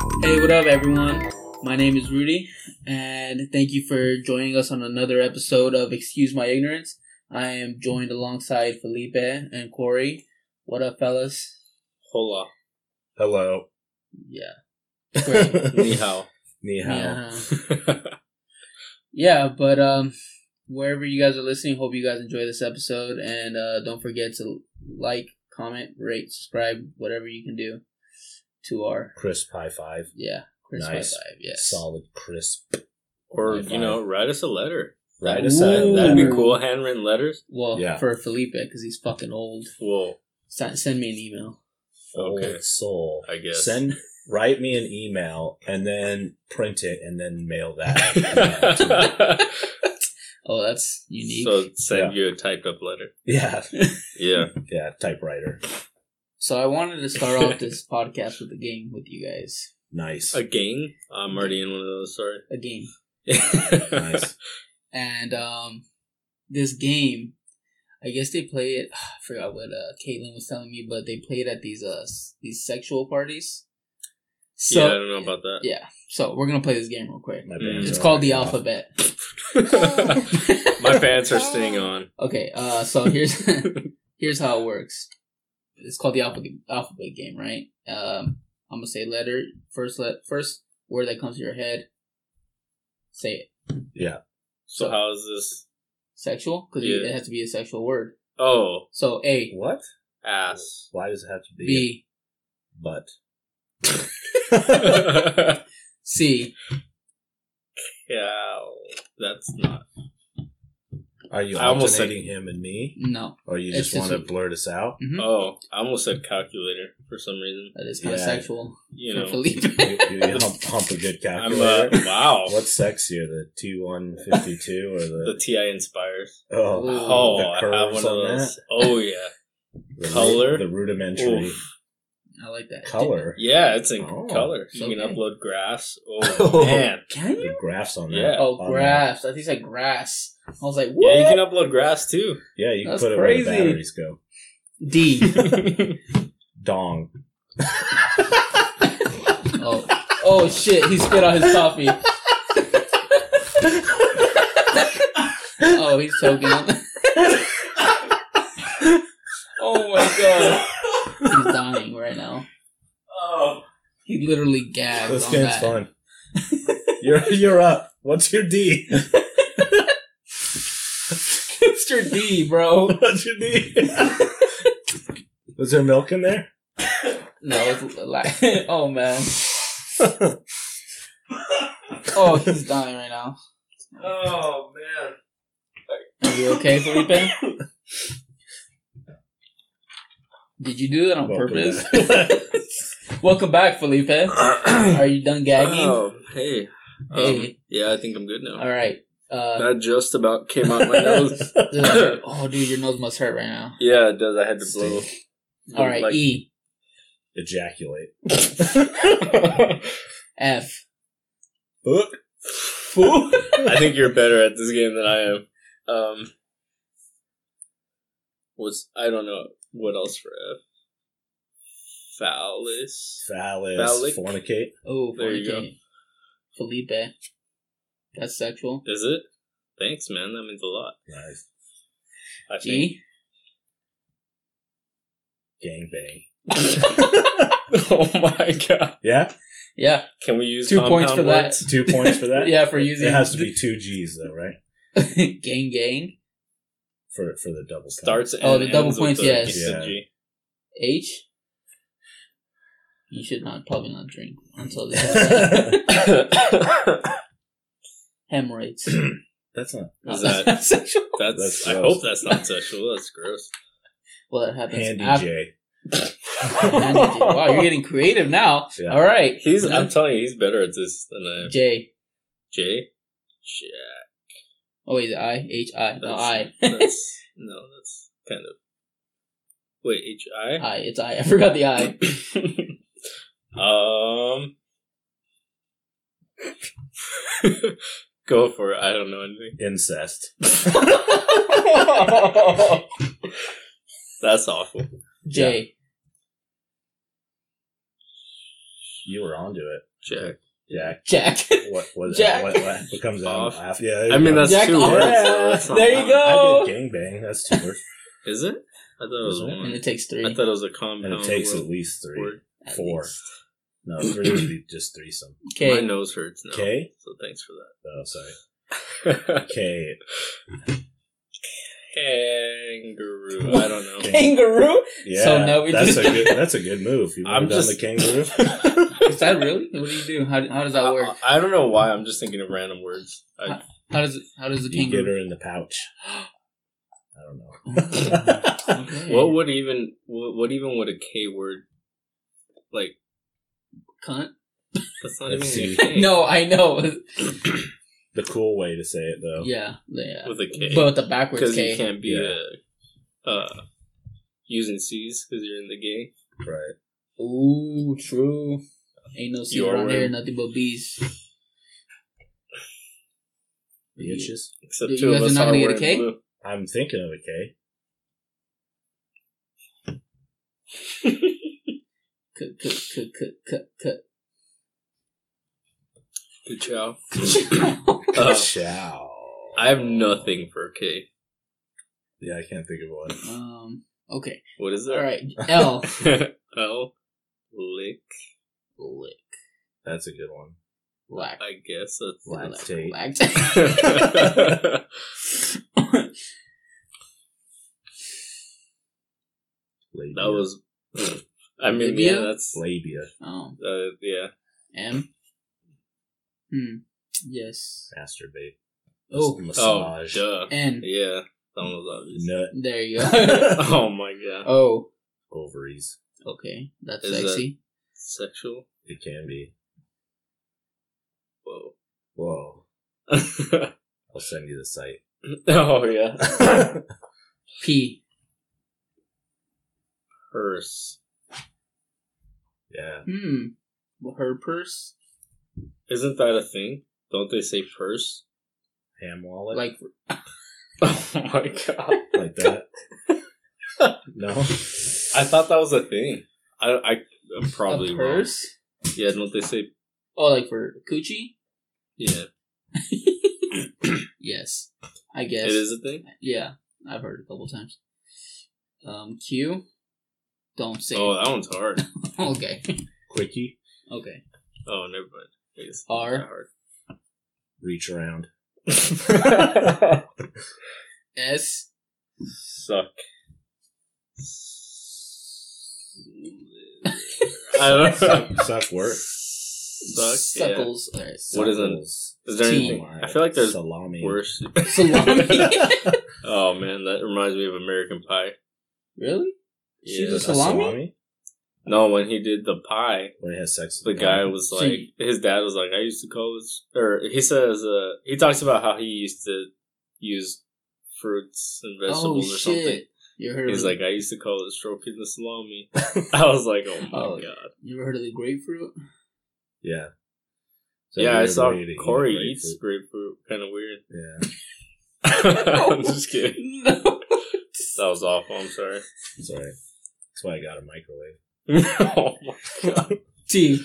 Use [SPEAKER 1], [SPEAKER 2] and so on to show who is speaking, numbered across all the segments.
[SPEAKER 1] up, everyone? My name is Rudy, and thank you for joining us on another episode of Excuse My Ignorance. I am joined alongside Felipe and Corey. What up, fellas?
[SPEAKER 2] Hola.
[SPEAKER 3] Hello.
[SPEAKER 1] Yeah. Great.
[SPEAKER 3] Ni
[SPEAKER 2] Ni hao.
[SPEAKER 3] hao.
[SPEAKER 1] Yeah. yeah, but um, wherever you guys are listening, hope you guys enjoy this episode, and uh, don't forget to like, comment, rate, subscribe, whatever you can do to our
[SPEAKER 3] Crisp high five.
[SPEAKER 1] yeah. Chris
[SPEAKER 3] Nice.
[SPEAKER 1] High Five, yes.
[SPEAKER 3] Solid crisp.
[SPEAKER 2] Or,
[SPEAKER 3] High
[SPEAKER 2] you know, write us a letter.
[SPEAKER 3] Right aside
[SPEAKER 1] Ooh.
[SPEAKER 2] That'd be
[SPEAKER 3] that.
[SPEAKER 2] cool. Handwritten letters?
[SPEAKER 1] Well,
[SPEAKER 3] Yeah.
[SPEAKER 1] for Felipe because he's fucking old.
[SPEAKER 2] Whoa.
[SPEAKER 1] Send, send me an email.
[SPEAKER 3] Old
[SPEAKER 2] Okay.
[SPEAKER 3] soul.
[SPEAKER 2] I guess.
[SPEAKER 3] Send write me an email and then print it and then mail that.
[SPEAKER 1] Oh, that's unique. So,
[SPEAKER 2] so send you a typed up letter.
[SPEAKER 3] yeah.
[SPEAKER 2] Yeah.
[SPEAKER 3] Yeah. Typewriter.
[SPEAKER 1] I wanted to start off this podcast with a game with you guys.
[SPEAKER 3] Nice.
[SPEAKER 2] A gang? I'm already in one of those, sorry.
[SPEAKER 1] A game,
[SPEAKER 3] Nice.
[SPEAKER 1] and um, this game, I guess they play it. I forgot what uh, Caitlin was telling me, but they play it at these uh s- these sexual parties.
[SPEAKER 2] yeah, I
[SPEAKER 1] So
[SPEAKER 2] don't know about that.
[SPEAKER 1] yeah, so we're gonna play this game real quick.
[SPEAKER 3] My
[SPEAKER 2] Mm.
[SPEAKER 3] bands
[SPEAKER 1] It's
[SPEAKER 3] are
[SPEAKER 1] called the
[SPEAKER 3] already off.
[SPEAKER 1] alphabet.
[SPEAKER 2] My pants are staying on.
[SPEAKER 1] Okay, uh, so here's here's how it works. It's called the alphabet alphabet game, right? Um, I'm gonna say letter first. Let first word that comes to your head. Say it.
[SPEAKER 2] So how is this?
[SPEAKER 1] Sexual, because
[SPEAKER 2] Yeah.
[SPEAKER 1] it has to be a sexual word.
[SPEAKER 2] Oh,
[SPEAKER 1] So A,
[SPEAKER 3] What?
[SPEAKER 2] ass.
[SPEAKER 3] Why does it have to be
[SPEAKER 1] B,
[SPEAKER 3] a butt?
[SPEAKER 2] Cow.
[SPEAKER 1] C.
[SPEAKER 2] That's not.
[SPEAKER 3] Are you
[SPEAKER 2] I almost said-
[SPEAKER 3] alternating him and me?
[SPEAKER 1] No,
[SPEAKER 3] Or you
[SPEAKER 1] It's
[SPEAKER 3] just want to
[SPEAKER 1] just-
[SPEAKER 3] blurt us out?
[SPEAKER 2] Oh, I almost said calculator for some reason.
[SPEAKER 1] that is kind of
[SPEAKER 3] Yeah.
[SPEAKER 1] sexual
[SPEAKER 2] You
[SPEAKER 1] for
[SPEAKER 2] know.
[SPEAKER 1] Felipe.
[SPEAKER 3] you, you hump, hump a good
[SPEAKER 2] I'm uh,
[SPEAKER 3] calculator.
[SPEAKER 2] wow.
[SPEAKER 3] What's sexier, the T one fifty two or
[SPEAKER 2] The
[SPEAKER 3] the
[SPEAKER 2] TI inspires.
[SPEAKER 3] oh,
[SPEAKER 1] Ooh.
[SPEAKER 2] Oh,
[SPEAKER 3] the
[SPEAKER 2] I have
[SPEAKER 3] curves
[SPEAKER 2] one of
[SPEAKER 3] on
[SPEAKER 2] those. Oh yeah,
[SPEAKER 3] the ru-
[SPEAKER 2] Color?
[SPEAKER 3] the rudimentary
[SPEAKER 2] Oof.
[SPEAKER 1] I like that
[SPEAKER 3] color,
[SPEAKER 2] yeah, it's in
[SPEAKER 3] Oh,
[SPEAKER 2] color.
[SPEAKER 1] so
[SPEAKER 2] you can
[SPEAKER 1] good.
[SPEAKER 2] upload graphs. Oh man,
[SPEAKER 1] Can
[SPEAKER 3] the
[SPEAKER 1] you?
[SPEAKER 3] graphs on that.
[SPEAKER 2] Yeah.
[SPEAKER 1] Oh,
[SPEAKER 3] on
[SPEAKER 1] graphs. I think it's like grass. I was like, what?
[SPEAKER 2] yeah, you can upload graphs too.
[SPEAKER 3] that. Yeah, you can
[SPEAKER 1] That's
[SPEAKER 3] put it where the
[SPEAKER 1] crazy.
[SPEAKER 3] batteries go.
[SPEAKER 1] D.
[SPEAKER 2] Oh,
[SPEAKER 3] Dong.
[SPEAKER 1] Oh, oh shit! He spit out his coffee. oh, he's choking. oh my god, he's dying right now.
[SPEAKER 2] oh,
[SPEAKER 1] He literally gagged.
[SPEAKER 3] This
[SPEAKER 1] on that.
[SPEAKER 3] game's fun. you're you're up. What's your D?
[SPEAKER 1] Mr. D, bro.
[SPEAKER 3] What's your D? Was there milk in there?
[SPEAKER 1] No, it's like, oh man. Oh, he's dying right now.
[SPEAKER 2] oh man.
[SPEAKER 1] Are you okay, Felipe? Did you do that on
[SPEAKER 3] Welcome
[SPEAKER 1] purpose?
[SPEAKER 3] back.
[SPEAKER 1] Welcome back, Felipe. Are you done gagging?
[SPEAKER 2] Oh hey, um,
[SPEAKER 1] Hey.
[SPEAKER 2] yeah, I think I'm good now.
[SPEAKER 1] All right. Uh,
[SPEAKER 2] That just about came out my nose.
[SPEAKER 1] dude, oh, dude, your nose must hurt right now.
[SPEAKER 2] Yeah, it does. I had to blow.
[SPEAKER 1] All right,
[SPEAKER 2] Like-
[SPEAKER 1] E,
[SPEAKER 3] Ejaculate.
[SPEAKER 1] F.
[SPEAKER 3] Book.
[SPEAKER 2] I think you're better at this game than I am. Um, was I don't know what else for F. Phallus.
[SPEAKER 3] Phallus.
[SPEAKER 2] Phallic.
[SPEAKER 3] Fornicate.
[SPEAKER 1] Oh,
[SPEAKER 2] There you
[SPEAKER 1] fornicate. Felipe. That's sexual.
[SPEAKER 2] Is it? Thanks, man. That means a lot.
[SPEAKER 3] Nice.
[SPEAKER 2] I think.
[SPEAKER 1] G.
[SPEAKER 3] Gangbang.
[SPEAKER 2] oh my god!
[SPEAKER 3] Yeah?
[SPEAKER 1] Yeah,
[SPEAKER 2] Can we use
[SPEAKER 1] Two points for that.
[SPEAKER 3] Two points for that?
[SPEAKER 1] yeah, for using
[SPEAKER 3] It has to be two G's though, right?
[SPEAKER 1] gang gang.
[SPEAKER 3] For for the double count.
[SPEAKER 2] Starts. And
[SPEAKER 1] Oh, the double
[SPEAKER 2] ends with
[SPEAKER 1] points,
[SPEAKER 2] the-
[SPEAKER 1] yes.
[SPEAKER 2] with the
[SPEAKER 3] Yeah.
[SPEAKER 2] G.
[SPEAKER 1] H. You should not probably not drink until this. is-
[SPEAKER 2] Is
[SPEAKER 1] Hemorrhoids.
[SPEAKER 3] That's not
[SPEAKER 2] that,
[SPEAKER 1] That's sexual.
[SPEAKER 2] that's,
[SPEAKER 3] That's
[SPEAKER 2] I
[SPEAKER 3] gross.
[SPEAKER 2] hope that's not sexual. That's gross.
[SPEAKER 1] Well, that happens.
[SPEAKER 3] handy
[SPEAKER 1] after-
[SPEAKER 3] J.
[SPEAKER 1] Handy J. Wow, you're getting creative now.
[SPEAKER 3] Yeah.
[SPEAKER 1] All right.
[SPEAKER 2] He's. I'm telling you, he's better at this than I am.
[SPEAKER 1] J.
[SPEAKER 2] J. J.
[SPEAKER 1] Oh wait, is it I H I no
[SPEAKER 2] That's-
[SPEAKER 1] I
[SPEAKER 2] That's, no, that's kind of. Wait, H I.
[SPEAKER 1] I. It's I. I forgot the I.
[SPEAKER 2] um. Go for it. I don't know anything.
[SPEAKER 3] Incest.
[SPEAKER 2] That's awful.
[SPEAKER 1] J.
[SPEAKER 3] You were onto it.
[SPEAKER 2] Jack.
[SPEAKER 3] Jack.
[SPEAKER 1] Jack.
[SPEAKER 3] What was
[SPEAKER 1] Jack.
[SPEAKER 3] it? What, what, what comes out
[SPEAKER 2] Off.
[SPEAKER 3] after? Yeah, there
[SPEAKER 2] I
[SPEAKER 3] you
[SPEAKER 2] mean,
[SPEAKER 3] go.
[SPEAKER 2] that's
[SPEAKER 1] Jack
[SPEAKER 2] two
[SPEAKER 1] off.
[SPEAKER 2] words.
[SPEAKER 1] Yeah.
[SPEAKER 2] That's not
[SPEAKER 1] There you
[SPEAKER 2] one.
[SPEAKER 1] go.
[SPEAKER 3] I did gangbang. That's two words.
[SPEAKER 2] Is it? I thought it was
[SPEAKER 3] Is it?
[SPEAKER 1] and
[SPEAKER 2] one.
[SPEAKER 1] it takes three.
[SPEAKER 2] I thought it was a compound.
[SPEAKER 3] And it takes
[SPEAKER 2] word.
[SPEAKER 3] at least three.
[SPEAKER 2] word.
[SPEAKER 1] At
[SPEAKER 3] four.
[SPEAKER 1] least.
[SPEAKER 3] No, three would be just threesome.
[SPEAKER 2] My
[SPEAKER 1] Okay.
[SPEAKER 2] nose hurts now.
[SPEAKER 3] K?
[SPEAKER 2] So thanks for
[SPEAKER 3] Oh, sorry.
[SPEAKER 2] that.
[SPEAKER 3] K.
[SPEAKER 2] Kangaroo. I don't know.
[SPEAKER 1] Kangaroo?
[SPEAKER 3] Yeah.
[SPEAKER 1] So now we
[SPEAKER 3] that's
[SPEAKER 1] just-
[SPEAKER 3] a good. That's a good move. You
[SPEAKER 2] I'm
[SPEAKER 3] want down
[SPEAKER 2] just
[SPEAKER 3] the kangaroo?
[SPEAKER 1] Is that really? What do you do? How, how does that Ah, work?
[SPEAKER 2] I, I don't know why. I'm just thinking of random words. I,
[SPEAKER 1] How does how does the
[SPEAKER 3] You get
[SPEAKER 1] kangaroo?
[SPEAKER 3] her in the pouch. I don't know.
[SPEAKER 1] Okay.
[SPEAKER 2] what would even what, what even would a K word like?
[SPEAKER 1] cunt?
[SPEAKER 2] That's not
[SPEAKER 3] Let's
[SPEAKER 2] even a
[SPEAKER 3] see.
[SPEAKER 2] K.
[SPEAKER 1] No, I know.
[SPEAKER 3] the cool way to say it, though.
[SPEAKER 1] Yeah, yeah.
[SPEAKER 2] with a K.
[SPEAKER 1] But with the backwards
[SPEAKER 2] because
[SPEAKER 1] K.
[SPEAKER 2] you can't be a, uh, using C's because you're in the gang.
[SPEAKER 3] Right.
[SPEAKER 1] Ooh, true. Ain't no C
[SPEAKER 2] Your
[SPEAKER 1] around here,
[SPEAKER 2] word.
[SPEAKER 1] nothing but B's.
[SPEAKER 3] Bitches.
[SPEAKER 2] Except
[SPEAKER 1] You
[SPEAKER 2] two
[SPEAKER 1] guys
[SPEAKER 2] of
[SPEAKER 1] are
[SPEAKER 2] us
[SPEAKER 1] not
[SPEAKER 2] are
[SPEAKER 1] gonna get a
[SPEAKER 2] wearing
[SPEAKER 1] K?
[SPEAKER 2] blue.
[SPEAKER 3] I'm thinking of a K.
[SPEAKER 1] Cut, cut, cut, cut, cut, cut.
[SPEAKER 2] Good job.
[SPEAKER 3] Uh,
[SPEAKER 2] Uh,
[SPEAKER 3] Chow.
[SPEAKER 2] I have nothing for a K.
[SPEAKER 3] Yeah, I can't think of one.
[SPEAKER 1] Um. Okay.
[SPEAKER 2] What is that?
[SPEAKER 1] All right. L.
[SPEAKER 2] L lick.
[SPEAKER 1] Lick.
[SPEAKER 3] That's a good one.
[SPEAKER 1] Lack.
[SPEAKER 2] I guess that's
[SPEAKER 3] Lactate.
[SPEAKER 1] Lactate.
[SPEAKER 3] Labia.
[SPEAKER 2] that was. hmm. I mean,
[SPEAKER 1] Libya?
[SPEAKER 2] yeah, that's uh,
[SPEAKER 3] labia.
[SPEAKER 1] Um.
[SPEAKER 2] yeah.
[SPEAKER 1] M. Hmm. Yes.
[SPEAKER 3] Masturbate.
[SPEAKER 1] Oh.
[SPEAKER 2] Oh,
[SPEAKER 3] massage.
[SPEAKER 2] duh.
[SPEAKER 1] N.
[SPEAKER 2] Yeah, that one was
[SPEAKER 3] Nut.
[SPEAKER 1] There you go.
[SPEAKER 2] obvious. oh my god,
[SPEAKER 1] oh.
[SPEAKER 3] Ovaries.
[SPEAKER 1] Okay. That's
[SPEAKER 2] Is that-
[SPEAKER 1] sexy.
[SPEAKER 2] sexual.
[SPEAKER 3] It can be.
[SPEAKER 2] Whoa.
[SPEAKER 3] Whoa. I'll send you the site.
[SPEAKER 2] oh yeah,
[SPEAKER 1] P.
[SPEAKER 2] purse.
[SPEAKER 3] yeah.
[SPEAKER 1] Hmm. Her purse.
[SPEAKER 2] Isn't that a thing? Don't they say purse?
[SPEAKER 3] Ham wallet.
[SPEAKER 1] Like.
[SPEAKER 2] Oh my god,
[SPEAKER 3] like that. no.
[SPEAKER 2] I thought that was a thing. I I I'm probably
[SPEAKER 1] a
[SPEAKER 2] wrong.
[SPEAKER 1] purse.
[SPEAKER 2] Yeah, don't they say
[SPEAKER 1] Oh, like for coochie?
[SPEAKER 2] yeah?
[SPEAKER 1] Yes. I guess.
[SPEAKER 2] It is a thing.
[SPEAKER 1] Yeah, I've heard it a couple times. Um, Q. Don't say.
[SPEAKER 2] Oh, that one's hard.
[SPEAKER 1] Okay.
[SPEAKER 3] Quickie.
[SPEAKER 1] Okay.
[SPEAKER 2] Oh, never mind. I guess it's
[SPEAKER 1] R.
[SPEAKER 2] not hard.
[SPEAKER 3] Reach around.
[SPEAKER 1] S.
[SPEAKER 2] Suck. I don't know.
[SPEAKER 3] suck, suck work.
[SPEAKER 2] Suck. yeah.
[SPEAKER 1] Suckles. All right.
[SPEAKER 2] What is it?
[SPEAKER 3] Suckles.
[SPEAKER 2] Is there
[SPEAKER 1] Tea.
[SPEAKER 2] anything? I feel like there's
[SPEAKER 3] salami.
[SPEAKER 2] worse.
[SPEAKER 1] Salami.
[SPEAKER 2] Oh man, that reminds me of American Pie.
[SPEAKER 1] really? She's
[SPEAKER 2] Yeah.
[SPEAKER 1] a salami?
[SPEAKER 2] No, when he did the pie,
[SPEAKER 3] When it has sex.
[SPEAKER 2] the
[SPEAKER 3] with
[SPEAKER 2] guy was
[SPEAKER 1] So
[SPEAKER 2] like, his dad was like, I used to call it, or he says, uh, he talks about how he used to use fruits and
[SPEAKER 1] Oh
[SPEAKER 2] vegetables or something.
[SPEAKER 1] shit! You ever heard?
[SPEAKER 2] He's
[SPEAKER 1] of,
[SPEAKER 2] like, I used to call it stroking the salami. I was like, oh my
[SPEAKER 1] Oh,
[SPEAKER 2] god.
[SPEAKER 1] you ever heard of the grapefruit?
[SPEAKER 3] Yeah.
[SPEAKER 2] yeah, I saw Corey
[SPEAKER 3] eat
[SPEAKER 2] eats grapefruit. Kind of weird.
[SPEAKER 3] Yeah.
[SPEAKER 1] Oh.
[SPEAKER 2] I'm just kidding.
[SPEAKER 1] No.
[SPEAKER 2] That was awful. I'm sorry.
[SPEAKER 3] Sorry. That's why I got a microwave.
[SPEAKER 2] oh my god.
[SPEAKER 1] T.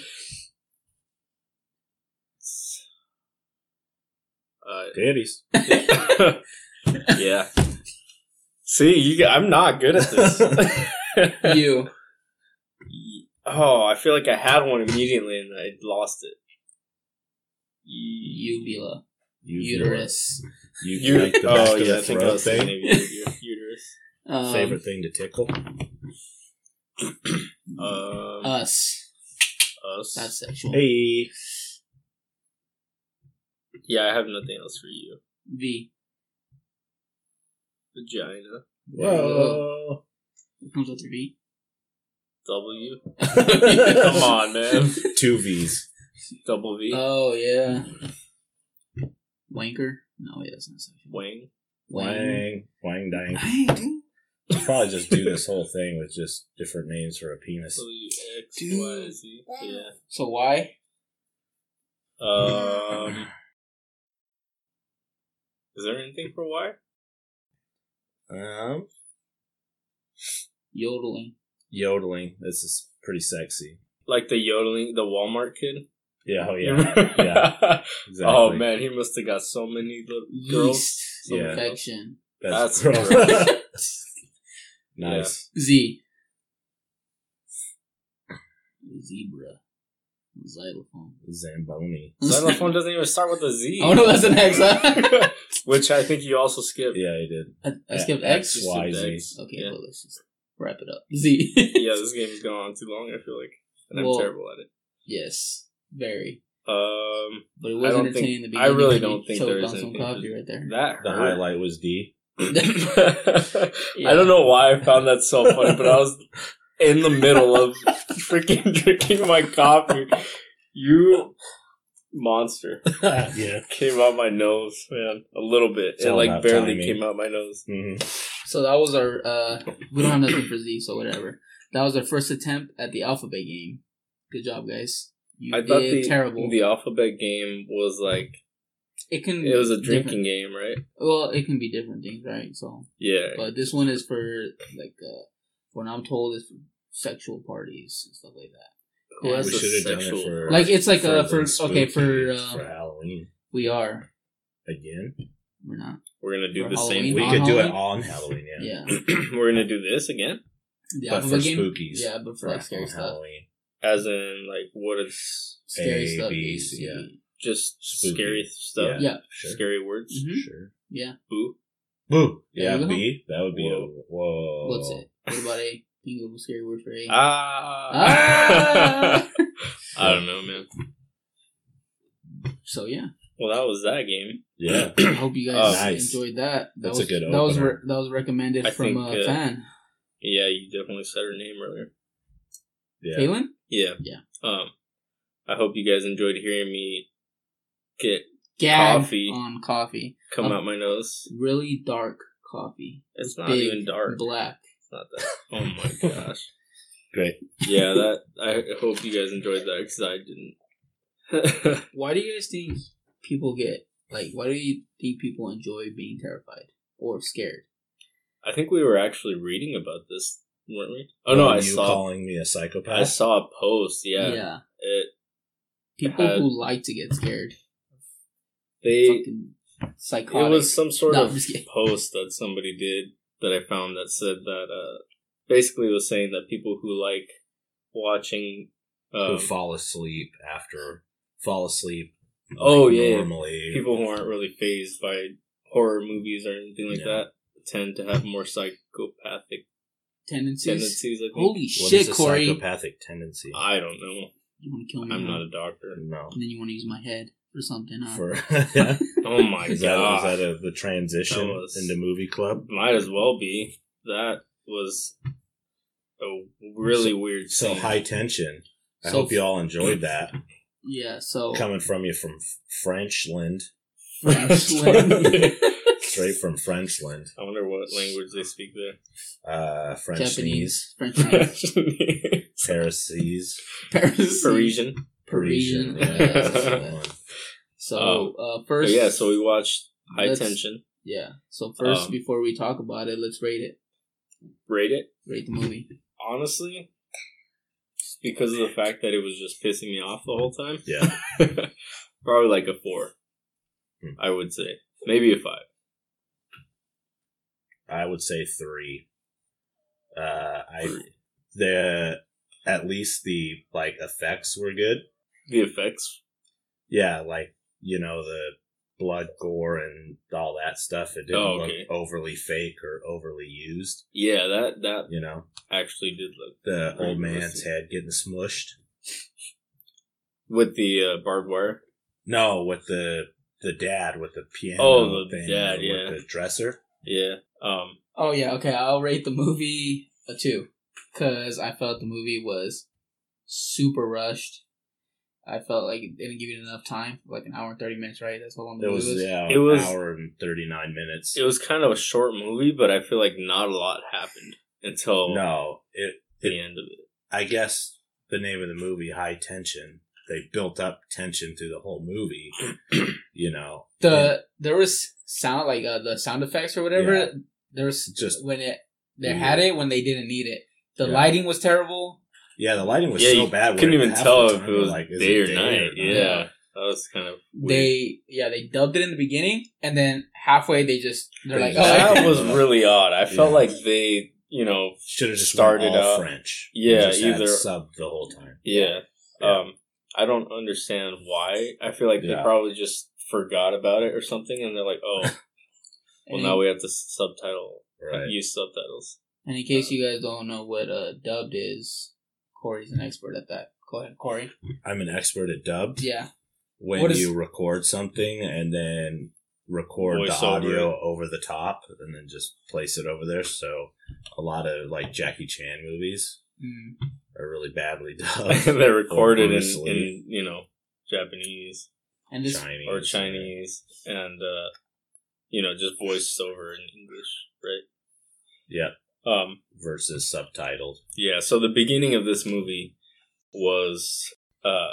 [SPEAKER 2] Uh,
[SPEAKER 3] Titties.
[SPEAKER 2] yeah. See, you. g- I'm not good at this.
[SPEAKER 1] U.
[SPEAKER 2] oh, I feel like I had one immediately and I lost it. You,
[SPEAKER 1] Uvula.
[SPEAKER 3] Use your-
[SPEAKER 1] Uterus.
[SPEAKER 3] You,
[SPEAKER 2] you,
[SPEAKER 3] like the
[SPEAKER 2] oh
[SPEAKER 3] back of
[SPEAKER 2] yeah,
[SPEAKER 3] the
[SPEAKER 2] I think I
[SPEAKER 3] throat
[SPEAKER 2] was
[SPEAKER 3] thing.
[SPEAKER 2] thinking of your uterus.
[SPEAKER 1] Um,
[SPEAKER 3] Favorite thing to tickle.
[SPEAKER 2] Um,
[SPEAKER 1] Us.
[SPEAKER 2] us.
[SPEAKER 1] Uh, That's sexual.
[SPEAKER 3] Hey.
[SPEAKER 2] Yeah, I have nothing else for you.
[SPEAKER 1] V.
[SPEAKER 2] Vagina.
[SPEAKER 3] Whoa.
[SPEAKER 1] What comes after V?
[SPEAKER 2] W. Come on, man.
[SPEAKER 3] Two V's.
[SPEAKER 2] Double V.
[SPEAKER 1] Oh yeah. Wanker? No, wait, that's not sexual.
[SPEAKER 2] Wang.
[SPEAKER 1] Wang.
[SPEAKER 3] Wang. Wang dang.
[SPEAKER 1] Hey, dude.
[SPEAKER 3] We'll probably just do this whole thing with just different names for a penis.
[SPEAKER 2] W X
[SPEAKER 1] Dude.
[SPEAKER 2] Y Z. Yeah.
[SPEAKER 1] So why?
[SPEAKER 2] Um. Is there anything for Y?
[SPEAKER 3] Um,
[SPEAKER 1] Yodeling.
[SPEAKER 3] yodeling. This is pretty sexy.
[SPEAKER 2] like the yodeling, the Walmart kid.
[SPEAKER 3] Yeah, oh
[SPEAKER 2] You
[SPEAKER 3] yeah,
[SPEAKER 2] remember?
[SPEAKER 3] Yeah. exactly.
[SPEAKER 2] Oh man, he must have got so many little girls.
[SPEAKER 1] Yeast
[SPEAKER 3] Yeah.
[SPEAKER 1] infection.
[SPEAKER 3] That's,
[SPEAKER 2] That's
[SPEAKER 3] gross. nice.
[SPEAKER 1] Z. Zebra. Xylophone.
[SPEAKER 3] Zamboni.
[SPEAKER 2] Xylophone doesn't even start with a Z.
[SPEAKER 1] Oh no, that's an X. I,
[SPEAKER 2] Which I think you also skipped.
[SPEAKER 3] Yeah, he did.
[SPEAKER 1] I skipped
[SPEAKER 3] Yeah,
[SPEAKER 1] X.
[SPEAKER 2] Just
[SPEAKER 3] Y,
[SPEAKER 2] skipped
[SPEAKER 3] Z.
[SPEAKER 2] X.
[SPEAKER 1] Okay,
[SPEAKER 2] Yeah.
[SPEAKER 1] well, let's just wrap it up. Z.
[SPEAKER 2] yeah, this game's going on too long. I feel like, and I'm
[SPEAKER 1] Well,
[SPEAKER 2] terrible at it.
[SPEAKER 1] yes, very.
[SPEAKER 2] Um,
[SPEAKER 1] But it
[SPEAKER 2] I
[SPEAKER 1] was
[SPEAKER 2] don't
[SPEAKER 1] entertaining
[SPEAKER 2] think-
[SPEAKER 1] in the
[SPEAKER 2] I
[SPEAKER 1] beginning.
[SPEAKER 2] really
[SPEAKER 1] and you
[SPEAKER 2] don't think
[SPEAKER 1] choked
[SPEAKER 2] there is
[SPEAKER 1] on some
[SPEAKER 2] anything
[SPEAKER 1] coffee
[SPEAKER 2] to-
[SPEAKER 1] right there.
[SPEAKER 2] that
[SPEAKER 3] The
[SPEAKER 2] hurt.
[SPEAKER 3] highlight was D.
[SPEAKER 2] I don't know why I found that so funny, but I was in the middle of freaking drinking my coffee. You monster
[SPEAKER 3] yeah.
[SPEAKER 2] came out my nose, man, a little bit.
[SPEAKER 3] It's
[SPEAKER 2] it
[SPEAKER 3] all
[SPEAKER 2] like
[SPEAKER 3] about
[SPEAKER 2] barely
[SPEAKER 3] timing.
[SPEAKER 2] came out my nose.
[SPEAKER 3] hmm
[SPEAKER 1] So that was our. uh We don't have nothing for Z, so whatever. That was our first attempt at the alphabet game. Good job, guys. You
[SPEAKER 2] I
[SPEAKER 1] did
[SPEAKER 2] thought the
[SPEAKER 1] terrible.
[SPEAKER 2] the alphabet game was like
[SPEAKER 1] it can.
[SPEAKER 2] it was a
[SPEAKER 1] be
[SPEAKER 2] drinking
[SPEAKER 1] different-
[SPEAKER 2] game, right?
[SPEAKER 1] Well, it can be different things, right? So,
[SPEAKER 2] Yeah,
[SPEAKER 1] but this one is for like uh when I'm told it's for sexual parties and stuff like that.
[SPEAKER 2] Who has
[SPEAKER 3] We
[SPEAKER 2] a
[SPEAKER 3] should have done
[SPEAKER 2] sexual-
[SPEAKER 3] it for
[SPEAKER 1] Like, it's like a-
[SPEAKER 3] the
[SPEAKER 1] for- okay,
[SPEAKER 3] spooky-
[SPEAKER 1] for, um,
[SPEAKER 3] for Halloween
[SPEAKER 1] We are.
[SPEAKER 3] again.
[SPEAKER 1] We're not.
[SPEAKER 2] We're gonna do
[SPEAKER 1] For
[SPEAKER 2] the
[SPEAKER 1] Halloween?
[SPEAKER 2] same.
[SPEAKER 3] We
[SPEAKER 1] on
[SPEAKER 3] could do it
[SPEAKER 1] Halloween?
[SPEAKER 3] on Halloween, yeah.
[SPEAKER 1] Yeah.
[SPEAKER 2] We're gonna do this again,
[SPEAKER 1] The
[SPEAKER 3] But for
[SPEAKER 1] alphabet game.
[SPEAKER 3] spookies,
[SPEAKER 1] Yeah, but for like scary
[SPEAKER 3] on
[SPEAKER 1] stuff.
[SPEAKER 3] Halloween.
[SPEAKER 2] as in like what is
[SPEAKER 1] Scary
[SPEAKER 3] A,
[SPEAKER 1] stuff.
[SPEAKER 3] B,
[SPEAKER 1] A,
[SPEAKER 3] C,
[SPEAKER 1] C.
[SPEAKER 3] yeah.
[SPEAKER 2] just
[SPEAKER 3] Spooky.
[SPEAKER 2] scary stuff,
[SPEAKER 1] Yeah.
[SPEAKER 3] Sure.
[SPEAKER 2] scary words.
[SPEAKER 1] Mhm.
[SPEAKER 3] Sure.
[SPEAKER 2] Boo.
[SPEAKER 3] Boo.
[SPEAKER 1] There
[SPEAKER 3] Yeah,
[SPEAKER 1] you go.
[SPEAKER 3] B. That would be
[SPEAKER 2] Whoa.
[SPEAKER 3] a whoa.
[SPEAKER 1] What's it? What about A? Think of a scary word for A.
[SPEAKER 2] Ah.
[SPEAKER 1] Ah.
[SPEAKER 2] I don't know, man.
[SPEAKER 1] so yeah,
[SPEAKER 2] Well, that was that game.
[SPEAKER 3] Yeah.
[SPEAKER 1] I hope you guys
[SPEAKER 3] Oh, nice.
[SPEAKER 1] enjoyed that. that
[SPEAKER 3] That's a
[SPEAKER 1] was,
[SPEAKER 3] good
[SPEAKER 1] That was
[SPEAKER 3] opener.
[SPEAKER 1] re- that was recommended
[SPEAKER 2] I
[SPEAKER 1] from
[SPEAKER 2] think,
[SPEAKER 1] a
[SPEAKER 2] uh,
[SPEAKER 1] fan.
[SPEAKER 2] Yeah, you definitely said her name earlier.
[SPEAKER 3] Yeah.
[SPEAKER 1] Kaylin?
[SPEAKER 2] Yeah.
[SPEAKER 1] Yeah.
[SPEAKER 2] Um, I hope you guys enjoyed hearing me get
[SPEAKER 1] Gag
[SPEAKER 2] Coffee.
[SPEAKER 1] on coffee.
[SPEAKER 2] come
[SPEAKER 1] Um,
[SPEAKER 2] out my nose.
[SPEAKER 1] Really dark coffee.
[SPEAKER 2] It's not
[SPEAKER 1] big,
[SPEAKER 2] even dark.
[SPEAKER 1] Black.
[SPEAKER 2] It's not that. Oh my gosh.
[SPEAKER 3] Great.
[SPEAKER 2] Yeah, that. I hope you guys enjoyed that because I didn't.
[SPEAKER 1] Why do you guys think people get like? Why do you think people enjoy being terrified or scared?
[SPEAKER 2] I think we were actually reading about this, weren't we? Oh no,
[SPEAKER 3] Were
[SPEAKER 2] I
[SPEAKER 3] you
[SPEAKER 2] saw.
[SPEAKER 3] calling me a psychopath.
[SPEAKER 2] I saw a post. Yeah. It,
[SPEAKER 1] People
[SPEAKER 2] Uh,
[SPEAKER 1] who like to get scared.
[SPEAKER 2] they
[SPEAKER 1] fucking psychotic.
[SPEAKER 2] It was some sort
[SPEAKER 1] No, I'm
[SPEAKER 2] of
[SPEAKER 1] just kidding.
[SPEAKER 2] post that somebody did that I found that said that uh, basically it was saying that people who like watching.
[SPEAKER 3] who
[SPEAKER 2] Um,
[SPEAKER 3] fall asleep after fall asleep.
[SPEAKER 2] Oh, yeah, yeah.
[SPEAKER 3] normally
[SPEAKER 2] people who aren't really phased by horror movies or anything like
[SPEAKER 3] Yeah.
[SPEAKER 2] that tend to have more psychopathic
[SPEAKER 1] tendencies.
[SPEAKER 2] tendencies. I think.
[SPEAKER 1] Holy
[SPEAKER 3] What
[SPEAKER 1] shit,
[SPEAKER 3] is a
[SPEAKER 1] Corey!
[SPEAKER 3] psychopathic tendency?
[SPEAKER 2] I don't know.
[SPEAKER 1] You want to kill me?
[SPEAKER 2] I'm
[SPEAKER 3] Mm.
[SPEAKER 1] now?
[SPEAKER 2] not a doctor.
[SPEAKER 3] no.
[SPEAKER 1] And then you want to use my head for something. uh, Huh?
[SPEAKER 3] For
[SPEAKER 2] Oh my
[SPEAKER 3] is that
[SPEAKER 2] god!
[SPEAKER 3] is that a, the transition
[SPEAKER 2] That was-
[SPEAKER 3] into movie club?
[SPEAKER 2] Might as well be. That was a really weird.
[SPEAKER 3] So
[SPEAKER 2] scene.
[SPEAKER 3] high tension. I
[SPEAKER 1] So-
[SPEAKER 3] hope you all enjoyed that.
[SPEAKER 1] yeah. So
[SPEAKER 3] Coming from you from F- Frenchland,
[SPEAKER 2] I
[SPEAKER 3] straight from Frenchland,
[SPEAKER 2] wonder what language they speak there.
[SPEAKER 3] uh, French knees,
[SPEAKER 1] Japanese, French, knees,
[SPEAKER 3] Pharisees,
[SPEAKER 1] Paris,
[SPEAKER 2] Parisian.
[SPEAKER 1] Parisian.
[SPEAKER 3] Parisian. Yeah,
[SPEAKER 1] yeah,
[SPEAKER 3] that's
[SPEAKER 1] something
[SPEAKER 3] the
[SPEAKER 1] like that.
[SPEAKER 3] one.
[SPEAKER 1] so uh, first,
[SPEAKER 2] But yeah, so we watched High
[SPEAKER 1] let's-
[SPEAKER 2] Tension.
[SPEAKER 1] yeah. So first,
[SPEAKER 2] Um,
[SPEAKER 1] before we talk about it, let's rate it.
[SPEAKER 2] Rate it
[SPEAKER 1] Rate the movie.
[SPEAKER 2] honestly just because of the fact that it was just pissing me off the whole time.
[SPEAKER 3] yeah,
[SPEAKER 2] Probably like a four,
[SPEAKER 3] Hmm.
[SPEAKER 2] I would say, maybe a five.
[SPEAKER 3] I would say three. Uh, I the at least the like effects were good.
[SPEAKER 2] The effects,
[SPEAKER 3] yeah, like you know the blood, gore, and all that stuff. It didn't
[SPEAKER 2] Oh, okay.
[SPEAKER 3] look overly fake or overly used.
[SPEAKER 2] yeah, that that
[SPEAKER 3] You know,
[SPEAKER 2] actually did look
[SPEAKER 3] the
[SPEAKER 2] Very
[SPEAKER 3] old man's
[SPEAKER 2] realistic.
[SPEAKER 3] head getting smushed.
[SPEAKER 2] with the uh, barbed wire.
[SPEAKER 3] No, with the the dad with the piano.
[SPEAKER 2] Oh, the
[SPEAKER 3] thing,
[SPEAKER 2] dad,
[SPEAKER 3] with
[SPEAKER 2] yeah.
[SPEAKER 3] the dresser.
[SPEAKER 2] Yeah. Um.
[SPEAKER 1] Oh yeah, okay. I'll rate the movie a two because I felt the movie was super rushed. I felt like it didn't give it enough time, like an hour and thirty minutes, right? That's how long the
[SPEAKER 3] It was
[SPEAKER 1] movie was.
[SPEAKER 3] yeah,
[SPEAKER 2] It
[SPEAKER 3] an
[SPEAKER 2] was-
[SPEAKER 3] hour and thirty nine minutes.
[SPEAKER 2] It was kind of a short movie, but I feel like not a lot happened until
[SPEAKER 3] no, it.
[SPEAKER 2] the end of it.
[SPEAKER 3] I guess the name of the movie, High Tension. They built up tension through the whole movie. you know,
[SPEAKER 1] The there was sound like uh, the sound effects or whatever.
[SPEAKER 3] Yeah.
[SPEAKER 1] There was
[SPEAKER 3] Just
[SPEAKER 1] when it they had
[SPEAKER 3] weird.
[SPEAKER 1] it when they didn't need it. The
[SPEAKER 3] Yeah.
[SPEAKER 1] lighting was terrible.
[SPEAKER 3] Yeah, the lighting was
[SPEAKER 2] yeah,
[SPEAKER 3] so
[SPEAKER 2] you
[SPEAKER 3] bad. where
[SPEAKER 2] couldn't even
[SPEAKER 3] half the
[SPEAKER 2] tell
[SPEAKER 3] time
[SPEAKER 2] if it
[SPEAKER 3] you're
[SPEAKER 2] was
[SPEAKER 3] is
[SPEAKER 2] day,
[SPEAKER 3] it
[SPEAKER 2] or night.
[SPEAKER 3] not?
[SPEAKER 2] yeah, that was kind of weird.
[SPEAKER 1] They yeah they dubbed it in the beginning and then halfway they just they're like oh
[SPEAKER 2] that was really odd. I felt
[SPEAKER 3] Yeah.
[SPEAKER 2] like they, you know,
[SPEAKER 3] Should have just
[SPEAKER 2] Started
[SPEAKER 3] started
[SPEAKER 2] out-
[SPEAKER 3] all French. and
[SPEAKER 2] Yeah,
[SPEAKER 3] just had
[SPEAKER 2] either-
[SPEAKER 3] sub the whole time.
[SPEAKER 2] yeah.
[SPEAKER 3] Yeah.
[SPEAKER 2] Um, I don't understand why. I feel like they
[SPEAKER 3] Yeah.
[SPEAKER 2] probably just forgot about it or something, and they're like, oh, well,
[SPEAKER 1] And
[SPEAKER 2] now we have to subtitle
[SPEAKER 3] Right.
[SPEAKER 2] use subtitles.
[SPEAKER 1] in- and in case you guys don't know what uh dubbed is, Corey's an expert at that. Go ahead, Corey.
[SPEAKER 3] I'm an expert at dubbed.
[SPEAKER 1] Yeah,
[SPEAKER 3] When
[SPEAKER 1] What is-
[SPEAKER 3] you record something and then record the
[SPEAKER 2] Voiceover.
[SPEAKER 3] audio over the top and then just place it over there. So a lot of like Jackie Chan movies
[SPEAKER 1] mm.
[SPEAKER 3] are really badly dubbed.
[SPEAKER 2] They're recorded in,
[SPEAKER 3] Bruce
[SPEAKER 2] in
[SPEAKER 3] Lee.
[SPEAKER 2] you know Japanese
[SPEAKER 1] and this
[SPEAKER 3] Chinese. uh,
[SPEAKER 2] or Chinese, and uh, you know just voiced over in English, right?
[SPEAKER 3] Yeah.
[SPEAKER 2] Um,
[SPEAKER 3] Versus subtitled.
[SPEAKER 2] yeah. So the beginning of this movie was uh,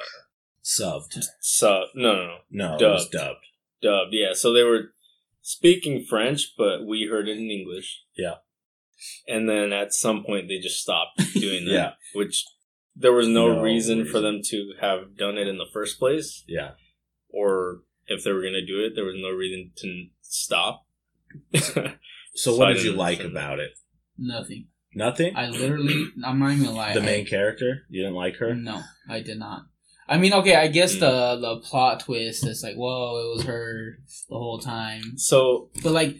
[SPEAKER 3] Subbed.
[SPEAKER 2] sub. No, no, no.
[SPEAKER 3] No, it
[SPEAKER 2] Dubbed.
[SPEAKER 3] was dubbed.
[SPEAKER 2] dubbed. Yeah, so they were speaking French, but we heard it in English.
[SPEAKER 3] Yeah.
[SPEAKER 2] And then at some point they just stopped doing that,
[SPEAKER 3] Yeah.
[SPEAKER 2] which there was no,
[SPEAKER 3] No
[SPEAKER 2] reason, for
[SPEAKER 3] reason.
[SPEAKER 2] them to have done it in the first place,
[SPEAKER 3] Yeah.
[SPEAKER 2] or if they were going to do it, there was no reason to n- stop.
[SPEAKER 3] So,
[SPEAKER 2] So I
[SPEAKER 3] what did you
[SPEAKER 2] didn't
[SPEAKER 3] like
[SPEAKER 2] understand
[SPEAKER 3] about it?
[SPEAKER 1] nothing.
[SPEAKER 3] Nothing?
[SPEAKER 1] I literally I'm not even gonna lie.
[SPEAKER 3] the
[SPEAKER 1] I-
[SPEAKER 3] main character? You didn't like her?
[SPEAKER 1] No, I did not. I mean, okay, I
[SPEAKER 2] Hmm.
[SPEAKER 1] guess the the plot twist is like, whoa, it was her the whole time.
[SPEAKER 2] so,
[SPEAKER 1] But like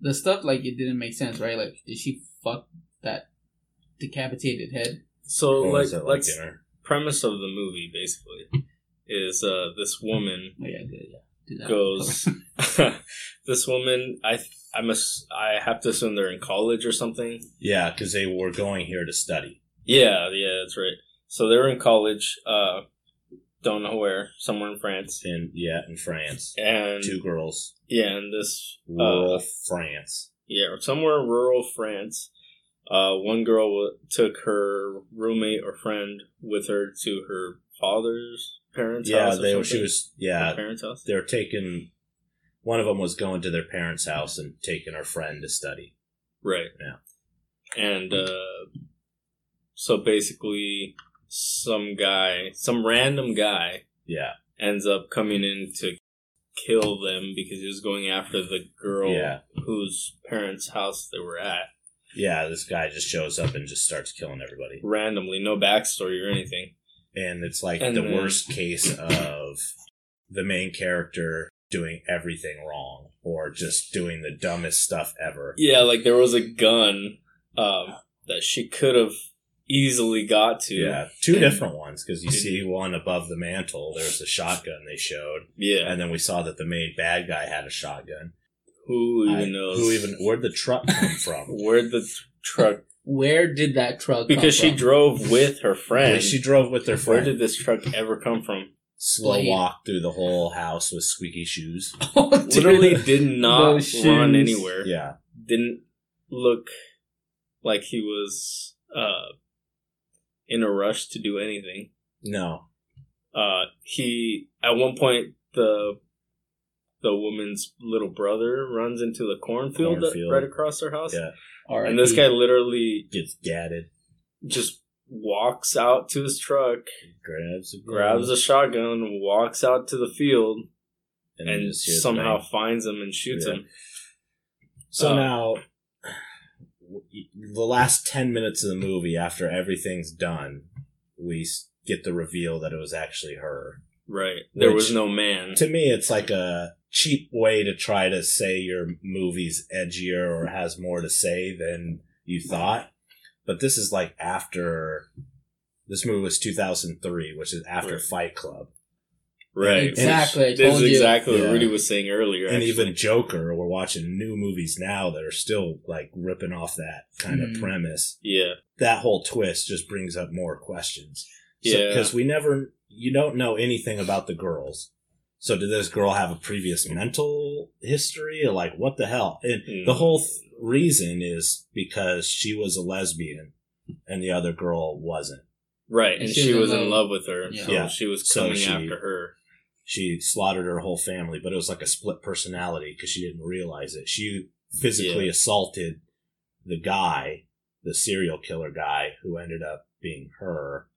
[SPEAKER 1] the stuff, like it didn't make sense, right? Like, did she fuck that decapitated head?
[SPEAKER 2] so
[SPEAKER 3] Or
[SPEAKER 2] like,
[SPEAKER 3] was it like
[SPEAKER 2] let's
[SPEAKER 3] in her?
[SPEAKER 2] premise of the movie basically is uh, this woman
[SPEAKER 1] Oh yeah, good, yeah, do that.
[SPEAKER 2] goes this woman i th- i must i have to assume they're in college or something
[SPEAKER 3] Yeah, because they were going here to study.
[SPEAKER 2] yeah yeah that's right so they're in college uh don't know where somewhere in france
[SPEAKER 3] In yeah, in France.
[SPEAKER 2] and
[SPEAKER 3] Two girls.
[SPEAKER 2] yeah and this
[SPEAKER 3] Rural
[SPEAKER 2] uh,
[SPEAKER 3] France.
[SPEAKER 2] yeah somewhere in rural france uh one girl w- took her roommate or friend with her to her father's parents
[SPEAKER 3] Yeah,
[SPEAKER 2] house or
[SPEAKER 3] they were she
[SPEAKER 2] something?
[SPEAKER 3] was
[SPEAKER 2] Her
[SPEAKER 3] yeah,
[SPEAKER 2] parents house
[SPEAKER 3] they were taking one of them was going to their parents' house and taking her friend to study.
[SPEAKER 2] Right. And uh, so basically, some guy, some random guy,
[SPEAKER 3] Yeah.
[SPEAKER 2] ends up coming in to kill them because he was going after the girl
[SPEAKER 3] Yeah.
[SPEAKER 2] whose parents' house they were at
[SPEAKER 3] Yeah, this guy just shows up and just starts killing everybody.
[SPEAKER 2] randomly, no backstory or anything.
[SPEAKER 3] And it's like
[SPEAKER 2] And
[SPEAKER 3] the
[SPEAKER 2] then-
[SPEAKER 3] worst case of the main character doing everything wrong or just doing the dumbest stuff ever.
[SPEAKER 2] Yeah, like there was a gun um, that she could have easily got to.
[SPEAKER 3] Yeah, two
[SPEAKER 2] And-
[SPEAKER 3] different ones because you
[SPEAKER 2] Did-
[SPEAKER 3] see one above the mantle. There's the shotgun they showed,
[SPEAKER 2] yeah.
[SPEAKER 3] and then we saw that the main bad guy had a shotgun.
[SPEAKER 2] Who even
[SPEAKER 3] I-
[SPEAKER 2] knows?
[SPEAKER 3] Who even? Where'd the truck come from?
[SPEAKER 2] Where'd the truck?
[SPEAKER 1] Where did that truck?
[SPEAKER 2] Because
[SPEAKER 1] come
[SPEAKER 2] she
[SPEAKER 1] from?
[SPEAKER 2] drove with her
[SPEAKER 3] Yeah,
[SPEAKER 2] friend.
[SPEAKER 3] she drove with their
[SPEAKER 2] Where
[SPEAKER 3] friend.
[SPEAKER 2] did this truck ever come from?
[SPEAKER 3] Slow
[SPEAKER 1] Blade.
[SPEAKER 3] walk through the whole house with squeaky shoes.
[SPEAKER 1] Oh, dude.
[SPEAKER 2] Literally did not
[SPEAKER 1] Those
[SPEAKER 2] run
[SPEAKER 1] shoes.
[SPEAKER 2] anywhere.
[SPEAKER 3] Yeah,
[SPEAKER 2] Didn't look like he was uh, in a rush to do anything.
[SPEAKER 3] no,
[SPEAKER 2] Uh, he at one point the the woman's little brother runs into the cornfield,
[SPEAKER 3] Cornfield.
[SPEAKER 2] right across their house,
[SPEAKER 3] Yeah.
[SPEAKER 1] R.I.P.
[SPEAKER 2] and this guy literally
[SPEAKER 3] gets gadded,
[SPEAKER 2] just walks out to his truck,
[SPEAKER 3] grabs a
[SPEAKER 2] grabs a shotgun, walks out to the field,
[SPEAKER 3] and,
[SPEAKER 2] and,
[SPEAKER 3] you just hear the
[SPEAKER 2] somehow
[SPEAKER 3] bang.
[SPEAKER 2] finds him and shoots
[SPEAKER 3] Yeah.
[SPEAKER 2] him.
[SPEAKER 3] So
[SPEAKER 2] uh,
[SPEAKER 3] now, the last ten minutes of the movie, after everything's done, we s- get the reveal that it was actually her.
[SPEAKER 2] Right. There
[SPEAKER 3] Which-
[SPEAKER 2] was no man.
[SPEAKER 3] to me it's like a cheap way to try to say your movie's edgier or has more to say than you thought but this is like after this movie was 2003 which is after
[SPEAKER 2] Right.
[SPEAKER 3] fight club
[SPEAKER 2] Right.
[SPEAKER 1] Exactly, I
[SPEAKER 2] Which- This
[SPEAKER 1] told
[SPEAKER 2] is
[SPEAKER 1] you.
[SPEAKER 2] exactly what
[SPEAKER 3] Yeah.
[SPEAKER 2] Rudy was saying earlier.
[SPEAKER 3] and
[SPEAKER 2] actually.
[SPEAKER 3] even joker we're watching new movies now that are still like ripping off that kind
[SPEAKER 1] Mm.
[SPEAKER 3] of premise
[SPEAKER 2] yeah.
[SPEAKER 3] that whole twist just brings up more questions
[SPEAKER 2] Yeah.
[SPEAKER 3] because we never you don't know anything about the girls so did this girl have a previous mental history or like what the hell and
[SPEAKER 2] Mm.
[SPEAKER 3] the whole th- reason is because she was a lesbian and the other girl wasn't
[SPEAKER 2] Right. And she, was in love with her.
[SPEAKER 1] Yeah.
[SPEAKER 2] So
[SPEAKER 3] Yeah.
[SPEAKER 2] she was
[SPEAKER 3] So
[SPEAKER 2] coming
[SPEAKER 3] she-
[SPEAKER 2] after her.
[SPEAKER 3] she slaughtered her whole family but it was like a split personality because she didn't realize it she physically
[SPEAKER 2] Yeah.
[SPEAKER 3] assaulted the guy the serial killer guy who ended up being her.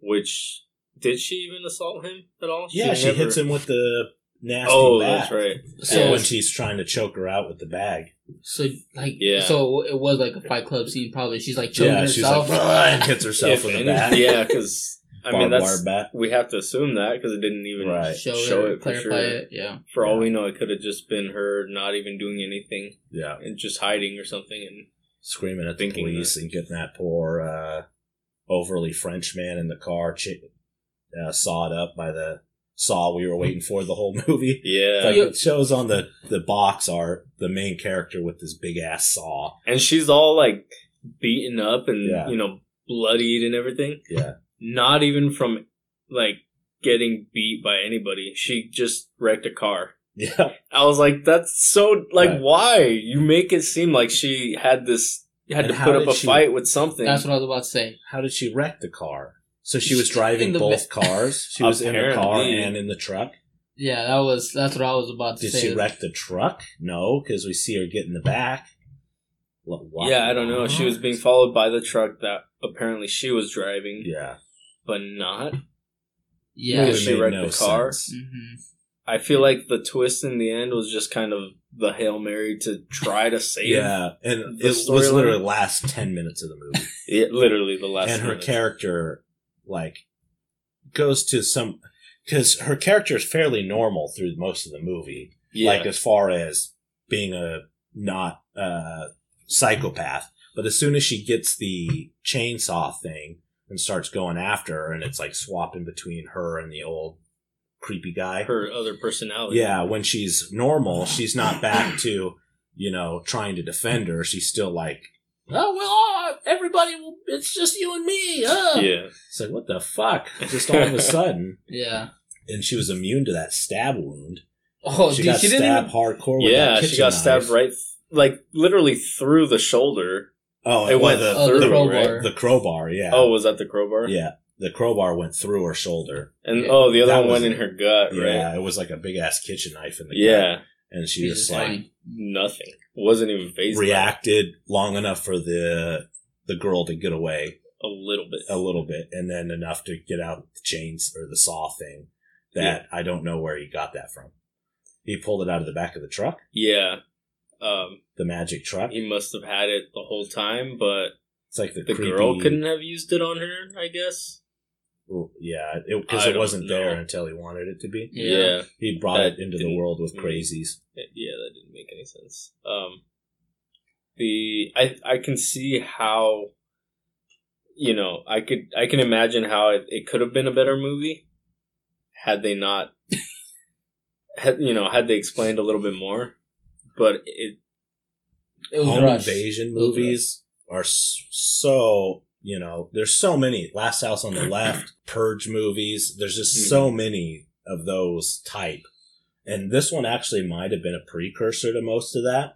[SPEAKER 2] Which did she even assault him at all?
[SPEAKER 3] Yeah, she,
[SPEAKER 2] never-
[SPEAKER 3] hits him with the nasty
[SPEAKER 2] Oh,
[SPEAKER 3] bat.
[SPEAKER 2] that's right.
[SPEAKER 3] So
[SPEAKER 1] Yeah.
[SPEAKER 3] when she's trying to choke her out with the bag,
[SPEAKER 1] So like
[SPEAKER 2] Yeah.
[SPEAKER 1] so it was like a Fight Club scene probably. She's like choking
[SPEAKER 3] yeah, she's
[SPEAKER 1] herself.
[SPEAKER 3] like "Ugh," and hits herself
[SPEAKER 2] If
[SPEAKER 3] with a
[SPEAKER 2] any-
[SPEAKER 3] bat.
[SPEAKER 2] Yeah, because I mean
[SPEAKER 3] barbed
[SPEAKER 2] that's
[SPEAKER 3] wire bat.
[SPEAKER 2] we have to assume that because it didn't even
[SPEAKER 3] Right.
[SPEAKER 1] show,
[SPEAKER 2] Show
[SPEAKER 1] it,
[SPEAKER 2] it for
[SPEAKER 1] clarify
[SPEAKER 2] sure.
[SPEAKER 1] it. Yeah.
[SPEAKER 2] For all we know, it could have just been her not even doing anything
[SPEAKER 3] Yeah,
[SPEAKER 2] and just hiding or something. And
[SPEAKER 3] screaming at the
[SPEAKER 2] Thinking
[SPEAKER 3] police and getting that poor uh, overly French man in the car chi- uh, sawed up by the saw we were waiting for the whole movie.
[SPEAKER 2] yeah,
[SPEAKER 3] It's Like
[SPEAKER 1] Yeah.
[SPEAKER 3] it shows on the the box art the main character with this big ass saw.
[SPEAKER 2] and she's all like beaten up and
[SPEAKER 3] Yeah.
[SPEAKER 2] you know bloodied and everything.
[SPEAKER 3] Yeah.
[SPEAKER 2] not even from like getting beat by anybody. She just wrecked a car.
[SPEAKER 3] Yeah,
[SPEAKER 2] I was like, that's so like
[SPEAKER 3] Right.
[SPEAKER 2] why you make it seem like she had this had
[SPEAKER 3] And
[SPEAKER 2] to
[SPEAKER 3] how
[SPEAKER 2] put up
[SPEAKER 3] did
[SPEAKER 2] a
[SPEAKER 3] she-
[SPEAKER 2] fight with something.
[SPEAKER 1] That's what I was about to say.
[SPEAKER 3] how did she wreck the car? So she was
[SPEAKER 1] She-
[SPEAKER 3] driving
[SPEAKER 1] in the
[SPEAKER 3] both cars. She was in the car
[SPEAKER 2] Apparently.
[SPEAKER 3] and in the truck.
[SPEAKER 1] Yeah, that was that's what I was about to
[SPEAKER 3] Did
[SPEAKER 1] say.
[SPEAKER 3] she wreck the truck? No, because we see her get in the back. Wha- wha-
[SPEAKER 2] yeah, I don't know. She was being followed by the truck that apparently she was driving,
[SPEAKER 3] Yeah,
[SPEAKER 2] but not.
[SPEAKER 1] yeah.
[SPEAKER 2] Because she
[SPEAKER 3] It made
[SPEAKER 2] wrecked the car.
[SPEAKER 3] sense.
[SPEAKER 1] hmm
[SPEAKER 2] I feel like the twist in the end was just kind of the hail mary to try to save.
[SPEAKER 3] Yeah, and
[SPEAKER 2] The
[SPEAKER 3] it was
[SPEAKER 2] storyline.
[SPEAKER 3] literally the last ten minutes of the movie,
[SPEAKER 2] it, literally the last.
[SPEAKER 3] and her
[SPEAKER 2] minute.
[SPEAKER 3] character like goes to some because her character is fairly normal through most of the movie.
[SPEAKER 2] yeah.
[SPEAKER 3] like as far as being a not uh, psychopath. But as soon as she gets the chainsaw thing and starts going after her, and it's like swapping between her and the old creepy guy.
[SPEAKER 2] her other personality.
[SPEAKER 3] yeah, when she's normal, she's not back to you know trying to defend her. She's still like, oh well, uh, everybody, will, it's just you and me. Uh.
[SPEAKER 2] yeah,
[SPEAKER 3] It's like what the fuck? Just all of a sudden,
[SPEAKER 1] Yeah.
[SPEAKER 3] and she was immune to that stab wound.
[SPEAKER 1] Oh,
[SPEAKER 3] she
[SPEAKER 1] dude,
[SPEAKER 3] got
[SPEAKER 1] she didn't.
[SPEAKER 3] stabbed
[SPEAKER 1] Even,
[SPEAKER 3] hardcore. With
[SPEAKER 2] yeah.
[SPEAKER 3] that
[SPEAKER 2] She
[SPEAKER 3] kitchen
[SPEAKER 2] got stabbed
[SPEAKER 3] knife.
[SPEAKER 2] right, like literally through the shoulder.
[SPEAKER 3] Oh,
[SPEAKER 2] It
[SPEAKER 3] it
[SPEAKER 2] went
[SPEAKER 3] was the,
[SPEAKER 1] Oh, the
[SPEAKER 3] the,
[SPEAKER 1] crowbar.
[SPEAKER 3] the crowbar. Yeah.
[SPEAKER 2] Oh, was that the crowbar?
[SPEAKER 3] yeah. The crowbar went through her shoulder.
[SPEAKER 2] And
[SPEAKER 1] Yeah.
[SPEAKER 2] oh, the other
[SPEAKER 3] That
[SPEAKER 2] one
[SPEAKER 3] was-
[SPEAKER 2] went in her gut, right?
[SPEAKER 3] Yeah, it was like a big ass kitchen knife in the gut.
[SPEAKER 2] Yeah,
[SPEAKER 3] and she
[SPEAKER 1] She's
[SPEAKER 3] just
[SPEAKER 1] just
[SPEAKER 3] like
[SPEAKER 1] fine.
[SPEAKER 2] nothing. Wasn't even phased. by it.
[SPEAKER 3] reacted long enough for the the girl to get away
[SPEAKER 2] a little bit.
[SPEAKER 3] a little bit, and then enough to get out the chains or the saw thing. That I don't know where he got that from. He pulled it out of the back of the truck,
[SPEAKER 2] yeah. Um,
[SPEAKER 3] the magic truck.
[SPEAKER 2] he must have had it the whole time, but
[SPEAKER 3] It's like the,
[SPEAKER 2] the
[SPEAKER 3] creepy,
[SPEAKER 2] girl couldn't have used it on her. I guess.
[SPEAKER 3] Yeah, because
[SPEAKER 2] I
[SPEAKER 3] it,
[SPEAKER 2] don't
[SPEAKER 3] wasn't there
[SPEAKER 2] know.
[SPEAKER 3] until he wanted it to be.
[SPEAKER 1] Yeah.
[SPEAKER 2] yeah.
[SPEAKER 3] He brought
[SPEAKER 2] That
[SPEAKER 3] it into the
[SPEAKER 2] didn't-
[SPEAKER 3] world with
[SPEAKER 2] Mm.
[SPEAKER 3] crazies.
[SPEAKER 2] yeah that didn't make any sense um the i i can see how you know i could i can imagine how it, it could have been a better movie had they not had you know had they explained a little bit more but it
[SPEAKER 1] It was
[SPEAKER 3] home
[SPEAKER 1] rushed.
[SPEAKER 3] invasion
[SPEAKER 1] was
[SPEAKER 3] movies are s- so you know there's so many last house on the left purge movies there's just so many of those type and this one actually might have been a precursor to most of that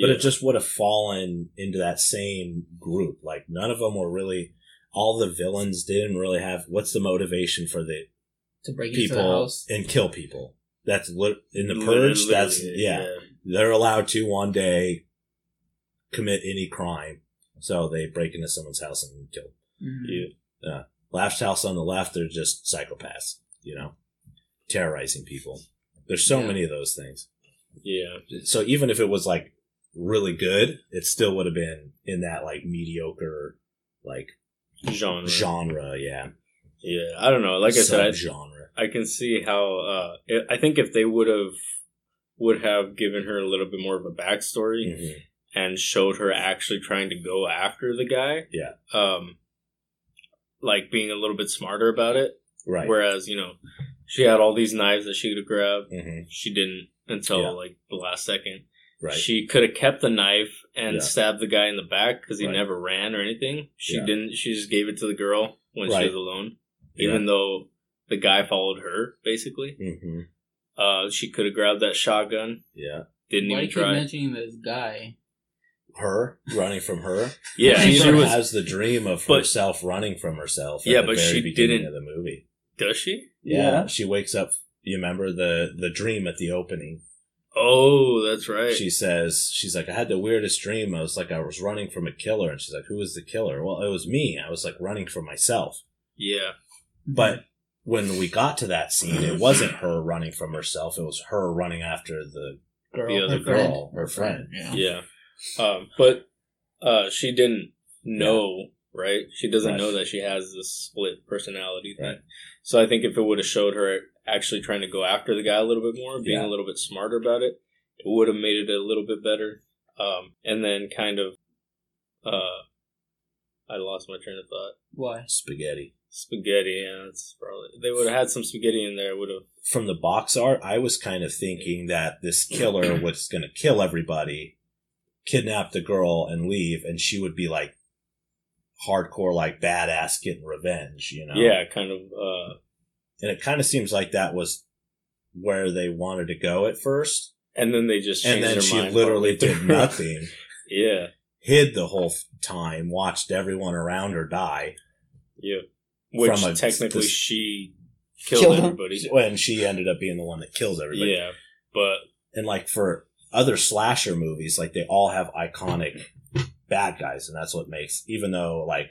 [SPEAKER 3] but
[SPEAKER 2] yeah.
[SPEAKER 3] it just would have fallen into that same group like none of them were really all the villains didn't really have what's the motivation for the
[SPEAKER 1] to break into the
[SPEAKER 3] people
[SPEAKER 1] house.
[SPEAKER 3] and kill people that's lit in the purge that's
[SPEAKER 2] Literally,
[SPEAKER 3] yeah they're allowed to one day commit any crime. So they break into someone's house and kill.
[SPEAKER 1] Mhm.
[SPEAKER 2] yeah.
[SPEAKER 3] Last house on the left, they're just psychopaths, you know, terrorizing people. There's so
[SPEAKER 1] Yeah.
[SPEAKER 3] many of those things.
[SPEAKER 2] yeah
[SPEAKER 3] So even if it was like really good, it still would have been in that like mediocre like
[SPEAKER 2] genre
[SPEAKER 3] genre. Yeah.
[SPEAKER 2] yeah i don't know like i said I,
[SPEAKER 3] genre.
[SPEAKER 2] I can see how. Uh, it, I think if they would have would have given her a little bit more of a backstory
[SPEAKER 3] Mm-hmm.
[SPEAKER 2] and showed her actually trying to go after the guy,
[SPEAKER 3] Yeah.
[SPEAKER 2] um, like being a little bit smarter about it.
[SPEAKER 3] Right.
[SPEAKER 2] Whereas you know, she had all these knives that she could have grabbed.
[SPEAKER 3] Mhm.
[SPEAKER 2] She didn't until
[SPEAKER 3] Yeah.
[SPEAKER 2] like the last second.
[SPEAKER 3] Right.
[SPEAKER 2] She could have kept the knife and
[SPEAKER 3] Yeah.
[SPEAKER 2] stabbed the guy in the back because he
[SPEAKER 3] Right.
[SPEAKER 2] never ran or anything. She
[SPEAKER 3] Yeah.
[SPEAKER 2] didn't. She just gave it to the girl when
[SPEAKER 3] Right.
[SPEAKER 2] she was alone even though the guy followed her basically.
[SPEAKER 3] yeah. hmm
[SPEAKER 2] Uh, she could have grabbed that shotgun,
[SPEAKER 3] yeah.
[SPEAKER 2] didn't
[SPEAKER 1] Why do you
[SPEAKER 2] even
[SPEAKER 1] keep
[SPEAKER 2] try.
[SPEAKER 1] mentioning this guy?
[SPEAKER 3] Her running from her.
[SPEAKER 2] yeah,
[SPEAKER 3] she,
[SPEAKER 1] She
[SPEAKER 2] she
[SPEAKER 1] sort
[SPEAKER 3] sort of
[SPEAKER 2] was.
[SPEAKER 3] has the dream of
[SPEAKER 2] but-
[SPEAKER 3] herself running from herself.
[SPEAKER 2] Yeah,
[SPEAKER 3] at the
[SPEAKER 2] but
[SPEAKER 3] very
[SPEAKER 2] she
[SPEAKER 3] beginning
[SPEAKER 2] didn't-
[SPEAKER 3] of the movie.
[SPEAKER 2] Does she?
[SPEAKER 3] Yeah, she wakes up. You remember the the dream at the opening
[SPEAKER 2] Oh, that's right.
[SPEAKER 3] She says, she's like, I had the weirdest dream. I was like, I was running from a killer. And she's like, who was the killer? Well, it was me. I was like running from myself.
[SPEAKER 2] yeah.
[SPEAKER 1] Mm-hmm.
[SPEAKER 3] But when we got to that scene, it wasn't her running from herself. It was her running after the
[SPEAKER 1] girl,
[SPEAKER 2] The other
[SPEAKER 1] her friend.
[SPEAKER 3] girl, her friend.
[SPEAKER 1] Yeah.
[SPEAKER 2] Yeah. Um, but uh, she didn't know, right? She doesn't
[SPEAKER 3] Right.
[SPEAKER 2] know that she has this split personality thing.
[SPEAKER 3] Right.
[SPEAKER 2] So I think if it would have showed her actually trying to go after the guy a little bit more, being
[SPEAKER 3] Yeah.
[SPEAKER 2] a little bit smarter about it, it would have made it a little bit better. Um, and then kind of, uh, I lost my train of thought.
[SPEAKER 1] Why?
[SPEAKER 3] Spaghetti.
[SPEAKER 2] Spaghetti, yeah, that's probably. They would have had some spaghetti in there. Would have.
[SPEAKER 3] From the box art, I was kind of thinking that this killer was going to kill everybody, kidnap the girl, and leave. And she would be like hardcore, like badass getting revenge, you know?
[SPEAKER 2] Yeah, kind of. Uh,
[SPEAKER 3] And it kind of seems like that was where they wanted to go at first.
[SPEAKER 2] and then they just
[SPEAKER 3] And
[SPEAKER 2] changed
[SPEAKER 3] then
[SPEAKER 2] their
[SPEAKER 3] she
[SPEAKER 2] mind
[SPEAKER 3] literally
[SPEAKER 2] halfway
[SPEAKER 3] did
[SPEAKER 2] through.
[SPEAKER 3] nothing.
[SPEAKER 2] yeah,
[SPEAKER 3] hid the whole f- time, watched everyone around her die.
[SPEAKER 2] yeah. Which
[SPEAKER 3] From a-
[SPEAKER 2] technically
[SPEAKER 3] this-
[SPEAKER 2] she killed,
[SPEAKER 1] Killed him.
[SPEAKER 2] everybody.
[SPEAKER 3] When she ended up being the one that kills everybody.
[SPEAKER 2] Yeah, but
[SPEAKER 3] And like for other slasher movies, like they all have iconic bad guys, and that's what makes even though like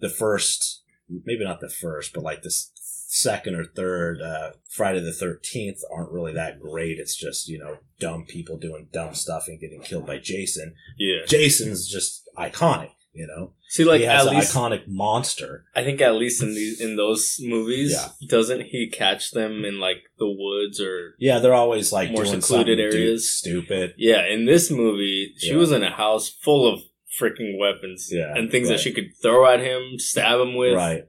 [SPEAKER 3] the first maybe not the first, but like this second or third uh Friday the thirteenth aren't really that great. It's just, you know, dumb people doing dumb stuff and getting killed by Jason.
[SPEAKER 2] yeah.
[SPEAKER 3] Jason's just iconic, you know?
[SPEAKER 2] See, like
[SPEAKER 3] he has
[SPEAKER 2] at
[SPEAKER 3] an
[SPEAKER 2] least
[SPEAKER 3] iconic monster.
[SPEAKER 2] I think at least in these in those movies,
[SPEAKER 3] Yeah.
[SPEAKER 2] doesn't he catch them in like the woods or?
[SPEAKER 3] Yeah, they're always like
[SPEAKER 2] More
[SPEAKER 3] doing
[SPEAKER 2] secluded
[SPEAKER 3] something du-
[SPEAKER 2] areas.
[SPEAKER 3] stupid.
[SPEAKER 2] Yeah, in this movie, she
[SPEAKER 3] Yeah.
[SPEAKER 2] was in a house full of freaking weapons
[SPEAKER 3] Yeah,
[SPEAKER 2] and things
[SPEAKER 3] right.
[SPEAKER 2] that she could throw at him, stab him with.
[SPEAKER 3] Right.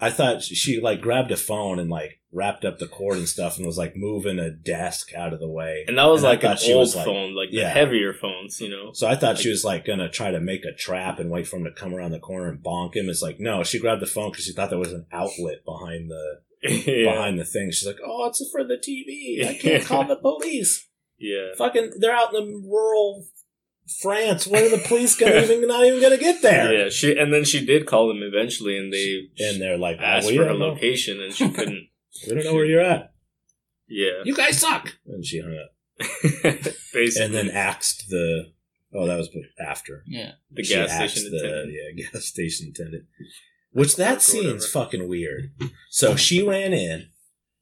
[SPEAKER 3] I thought she, she like grabbed a phone and like wrapped up the cord and stuff and was like moving a desk out of the way.
[SPEAKER 2] And that was
[SPEAKER 3] And I
[SPEAKER 2] like an
[SPEAKER 3] thought she
[SPEAKER 2] old
[SPEAKER 3] was, like-
[SPEAKER 2] phone, like the
[SPEAKER 3] yeah.
[SPEAKER 2] heavier phones, you know.
[SPEAKER 3] So I thought she was like gonna try to make a trap and wait for him to come around the corner and bonk him. It's like no, she grabbed the phone because she thought there was an outlet behind the
[SPEAKER 2] yeah,
[SPEAKER 3] behind the thing. She's like, oh, it's for the TV. I can't call the police.
[SPEAKER 2] yeah.
[SPEAKER 3] Fucking, they're out in rural France. When are the police gonna even not even gonna get there?
[SPEAKER 2] Yeah, she and then she did call them eventually, and they
[SPEAKER 3] And they're like, well,
[SPEAKER 2] asked
[SPEAKER 3] we,
[SPEAKER 2] for her
[SPEAKER 3] don't know.
[SPEAKER 2] location, and she couldn't.
[SPEAKER 3] we don't know where you're at.
[SPEAKER 2] Yeah,
[SPEAKER 3] You guys suck. And she hung up.
[SPEAKER 2] basically,
[SPEAKER 3] And then axed the. Oh, that was after
[SPEAKER 1] Yeah.
[SPEAKER 2] the
[SPEAKER 3] She
[SPEAKER 2] gas
[SPEAKER 3] axed
[SPEAKER 2] station
[SPEAKER 3] the-
[SPEAKER 2] attendant.
[SPEAKER 3] Yeah, gas station attendant. Which that
[SPEAKER 2] Or
[SPEAKER 3] scene's
[SPEAKER 2] whatever.
[SPEAKER 3] fucking weird. So she ran in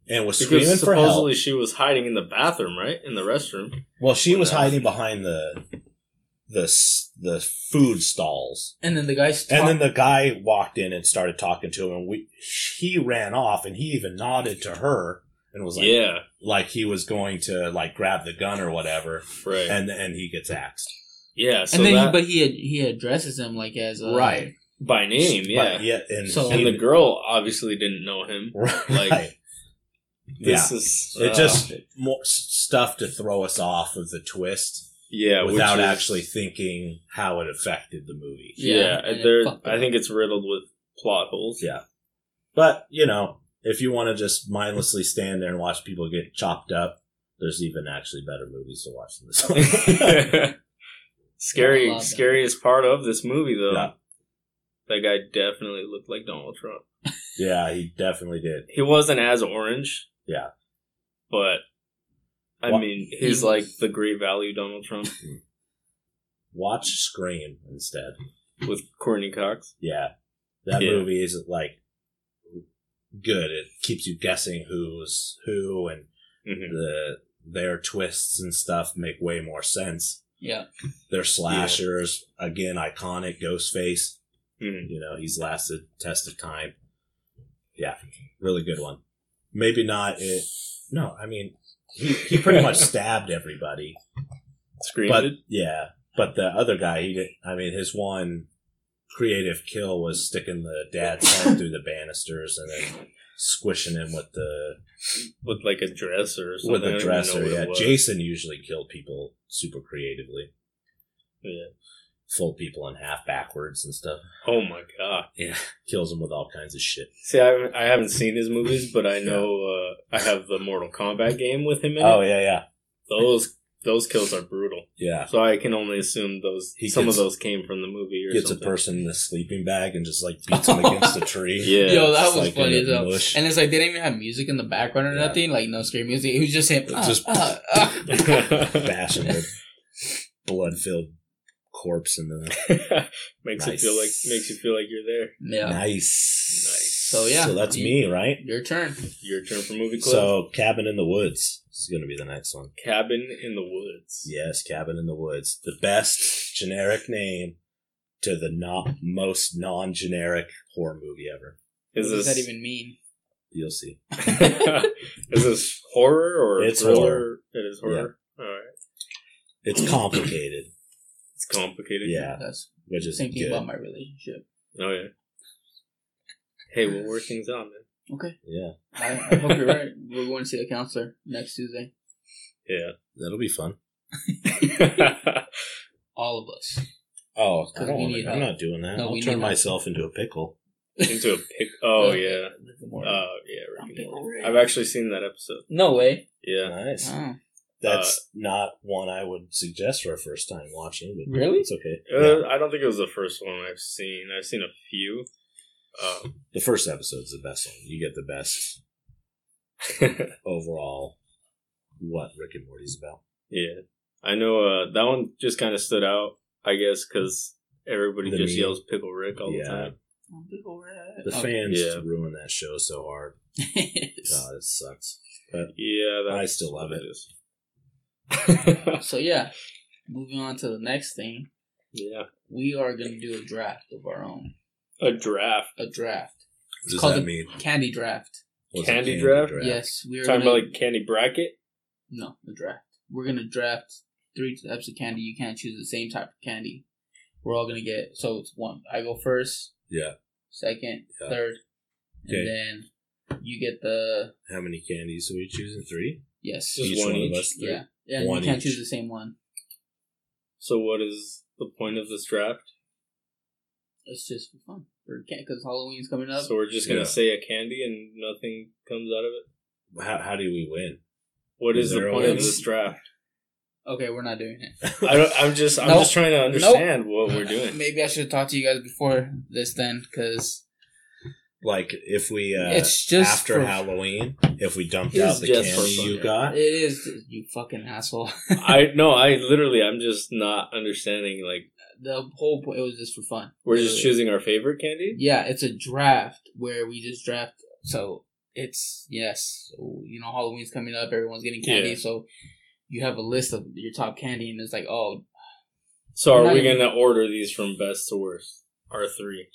[SPEAKER 3] and was screaming
[SPEAKER 2] Because
[SPEAKER 3] for help.
[SPEAKER 2] supposedly she was hiding in the bathroom, right in the restroom.
[SPEAKER 3] Well, she was
[SPEAKER 2] Yeah.
[SPEAKER 3] hiding behind the the s- the food stalls,
[SPEAKER 1] And then the guys.
[SPEAKER 3] and then the guy walked in and started talking to him. And we he ran off, and he even nodded to her and was like,
[SPEAKER 2] yeah,
[SPEAKER 3] like he was going to like grab the gun or whatever,
[SPEAKER 2] right.
[SPEAKER 3] and and he gets axed.
[SPEAKER 2] yeah, so
[SPEAKER 1] and then
[SPEAKER 2] that,
[SPEAKER 1] he, but he he addresses him like as uh,
[SPEAKER 3] Right.
[SPEAKER 2] by name, yeah.
[SPEAKER 3] But yeah, and,
[SPEAKER 1] So-
[SPEAKER 2] And the girl obviously didn't know him.
[SPEAKER 3] right.
[SPEAKER 2] like,
[SPEAKER 3] yeah,
[SPEAKER 2] This is
[SPEAKER 3] it
[SPEAKER 2] uh,
[SPEAKER 3] just more s- stuff to throw us off of the twist
[SPEAKER 2] yeah which
[SPEAKER 3] without
[SPEAKER 2] is-
[SPEAKER 3] actually thinking how it affected the movie.
[SPEAKER 1] Yeah,
[SPEAKER 2] yeah.
[SPEAKER 1] and it
[SPEAKER 2] there,
[SPEAKER 1] fucked
[SPEAKER 2] I
[SPEAKER 1] up.
[SPEAKER 2] think it's riddled with plot holes.
[SPEAKER 3] Yeah. But you know, if you want to just mindlessly stand there and watch people get chopped up, there's even actually better movies to watch than this one.
[SPEAKER 1] Yeah, I
[SPEAKER 2] Scary,
[SPEAKER 1] love that.
[SPEAKER 2] scariest part of this movie though.
[SPEAKER 3] Yeah.
[SPEAKER 2] That guy definitely looked like Donald Trump.
[SPEAKER 3] yeah, he definitely did.
[SPEAKER 2] He wasn't as orange.
[SPEAKER 3] Yeah.
[SPEAKER 2] But I
[SPEAKER 3] Wha-
[SPEAKER 2] mean, he's like the great value Donald Trump
[SPEAKER 3] Watch Scream instead.
[SPEAKER 2] with Courtney Cox.
[SPEAKER 3] Yeah. That
[SPEAKER 2] Yeah.
[SPEAKER 3] movie is like good. It keeps you guessing who's who and Mm-hmm. the their twists and stuff make way more sense.
[SPEAKER 1] Yeah.
[SPEAKER 3] They're slashers, again iconic Ghostface.
[SPEAKER 2] Mhm.
[SPEAKER 3] You know, he's lasted test of time. Yeah. Really good one. Maybe not it no, I mean he, he pretty much stabbed everybody.
[SPEAKER 2] Screamed.
[SPEAKER 3] But yeah. But the other guy he did I mean his one creative kill was sticking the dad's head through the banisters and then squishing him with the
[SPEAKER 2] with like a dresser or something.
[SPEAKER 3] with
[SPEAKER 2] I
[SPEAKER 3] a
[SPEAKER 2] don't even know
[SPEAKER 3] dresser.
[SPEAKER 2] what it
[SPEAKER 3] Yeah,
[SPEAKER 2] was.
[SPEAKER 3] Jason usually killed people super creatively,
[SPEAKER 2] Yeah.
[SPEAKER 3] fold people in half backwards and stuff.
[SPEAKER 2] Oh my god.
[SPEAKER 3] Yeah, kills them with all kinds of shit.
[SPEAKER 2] See, I haven't, I haven't seen his movies, but I know uh, I have the Mortal Kombat game with him in it.
[SPEAKER 3] Oh, yeah, yeah.
[SPEAKER 2] Those those kills are brutal.
[SPEAKER 3] Yeah.
[SPEAKER 2] So I can only assume those
[SPEAKER 3] He
[SPEAKER 2] some
[SPEAKER 3] gets-
[SPEAKER 2] of those came from the movie or
[SPEAKER 3] Gets a
[SPEAKER 2] something.
[SPEAKER 3] person in a sleeping bag and just like beats him against a tree.
[SPEAKER 2] Yeah.
[SPEAKER 1] Yo, that
[SPEAKER 3] Just,
[SPEAKER 1] was
[SPEAKER 3] like,
[SPEAKER 1] funny
[SPEAKER 3] in
[SPEAKER 1] as
[SPEAKER 3] the
[SPEAKER 1] hell.
[SPEAKER 3] bush.
[SPEAKER 1] And it's like they didn't even have music in the background or
[SPEAKER 3] Yeah.
[SPEAKER 1] nothing, like no scary music. It was just him. "Ah,
[SPEAKER 3] Just-
[SPEAKER 1] ah, ah."
[SPEAKER 3] bashing a blood filled corpse in the
[SPEAKER 2] makes it
[SPEAKER 3] Nice.
[SPEAKER 2] feel like makes you feel like you're there.
[SPEAKER 1] yeah.
[SPEAKER 3] nice.
[SPEAKER 2] Nice.
[SPEAKER 1] So, yeah.
[SPEAKER 3] So that's me, right?
[SPEAKER 1] Your turn.
[SPEAKER 2] Your turn for movie club.
[SPEAKER 3] So cabin in the woods is gonna be the next one.
[SPEAKER 2] Cabin in the Woods.
[SPEAKER 3] Yes, cabin in the woods. The best generic name to the not most non generic horror movie ever.
[SPEAKER 2] Is
[SPEAKER 1] what
[SPEAKER 2] this
[SPEAKER 1] does that even mean?
[SPEAKER 3] You'll see.
[SPEAKER 2] is this horror or
[SPEAKER 3] It's
[SPEAKER 2] thriller?
[SPEAKER 3] horror.
[SPEAKER 2] It is horror. All right.
[SPEAKER 3] It's complicated.
[SPEAKER 2] It's complicated.
[SPEAKER 3] yeah.
[SPEAKER 1] That's
[SPEAKER 3] Which is
[SPEAKER 1] thinking
[SPEAKER 3] good.
[SPEAKER 1] about my relationship.
[SPEAKER 2] Oh yeah. Hey, we'll work things out, man.
[SPEAKER 1] Okay.
[SPEAKER 3] Yeah.
[SPEAKER 1] I, I hope you're right. We're going to see a counselor next Tuesday.
[SPEAKER 3] That'll be fun.
[SPEAKER 2] Yeah.
[SPEAKER 1] All of us.
[SPEAKER 3] Oh, I
[SPEAKER 1] Because we
[SPEAKER 3] don't
[SPEAKER 1] need
[SPEAKER 3] wanna, I'm
[SPEAKER 1] help.
[SPEAKER 3] not doing that.
[SPEAKER 1] No, we
[SPEAKER 3] I'll
[SPEAKER 1] need
[SPEAKER 3] turn
[SPEAKER 1] help.
[SPEAKER 3] myself into a pickle.
[SPEAKER 2] Into a pick. Oh yeah.
[SPEAKER 1] Rick and Morty.
[SPEAKER 2] Oh yeah.
[SPEAKER 1] I'm
[SPEAKER 2] Rick and
[SPEAKER 1] Pickle
[SPEAKER 2] Morty.
[SPEAKER 1] Rick.
[SPEAKER 2] I've actually seen that episode.
[SPEAKER 1] no way.
[SPEAKER 2] Yeah.
[SPEAKER 3] Nice.
[SPEAKER 1] Oh.
[SPEAKER 2] Uh,
[SPEAKER 3] That's not one I would suggest for a first time watching. But
[SPEAKER 1] Really?
[SPEAKER 3] It's okay.
[SPEAKER 2] Uh,
[SPEAKER 3] Yeah.
[SPEAKER 2] I don't think it was the first one I've seen. I've seen a few. Um,
[SPEAKER 3] The first episode's the best one. You get the best overall what Rick and Morty's about.
[SPEAKER 2] yeah. I know uh, that one just kind of stood out, I guess, because everybody
[SPEAKER 3] The
[SPEAKER 2] just
[SPEAKER 3] meme.
[SPEAKER 2] yells Pickle Rick all
[SPEAKER 3] Yeah.
[SPEAKER 2] the time.
[SPEAKER 1] I'm big ol' rat.
[SPEAKER 3] The
[SPEAKER 1] Okay.
[SPEAKER 3] fans
[SPEAKER 2] Yeah.
[SPEAKER 3] ruin that show so hard. God, it sucks.
[SPEAKER 2] Yeah.
[SPEAKER 3] I
[SPEAKER 2] That's
[SPEAKER 3] still love
[SPEAKER 2] what
[SPEAKER 3] it.
[SPEAKER 2] is.
[SPEAKER 1] so yeah, moving on to the next thing,
[SPEAKER 2] yeah.
[SPEAKER 1] we are gonna do a draft of our own.
[SPEAKER 2] A draft.
[SPEAKER 1] A draft,
[SPEAKER 3] What does
[SPEAKER 1] called
[SPEAKER 3] that
[SPEAKER 1] the-
[SPEAKER 3] mean?
[SPEAKER 1] candy draft.
[SPEAKER 3] What's a
[SPEAKER 2] Candy Draft?
[SPEAKER 1] Yes, we are
[SPEAKER 2] Talking
[SPEAKER 1] gonna,
[SPEAKER 2] about like candy bracket.
[SPEAKER 1] no a draft. We're gonna draft three types of candy. You can't choose the same type of candy. We're all gonna get so it's one. I go first.
[SPEAKER 3] Yeah.
[SPEAKER 1] Second,
[SPEAKER 3] Yeah.
[SPEAKER 1] third,
[SPEAKER 3] Okay.
[SPEAKER 1] and then you get the
[SPEAKER 3] How many candies are we choosing? Three?
[SPEAKER 1] yes.
[SPEAKER 2] Just one each?
[SPEAKER 3] three?
[SPEAKER 1] Yeah, yeah. and
[SPEAKER 3] One
[SPEAKER 1] you can't
[SPEAKER 3] each.
[SPEAKER 1] choose the same one.
[SPEAKER 2] So what is the point of this draft?
[SPEAKER 1] It's just for fun. For because Halloween's coming up.
[SPEAKER 2] So we're just gonna
[SPEAKER 3] Yeah.
[SPEAKER 2] say a candy and nothing comes out of it.
[SPEAKER 3] How, how do we win?
[SPEAKER 2] What is,
[SPEAKER 3] Is
[SPEAKER 2] the
[SPEAKER 3] there a
[SPEAKER 2] point of
[SPEAKER 1] win?
[SPEAKER 2] this draft?
[SPEAKER 1] okay, we're not doing it.
[SPEAKER 2] I don't, I'm just I'm
[SPEAKER 1] Nope.
[SPEAKER 2] just trying to understand what we're doing.
[SPEAKER 1] Maybe I should have talked to you guys before this then, because
[SPEAKER 3] Like, if we, uh,
[SPEAKER 1] it's just
[SPEAKER 3] after
[SPEAKER 1] for-
[SPEAKER 3] Halloween, if we dumped
[SPEAKER 2] It's
[SPEAKER 3] out the
[SPEAKER 2] just for
[SPEAKER 3] candy
[SPEAKER 2] fun,
[SPEAKER 3] you
[SPEAKER 2] yeah.
[SPEAKER 3] got,
[SPEAKER 1] It is you fucking asshole.
[SPEAKER 2] I no, I literally I'm just not understanding. Like
[SPEAKER 1] the whole point it was just for fun.
[SPEAKER 2] we're just
[SPEAKER 1] Literally.
[SPEAKER 2] choosing our favorite candy.
[SPEAKER 1] Yeah, it's a draft where we just draft. So it's yes, so, you know Halloween's coming up. Everyone's getting candy,
[SPEAKER 2] Yeah.
[SPEAKER 1] so you have a list of your top candy, and it's like, oh,
[SPEAKER 2] So
[SPEAKER 1] Not
[SPEAKER 2] are we
[SPEAKER 1] even-
[SPEAKER 2] gonna order these from best to worst? Our three.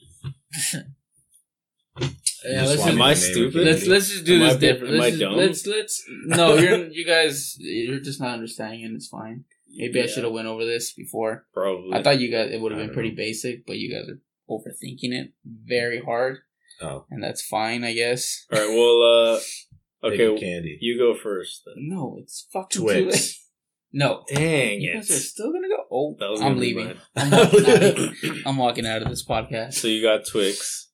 [SPEAKER 3] You
[SPEAKER 1] yeah,
[SPEAKER 3] just
[SPEAKER 1] let's
[SPEAKER 3] want
[SPEAKER 1] just,
[SPEAKER 2] Am I
[SPEAKER 3] me to name a
[SPEAKER 2] stupid?
[SPEAKER 3] candy.
[SPEAKER 1] let's let's just do
[SPEAKER 2] Am I
[SPEAKER 1] this different.
[SPEAKER 2] different? Am
[SPEAKER 1] Let's,
[SPEAKER 2] I
[SPEAKER 1] just-
[SPEAKER 2] dumb?
[SPEAKER 1] let's let's no, you're you guys you're just not understanding, and it's fine. Maybe I
[SPEAKER 2] Yeah,
[SPEAKER 1] should have went over this before.
[SPEAKER 2] probably.
[SPEAKER 1] I thought you guys it would
[SPEAKER 3] I
[SPEAKER 1] have
[SPEAKER 3] don't
[SPEAKER 1] been pretty
[SPEAKER 3] know.
[SPEAKER 1] basic, but you guys are overthinking it very hard,
[SPEAKER 3] oh,
[SPEAKER 1] and that's fine, I guess.
[SPEAKER 2] All right. Well. uh
[SPEAKER 3] okay,
[SPEAKER 2] Okay.
[SPEAKER 3] candy.
[SPEAKER 2] You go first. Then.
[SPEAKER 1] No, it's fucking too late.
[SPEAKER 3] Twix.
[SPEAKER 1] No,
[SPEAKER 2] Dang
[SPEAKER 1] you
[SPEAKER 2] it!
[SPEAKER 1] guys are still gonna go. Oh,
[SPEAKER 2] That was
[SPEAKER 1] I'm
[SPEAKER 2] gonna be
[SPEAKER 1] leaving.
[SPEAKER 2] mine.
[SPEAKER 1] I'm walking, out of, I'm walking out of this podcast.
[SPEAKER 2] So you got Twix.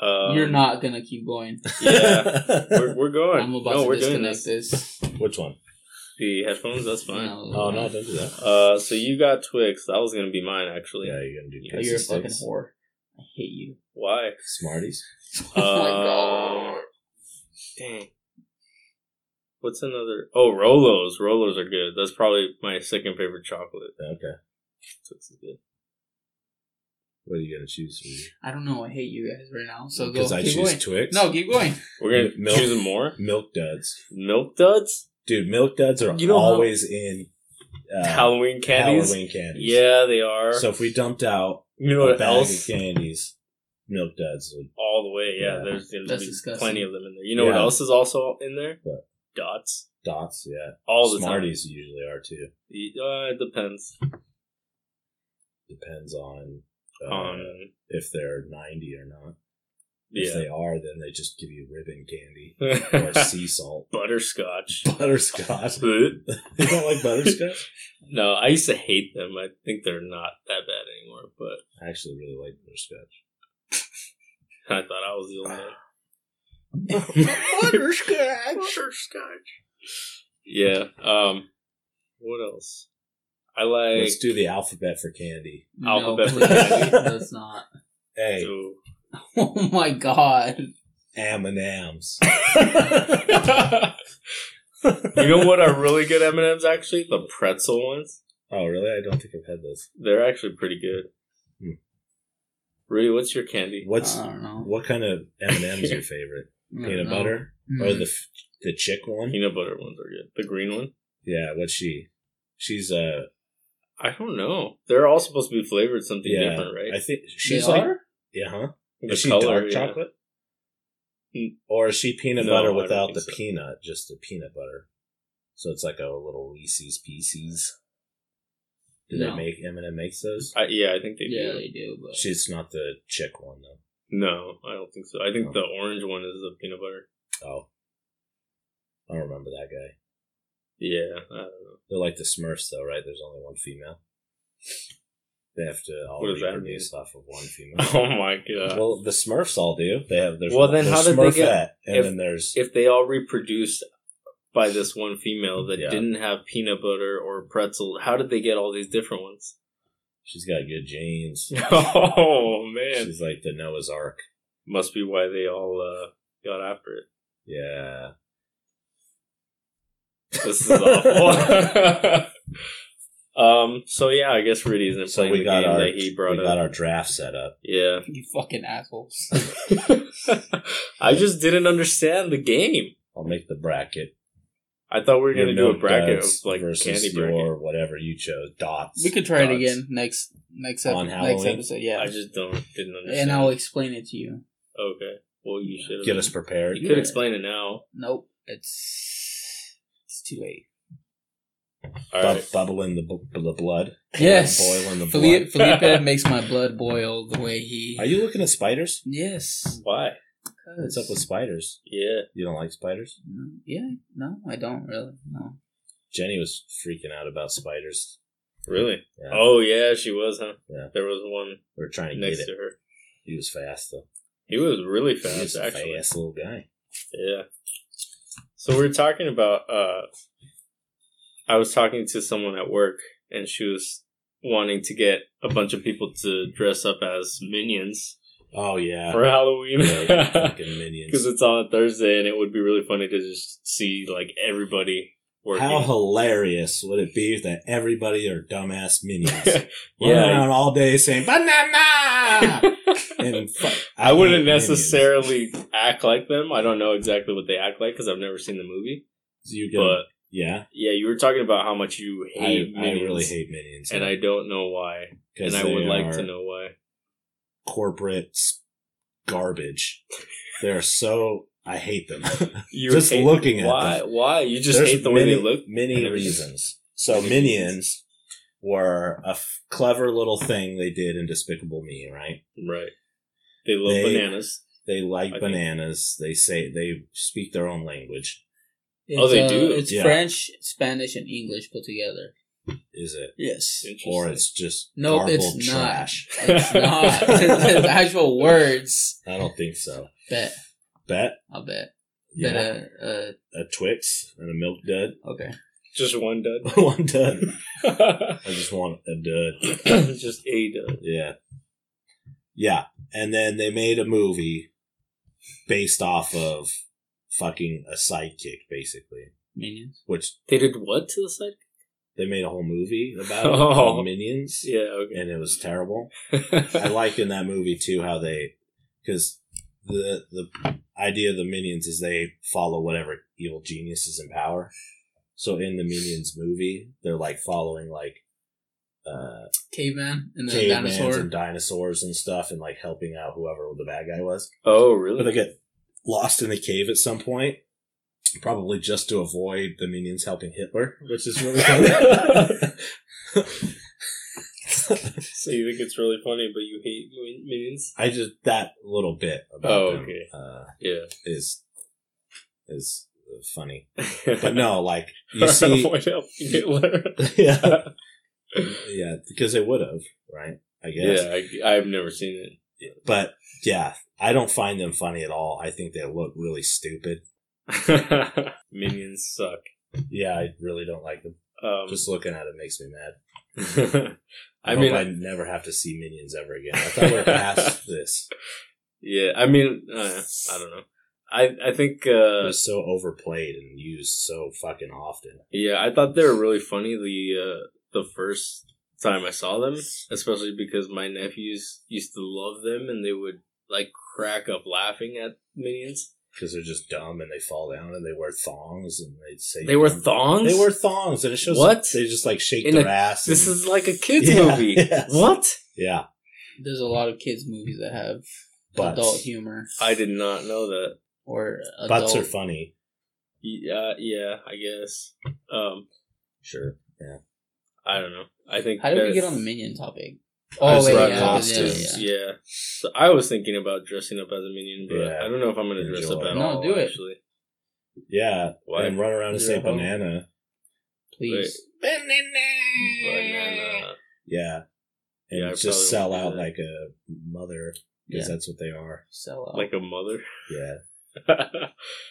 [SPEAKER 2] Um,
[SPEAKER 1] You're not gonna keep going.
[SPEAKER 2] Yeah, we're, we're going.
[SPEAKER 1] I'm about
[SPEAKER 2] no,
[SPEAKER 1] to
[SPEAKER 2] we're doing
[SPEAKER 1] disconnect
[SPEAKER 2] this.
[SPEAKER 1] this.
[SPEAKER 3] Which one?
[SPEAKER 2] The headphones. That's fine.
[SPEAKER 1] No.
[SPEAKER 3] Oh, no, don't do that.
[SPEAKER 2] Uh, so you got Twix. That was gonna be mine actually.
[SPEAKER 3] Yeah, you're going to do
[SPEAKER 1] Oh,
[SPEAKER 3] Pixie
[SPEAKER 1] you're a fucking
[SPEAKER 3] Sticks.
[SPEAKER 1] whore. I hate you.
[SPEAKER 2] Why?
[SPEAKER 3] Smarties.
[SPEAKER 1] oh my god.
[SPEAKER 2] Um, Dang. What's another? Oh, Rolos. Rolos are good. That's probably my second favorite chocolate.
[SPEAKER 3] Okay.
[SPEAKER 2] Twix is good.
[SPEAKER 3] What are you going to choose?
[SPEAKER 1] I don't know. I hate you guys right now. So go.
[SPEAKER 3] Because I
[SPEAKER 1] keep
[SPEAKER 3] choose
[SPEAKER 1] going.
[SPEAKER 3] Twix.
[SPEAKER 1] No, keep going.
[SPEAKER 2] We're
[SPEAKER 3] M-
[SPEAKER 2] gonna
[SPEAKER 3] milk.
[SPEAKER 2] choose more.
[SPEAKER 3] Milk Duds.
[SPEAKER 2] Milk duds.
[SPEAKER 3] Dude, milk duds are
[SPEAKER 2] You know how-
[SPEAKER 3] always in uh,
[SPEAKER 2] Halloween candies.
[SPEAKER 3] Halloween candies.
[SPEAKER 2] Yeah, they are.
[SPEAKER 3] So if we dumped out
[SPEAKER 2] you know
[SPEAKER 3] a
[SPEAKER 2] what
[SPEAKER 3] bag
[SPEAKER 2] else?
[SPEAKER 3] of candies, milk duds would.
[SPEAKER 2] All the way. Yeah,
[SPEAKER 3] Yeah.
[SPEAKER 2] there's gonna
[SPEAKER 1] That's
[SPEAKER 2] be
[SPEAKER 1] disgusting.
[SPEAKER 2] plenty of them in there. You know what
[SPEAKER 3] Yeah.
[SPEAKER 2] else is also in there?
[SPEAKER 3] What?
[SPEAKER 2] Dots.
[SPEAKER 3] Dots, yeah.
[SPEAKER 2] All the
[SPEAKER 3] Smarties usually are too.
[SPEAKER 2] time. Uh, it depends
[SPEAKER 3] Depends on uh,
[SPEAKER 2] on.
[SPEAKER 3] if they're 90 or not. If
[SPEAKER 2] Yeah.
[SPEAKER 3] they are, then they just give you ribbon candy or
[SPEAKER 2] Or
[SPEAKER 3] sea salt.
[SPEAKER 2] Butterscotch.
[SPEAKER 3] Butterscotch. you don't like butterscotch?
[SPEAKER 2] No, I used to hate them. I think they're not that bad anymore, but
[SPEAKER 3] I actually really like butterscotch.
[SPEAKER 2] I thought I was the only one.
[SPEAKER 1] Butterscotch.
[SPEAKER 2] Butterscotch. Yeah. Um What else? I like.
[SPEAKER 3] Let's do the alphabet for candy.
[SPEAKER 1] no,
[SPEAKER 2] Alphabet
[SPEAKER 3] for
[SPEAKER 1] please,
[SPEAKER 3] candy.
[SPEAKER 1] let's not.
[SPEAKER 3] Hey,
[SPEAKER 2] Ooh.
[SPEAKER 1] Oh my god.
[SPEAKER 3] M and M's.
[SPEAKER 2] you know what are really good M and M's? Actually, the pretzel ones.
[SPEAKER 3] Oh, really? I don't think I've had those.
[SPEAKER 2] They're actually pretty good.
[SPEAKER 3] Hmm.
[SPEAKER 2] Rudy, what's your candy?
[SPEAKER 3] What's
[SPEAKER 1] I don't know.
[SPEAKER 3] what kind of M and M's your favorite?
[SPEAKER 1] Uh, I don't
[SPEAKER 3] Peanut
[SPEAKER 1] know.
[SPEAKER 3] butter
[SPEAKER 1] Mm.
[SPEAKER 3] or the f- the chick one?
[SPEAKER 2] Peanut butter ones are good. The green one.
[SPEAKER 3] Yeah, what's she? She's uh
[SPEAKER 2] I don't know. They're all supposed to be flavored something
[SPEAKER 3] Yeah,
[SPEAKER 2] different, right?
[SPEAKER 3] I think
[SPEAKER 1] They
[SPEAKER 3] she's like
[SPEAKER 1] are?
[SPEAKER 3] yeah, huh?
[SPEAKER 2] The
[SPEAKER 3] Is she dark
[SPEAKER 2] yeah.
[SPEAKER 3] chocolate?
[SPEAKER 2] Mm.
[SPEAKER 3] Or is she peanut
[SPEAKER 2] No, I
[SPEAKER 3] butter
[SPEAKER 2] don't
[SPEAKER 3] without
[SPEAKER 2] think
[SPEAKER 3] the
[SPEAKER 2] so.
[SPEAKER 3] peanut, just the peanut butter? So it's like a little Reese's Pieces. Do
[SPEAKER 1] No.
[SPEAKER 3] they make Eminem makes those?
[SPEAKER 2] I, yeah, I think they
[SPEAKER 1] Yeah,
[SPEAKER 2] do.
[SPEAKER 1] they do. But
[SPEAKER 3] She's not the chick one though.
[SPEAKER 2] No, I don't think so. I think
[SPEAKER 3] Oh.
[SPEAKER 2] the orange one is the peanut butter.
[SPEAKER 3] Oh, I don't remember that guy.
[SPEAKER 2] Yeah, I don't know.
[SPEAKER 3] They're like the Smurfs though, right? There's only one female. They have to all
[SPEAKER 2] What does that
[SPEAKER 3] reproduce off of one female.
[SPEAKER 2] Oh my god!
[SPEAKER 3] Well, the Smurfs all do. They have there's
[SPEAKER 2] Well, then
[SPEAKER 3] there's
[SPEAKER 2] how did they get-
[SPEAKER 3] Smurfette, and
[SPEAKER 2] if-
[SPEAKER 3] then there's
[SPEAKER 2] if they all reproduced by this one female that
[SPEAKER 3] Yeah.
[SPEAKER 2] didn't have peanut butter or pretzel, how did they get all these different ones?
[SPEAKER 3] she's got good genes.
[SPEAKER 2] oh man,
[SPEAKER 3] she's like the Noah's Ark.
[SPEAKER 2] must be why they all uh, got after it.
[SPEAKER 3] Yeah.
[SPEAKER 2] This is awful. um. So yeah, I guess Rudy isn't
[SPEAKER 3] So
[SPEAKER 2] playing
[SPEAKER 3] we
[SPEAKER 2] the
[SPEAKER 3] got
[SPEAKER 2] game
[SPEAKER 3] our
[SPEAKER 2] that he brought
[SPEAKER 3] we
[SPEAKER 2] up.
[SPEAKER 3] got our draft set up.
[SPEAKER 2] yeah.
[SPEAKER 1] you fucking assholes.
[SPEAKER 2] I just didn't understand the game.
[SPEAKER 3] I'll make the bracket.
[SPEAKER 2] I thought we were gonna
[SPEAKER 3] Your
[SPEAKER 2] do a
[SPEAKER 3] milk
[SPEAKER 2] bracket of
[SPEAKER 3] duds
[SPEAKER 2] like candy
[SPEAKER 3] your
[SPEAKER 2] bracket.
[SPEAKER 3] whatever you chose dots.
[SPEAKER 1] we could try it
[SPEAKER 3] dots.
[SPEAKER 1] again next next,
[SPEAKER 3] On
[SPEAKER 1] ep- next
[SPEAKER 3] Halloween?
[SPEAKER 1] episode. Yeah,
[SPEAKER 2] I just don't didn't understand.
[SPEAKER 1] and I'll explain it to you.
[SPEAKER 2] okay. Well, you should have
[SPEAKER 3] Get us prepared.
[SPEAKER 2] You could explain it now.
[SPEAKER 1] Nope, it's it's too late.
[SPEAKER 2] All
[SPEAKER 3] Bu-
[SPEAKER 2] right.
[SPEAKER 3] Bubble in the, bu- the blood.
[SPEAKER 1] Yes,
[SPEAKER 3] Boil in the
[SPEAKER 1] Felipe,
[SPEAKER 2] blood.
[SPEAKER 1] Felipe makes my blood boil the way he.
[SPEAKER 3] Are you looking at spiders?
[SPEAKER 1] Yes.
[SPEAKER 2] Why?
[SPEAKER 3] What's up with spiders?
[SPEAKER 2] Yeah.
[SPEAKER 3] You don't like spiders?
[SPEAKER 1] No, yeah, no, I don't really. No.
[SPEAKER 3] Jenny was freaking out about spiders.
[SPEAKER 2] Really?
[SPEAKER 3] Yeah,
[SPEAKER 2] Oh yeah, she was, huh?
[SPEAKER 3] Yeah.
[SPEAKER 2] There was one
[SPEAKER 3] we are trying to get
[SPEAKER 2] next
[SPEAKER 3] it.
[SPEAKER 2] to her.
[SPEAKER 3] He was fast though.
[SPEAKER 2] He was really
[SPEAKER 3] He
[SPEAKER 2] fast,
[SPEAKER 3] was a
[SPEAKER 2] actually.
[SPEAKER 3] fast little guy.
[SPEAKER 2] Yeah. So we are talking about uh I was talking to someone at work and she was wanting to get a bunch of people to dress up as minions
[SPEAKER 3] Oh yeah.
[SPEAKER 2] for Halloween.
[SPEAKER 3] Yeah,
[SPEAKER 2] Because
[SPEAKER 3] fucking minions.
[SPEAKER 2] it's on a Thursday and it would be really funny to just see like everybody working.
[SPEAKER 3] How hilarious would it be that everybody are dumbass minions? Running
[SPEAKER 2] yeah.
[SPEAKER 3] around all day saying banana. and fu-
[SPEAKER 2] I wouldn't
[SPEAKER 3] hate minions.
[SPEAKER 2] necessarily act like them. I don't know exactly what they act like because I've never seen the movie.
[SPEAKER 3] So you
[SPEAKER 2] But
[SPEAKER 3] can, yeah,
[SPEAKER 2] yeah, you were talking about how much you
[SPEAKER 3] I,
[SPEAKER 2] hate
[SPEAKER 3] I
[SPEAKER 2] minions,
[SPEAKER 3] really hate minions,
[SPEAKER 2] and I don't know why. And I would like to know why.
[SPEAKER 3] corporate s- garbage. They're so I hate them.
[SPEAKER 2] You
[SPEAKER 3] Just
[SPEAKER 2] hate-
[SPEAKER 3] looking at
[SPEAKER 2] why?
[SPEAKER 3] them.
[SPEAKER 2] Why you just
[SPEAKER 3] There's
[SPEAKER 2] hate the way
[SPEAKER 3] many,
[SPEAKER 2] they look?
[SPEAKER 3] Many
[SPEAKER 2] and everything.
[SPEAKER 3] reasons. So minions were a f- clever little thing they did in Despicable Me, right?
[SPEAKER 2] Right. They love
[SPEAKER 3] They-
[SPEAKER 2] bananas.
[SPEAKER 3] They like
[SPEAKER 2] I think-
[SPEAKER 3] bananas. They say they speak their own language.
[SPEAKER 2] Oh, they
[SPEAKER 1] It's, uh,
[SPEAKER 2] do?
[SPEAKER 1] It's
[SPEAKER 3] Yeah.
[SPEAKER 1] French, Spanish, and English put together.
[SPEAKER 3] Is it?
[SPEAKER 1] Yes.
[SPEAKER 2] Interesting.
[SPEAKER 3] Or it's just
[SPEAKER 1] No,
[SPEAKER 3] garbled
[SPEAKER 1] it's not.
[SPEAKER 3] trash.
[SPEAKER 1] It's not. it's actual words.
[SPEAKER 3] I don't think so.
[SPEAKER 1] Bet.
[SPEAKER 3] Bet
[SPEAKER 1] I'll bet.
[SPEAKER 3] yeah,
[SPEAKER 1] Bet a,
[SPEAKER 3] a Twix and a milk dud.
[SPEAKER 1] a, okay.
[SPEAKER 2] just one dud.
[SPEAKER 3] One dud. I just want a dud.
[SPEAKER 2] just a dud.
[SPEAKER 3] Yeah, yeah. And then they made a movie based off of fucking a sidekick, basically.
[SPEAKER 1] Minions.
[SPEAKER 3] Which
[SPEAKER 2] They did what to the side?
[SPEAKER 3] they made a whole movie about it,
[SPEAKER 2] Oh.
[SPEAKER 3] called Minions,
[SPEAKER 2] Yeah. Okay.
[SPEAKER 3] and it was terrible. I like in that movie too how they because the the idea of the minions is they follow whatever evil genius is in power. So in the minions movie, they're like following like uh
[SPEAKER 1] Caveman and the
[SPEAKER 3] cavemans
[SPEAKER 1] dinosaur.
[SPEAKER 3] and dinosaurs and stuff and like helping out whoever the bad guy was.
[SPEAKER 2] oh,
[SPEAKER 3] But
[SPEAKER 2] really?
[SPEAKER 3] they get lost in the cave at some point. Probably just to avoid the minions helping Hitler, which is really funny.
[SPEAKER 2] So you think it's really funny, but you hate min- minions?
[SPEAKER 3] I just that little bit about
[SPEAKER 2] Oh,
[SPEAKER 3] them,
[SPEAKER 2] okay.
[SPEAKER 3] uh,
[SPEAKER 2] Yeah.
[SPEAKER 3] is is funny. But no, like you
[SPEAKER 2] Or
[SPEAKER 3] see,
[SPEAKER 2] avoid helping Hitler.
[SPEAKER 3] yeah, yeah, because they would have, right? I guess.
[SPEAKER 2] Yeah, I, I've never seen it.
[SPEAKER 3] But yeah, I don't find them funny at all. I think they look really stupid.
[SPEAKER 2] Minions suck.
[SPEAKER 3] Yeah, I really don't like them.
[SPEAKER 2] Um,
[SPEAKER 3] Just looking at it makes me mad. I,
[SPEAKER 2] I
[SPEAKER 3] mean,
[SPEAKER 2] mean,
[SPEAKER 3] I never have to see minions ever again. I thought we we're past this.
[SPEAKER 2] yeah, I mean, uh, I don't know. I I think
[SPEAKER 3] It
[SPEAKER 2] uh,
[SPEAKER 3] was so overplayed and used so fucking often.
[SPEAKER 2] yeah, I thought they were really funny the uh, the first time I saw them, especially because my nephews used to love them and they would like crack up laughing at minions.
[SPEAKER 3] because they're just dumb and they fall down and they wear thongs and they say
[SPEAKER 2] They were thongs.
[SPEAKER 3] They wear thongs and it shows
[SPEAKER 2] What?
[SPEAKER 3] they just like shake
[SPEAKER 2] In
[SPEAKER 3] their
[SPEAKER 2] a-
[SPEAKER 3] ass.
[SPEAKER 2] This
[SPEAKER 3] and-
[SPEAKER 2] is like a kids
[SPEAKER 3] Yeah,
[SPEAKER 2] movie.
[SPEAKER 3] yes.
[SPEAKER 2] What?
[SPEAKER 3] yeah,
[SPEAKER 1] There's a lot of kids movies that have
[SPEAKER 3] butts.
[SPEAKER 1] adult humor
[SPEAKER 2] I did not know that.
[SPEAKER 1] or adult.
[SPEAKER 3] Butts are funny.
[SPEAKER 2] Yeah, yeah, I guess. Um,
[SPEAKER 3] Sure.
[SPEAKER 2] I don't know. I think.
[SPEAKER 1] How did we
[SPEAKER 2] that-
[SPEAKER 1] get on the minion topic?
[SPEAKER 3] I
[SPEAKER 1] Oh
[SPEAKER 3] just
[SPEAKER 1] wait,
[SPEAKER 3] brought
[SPEAKER 1] yeah,
[SPEAKER 3] costumes.
[SPEAKER 1] yeah, yeah.
[SPEAKER 2] Yeah. So I was thinking about dressing up as a minion, but
[SPEAKER 3] Yeah.
[SPEAKER 2] I don't know if I'm gonna dress
[SPEAKER 3] Enjoy.
[SPEAKER 2] up at
[SPEAKER 1] No,
[SPEAKER 2] all.
[SPEAKER 1] do it.
[SPEAKER 2] Actually,
[SPEAKER 3] Yeah,
[SPEAKER 2] Why?
[SPEAKER 3] and run around and
[SPEAKER 1] You're
[SPEAKER 3] say
[SPEAKER 1] at home.
[SPEAKER 3] banana.
[SPEAKER 1] Please,
[SPEAKER 2] Banana.
[SPEAKER 3] Yeah, and
[SPEAKER 2] Yeah, I
[SPEAKER 3] just
[SPEAKER 2] probably
[SPEAKER 3] sell
[SPEAKER 2] won't do
[SPEAKER 3] out
[SPEAKER 2] that.
[SPEAKER 3] like a mother
[SPEAKER 1] yeah,
[SPEAKER 3] because that's what they are.
[SPEAKER 1] sell out.
[SPEAKER 2] like a mother.
[SPEAKER 3] Yeah,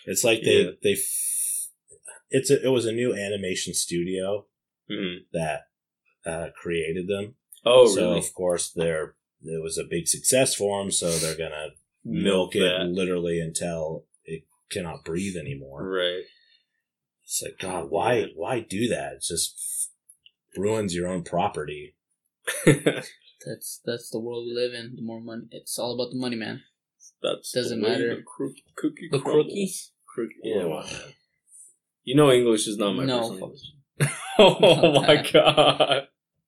[SPEAKER 3] it's like they
[SPEAKER 2] Yeah.
[SPEAKER 3] they. F- it's a, it was a new animation studio
[SPEAKER 2] Mhm.
[SPEAKER 3] that uh, created them.
[SPEAKER 2] Oh,
[SPEAKER 3] so
[SPEAKER 2] really?
[SPEAKER 3] of course they're it was a big success for them, so they're gonna milk it
[SPEAKER 2] that.
[SPEAKER 3] literally until it cannot breathe anymore.
[SPEAKER 2] Right.
[SPEAKER 3] It's like God, why why do that? It just ruins your own property.
[SPEAKER 2] That's
[SPEAKER 1] That's that's the world we live in. The more money, it's all about the money, man. Doesn't
[SPEAKER 2] the way
[SPEAKER 1] matter.
[SPEAKER 2] The crook, cookie.
[SPEAKER 1] The
[SPEAKER 2] crumbles.
[SPEAKER 1] crookies?
[SPEAKER 2] Crook- yeah.
[SPEAKER 3] Wow.
[SPEAKER 2] You know, English is not my
[SPEAKER 1] No,
[SPEAKER 2] first
[SPEAKER 1] fuck.
[SPEAKER 2] language. oh
[SPEAKER 1] Not
[SPEAKER 2] my
[SPEAKER 1] that.
[SPEAKER 2] god!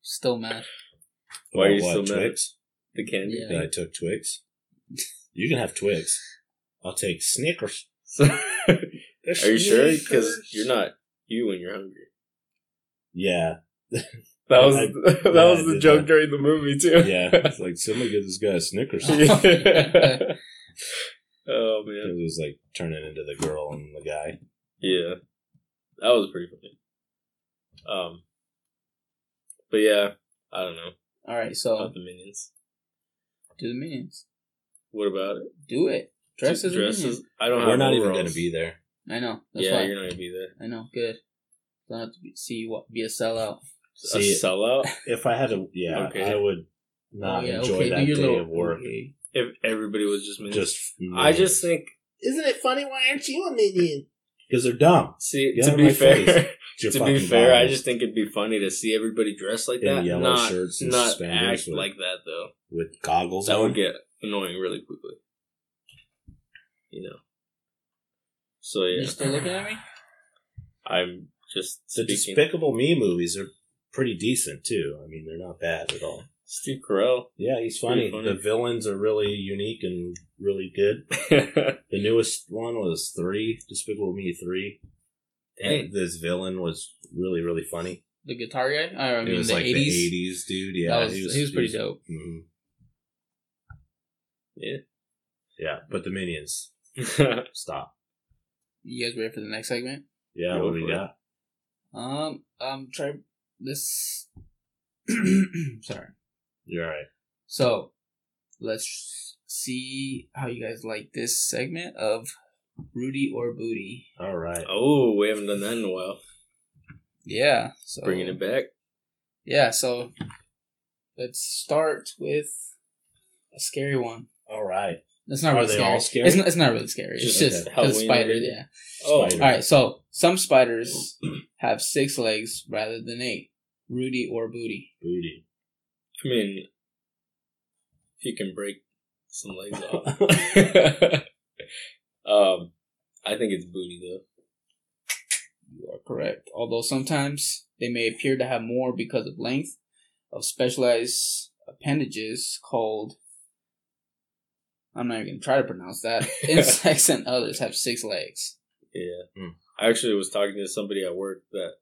[SPEAKER 1] Still mad.
[SPEAKER 2] Why are you
[SPEAKER 3] What,
[SPEAKER 2] so mad?
[SPEAKER 3] Twix?
[SPEAKER 2] The candy.
[SPEAKER 1] Yeah.
[SPEAKER 3] That I took Twix. You can have Twix. I'll take Snickers.
[SPEAKER 2] Are you sure? Because you're not you when you're hungry.
[SPEAKER 3] Yeah,
[SPEAKER 2] That was
[SPEAKER 3] I-
[SPEAKER 2] that
[SPEAKER 3] yeah, I
[SPEAKER 2] was the
[SPEAKER 3] did
[SPEAKER 2] joke
[SPEAKER 3] that.
[SPEAKER 2] during the movie too.
[SPEAKER 3] yeah. It's like somebody gives this guy a Snickers. It
[SPEAKER 2] oh man.
[SPEAKER 3] was like turning into the girl and the guy.
[SPEAKER 2] Yeah. That was pretty funny. Um But yeah, I don't know.
[SPEAKER 1] all right, so
[SPEAKER 2] About the minions.
[SPEAKER 1] do the minions.
[SPEAKER 2] What about it?
[SPEAKER 1] Do it. Dress as a minion.
[SPEAKER 2] I don't
[SPEAKER 3] We're
[SPEAKER 2] have
[SPEAKER 3] not even
[SPEAKER 2] overalls.
[SPEAKER 3] going to be there.
[SPEAKER 1] I know. That's
[SPEAKER 2] Yeah,
[SPEAKER 1] why.
[SPEAKER 2] you're not gonna be there.
[SPEAKER 1] I know. Good. Don't have to be, see what be a sellout.
[SPEAKER 2] a
[SPEAKER 3] See,
[SPEAKER 2] sellout?
[SPEAKER 3] if I had to, yeah,
[SPEAKER 2] Okay.
[SPEAKER 3] I would not
[SPEAKER 1] Oh, yeah,
[SPEAKER 3] enjoy
[SPEAKER 1] okay, do
[SPEAKER 3] that day
[SPEAKER 1] your little-
[SPEAKER 3] of work.
[SPEAKER 1] okay.
[SPEAKER 2] if everybody was just minions.
[SPEAKER 3] Just
[SPEAKER 2] I just think
[SPEAKER 3] Isn't it funny? Why aren't you a minion? Because they're dumb.
[SPEAKER 2] see
[SPEAKER 3] Get out
[SPEAKER 2] to
[SPEAKER 3] of
[SPEAKER 2] be
[SPEAKER 3] my
[SPEAKER 2] fair
[SPEAKER 3] face. It's your
[SPEAKER 2] to
[SPEAKER 3] fucking
[SPEAKER 2] be fair, I
[SPEAKER 3] bias.
[SPEAKER 2] just think it'd be funny to see everybody dressed like
[SPEAKER 3] in
[SPEAKER 2] that.
[SPEAKER 3] yellow
[SPEAKER 2] not
[SPEAKER 3] shirts and
[SPEAKER 2] not
[SPEAKER 3] suspenders
[SPEAKER 2] act
[SPEAKER 3] with,
[SPEAKER 2] like that though.
[SPEAKER 3] with goggles.
[SPEAKER 2] That
[SPEAKER 3] on.
[SPEAKER 1] Mm-hmm.
[SPEAKER 2] would get annoying really quickly. You know. So yeah,
[SPEAKER 1] You're still looking at me.
[SPEAKER 2] I'm just
[SPEAKER 3] the
[SPEAKER 2] speaking.
[SPEAKER 3] Despicable Me movies are pretty decent too. I mean, they're not bad at all.
[SPEAKER 2] Steve Carell.
[SPEAKER 3] Yeah, he's
[SPEAKER 2] Pretty
[SPEAKER 3] funny.
[SPEAKER 2] funny.
[SPEAKER 3] The villains are really unique and really good. The newest one was three Despicable Me three.
[SPEAKER 2] Dang.
[SPEAKER 3] And this villain was really really funny.
[SPEAKER 1] The guitar guy. I
[SPEAKER 3] it
[SPEAKER 1] mean,
[SPEAKER 3] was
[SPEAKER 1] the
[SPEAKER 3] like the
[SPEAKER 1] '80s.
[SPEAKER 3] eighties dude. Yeah,
[SPEAKER 1] that was, he was pretty dope.
[SPEAKER 3] mhm.
[SPEAKER 2] Yeah.
[SPEAKER 3] Yeah, but the minions stop.
[SPEAKER 1] You guys ready for the next segment?
[SPEAKER 3] Yeah,
[SPEAKER 2] Go
[SPEAKER 3] what do we
[SPEAKER 2] for it.
[SPEAKER 3] got?
[SPEAKER 1] Um, um, try this. Sorry.
[SPEAKER 3] You're all right.
[SPEAKER 1] So, let's see how you guys like this segment of Rudy or Booty.
[SPEAKER 3] All right.
[SPEAKER 2] oh, we haven't done that in a while.
[SPEAKER 1] Yeah. So
[SPEAKER 2] Bringing it back.
[SPEAKER 1] Yeah. So, let's start with a scary one.
[SPEAKER 3] All right.
[SPEAKER 1] It's not
[SPEAKER 3] Are
[SPEAKER 1] really
[SPEAKER 3] they
[SPEAKER 1] scary.
[SPEAKER 3] all scary?
[SPEAKER 1] It's not. It's not really scary.
[SPEAKER 2] Just
[SPEAKER 1] it's just
[SPEAKER 3] okay.
[SPEAKER 1] the
[SPEAKER 2] Halloween
[SPEAKER 1] spider.
[SPEAKER 2] related?
[SPEAKER 1] Yeah.
[SPEAKER 2] Oh,
[SPEAKER 3] Spider.
[SPEAKER 1] All right, so some spiders have six legs rather than eight. Rudy or Booty?
[SPEAKER 3] Booty.
[SPEAKER 2] I mean, if you can break some legs off. um, I think it's booty though.
[SPEAKER 1] You are correct. Although sometimes they may appear to have more because of length of specialized appendages called. I'm not even gonna try to pronounce that. Insects and others have six legs.
[SPEAKER 2] Yeah.
[SPEAKER 3] Hmm.
[SPEAKER 2] I actually was talking to somebody at work that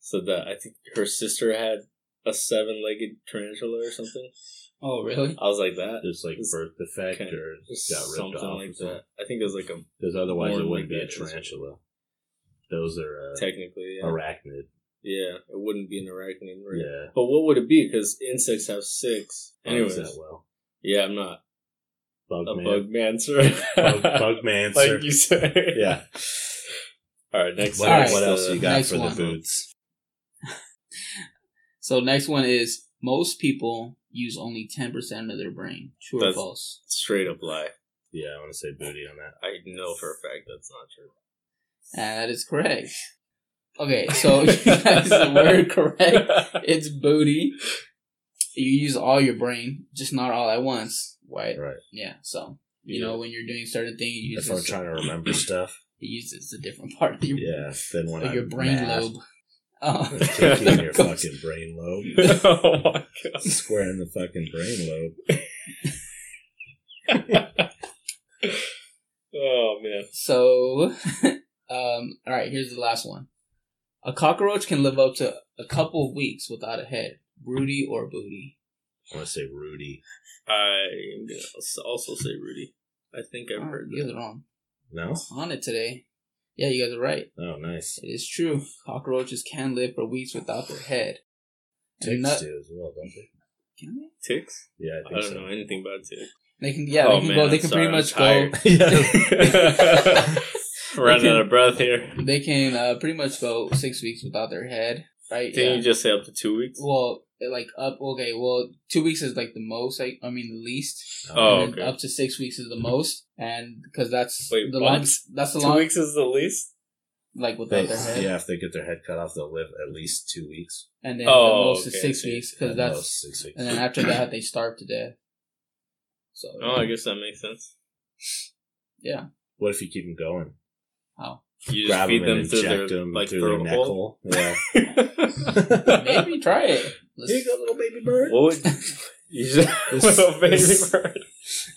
[SPEAKER 2] said that I think her sister had a seven-legged tarantula or something.
[SPEAKER 1] Oh, really?
[SPEAKER 2] I was like that.
[SPEAKER 3] It's like
[SPEAKER 2] It's
[SPEAKER 3] birth defect
[SPEAKER 2] kinda-
[SPEAKER 3] or
[SPEAKER 2] Just
[SPEAKER 3] just got ripped
[SPEAKER 2] something
[SPEAKER 3] off.
[SPEAKER 2] like that. I think it was like a
[SPEAKER 3] Because otherwise
[SPEAKER 2] Born
[SPEAKER 3] it wouldn't
[SPEAKER 2] like
[SPEAKER 3] be a
[SPEAKER 2] that is-
[SPEAKER 3] tarantula. Those are uh,
[SPEAKER 2] technically, yeah,
[SPEAKER 3] arachnid.
[SPEAKER 2] yeah. It wouldn't be an arachnid, right?
[SPEAKER 3] Yeah.
[SPEAKER 2] But what would it be? Because insects have six.
[SPEAKER 3] Anyways.
[SPEAKER 2] Anyways,
[SPEAKER 3] That well.
[SPEAKER 2] yeah, I'm not
[SPEAKER 3] Bug
[SPEAKER 2] a
[SPEAKER 3] man.
[SPEAKER 2] bug man, sir.
[SPEAKER 3] Bug, bug man,
[SPEAKER 2] like
[SPEAKER 3] sir.
[SPEAKER 2] you say.
[SPEAKER 3] Yeah.
[SPEAKER 2] All right, next.
[SPEAKER 3] What,
[SPEAKER 1] All right.
[SPEAKER 3] what
[SPEAKER 2] next,
[SPEAKER 3] else
[SPEAKER 2] uh,
[SPEAKER 3] you got
[SPEAKER 1] next
[SPEAKER 3] for
[SPEAKER 1] one.
[SPEAKER 3] the boots?
[SPEAKER 1] So next one is most people use only ten percent of their brain. True
[SPEAKER 2] That's-
[SPEAKER 1] or false?
[SPEAKER 2] Straight up lie.
[SPEAKER 3] Yeah, I want to say booty on that.
[SPEAKER 2] I know for a fact that's not true.
[SPEAKER 1] That is correct. Okay, so you guys were correct. It's booty. You use all your brain, just not all at once. Right?
[SPEAKER 3] Right.
[SPEAKER 1] Yeah. So you
[SPEAKER 3] Yeah.
[SPEAKER 1] know when you're doing certain things, you use
[SPEAKER 3] If I'm
[SPEAKER 1] this-
[SPEAKER 3] trying to remember stuff,
[SPEAKER 1] it uses a different part of your
[SPEAKER 3] yeah, then when
[SPEAKER 1] of
[SPEAKER 3] I'm
[SPEAKER 1] your brain
[SPEAKER 3] mad,
[SPEAKER 1] lobe. Uh,
[SPEAKER 3] kicking in your fucking brain lobe,
[SPEAKER 2] oh my god.
[SPEAKER 3] squaring the fucking brain lobe.
[SPEAKER 2] Oh man.
[SPEAKER 1] so, um, all right. Here's the last one. A cockroach can live up to a couple of weeks without a head. Rudy or booty?
[SPEAKER 3] I want to say Rudy.
[SPEAKER 2] I am gonna s- also say Rudy. I think I've
[SPEAKER 1] Oh,
[SPEAKER 2] heard
[SPEAKER 1] you
[SPEAKER 2] that.
[SPEAKER 1] guys are wrong.
[SPEAKER 3] No.
[SPEAKER 1] On it today. Yeah, you guys are right.
[SPEAKER 3] Oh, nice.
[SPEAKER 1] It is true. Cockroaches can live for weeks without their head. And
[SPEAKER 3] Ticks
[SPEAKER 1] not-
[SPEAKER 3] do as well, don't they?
[SPEAKER 1] Can they?
[SPEAKER 2] Ticks?
[SPEAKER 3] Yeah, I
[SPEAKER 2] I
[SPEAKER 3] think
[SPEAKER 2] don't
[SPEAKER 3] so.
[SPEAKER 2] know anything about ticks.
[SPEAKER 1] They can. Yeah,
[SPEAKER 2] Oh,
[SPEAKER 1] they can
[SPEAKER 2] man,
[SPEAKER 1] go. They
[SPEAKER 2] I'm
[SPEAKER 1] can
[SPEAKER 2] sorry,
[SPEAKER 1] pretty
[SPEAKER 2] I'm
[SPEAKER 1] much
[SPEAKER 2] tired.
[SPEAKER 1] go.
[SPEAKER 3] yeah.
[SPEAKER 2] Running out of breath here.
[SPEAKER 1] They can uh, pretty much go six weeks without their head. Right.
[SPEAKER 2] Didn't you just say up to two weeks?
[SPEAKER 1] Well, like up. Okay. Well, two weeks is like the most. Like I mean, the least.
[SPEAKER 2] Oh,
[SPEAKER 1] And then
[SPEAKER 2] okay.
[SPEAKER 1] Up to six weeks is the most, and because that's
[SPEAKER 2] Wait,
[SPEAKER 1] the
[SPEAKER 2] what?
[SPEAKER 1] longest. That's the
[SPEAKER 2] Two
[SPEAKER 1] longest.
[SPEAKER 2] weeks is the least.
[SPEAKER 1] Like without
[SPEAKER 3] They-
[SPEAKER 1] their head,
[SPEAKER 3] yeah, if they get their head cut off, they'll live at least two weeks.
[SPEAKER 1] and then
[SPEAKER 2] Oh,
[SPEAKER 1] the most
[SPEAKER 2] okay,
[SPEAKER 1] is six
[SPEAKER 2] okay.
[SPEAKER 1] weeks because
[SPEAKER 3] At
[SPEAKER 1] that's.
[SPEAKER 3] most six weeks.
[SPEAKER 1] And then after that, they starve to death. So
[SPEAKER 2] Oh, I guess that makes sense.
[SPEAKER 3] What if you keep them going?
[SPEAKER 2] You just
[SPEAKER 3] Grab
[SPEAKER 2] feed
[SPEAKER 3] them and
[SPEAKER 2] them through their
[SPEAKER 3] inject them
[SPEAKER 2] like
[SPEAKER 3] through
[SPEAKER 2] throat
[SPEAKER 3] their neck
[SPEAKER 2] hole.
[SPEAKER 3] hole. Yeah.
[SPEAKER 1] maybe try it. Let's-
[SPEAKER 3] Here you go, little baby bird.
[SPEAKER 2] what would you just little baby
[SPEAKER 3] this-
[SPEAKER 2] bird?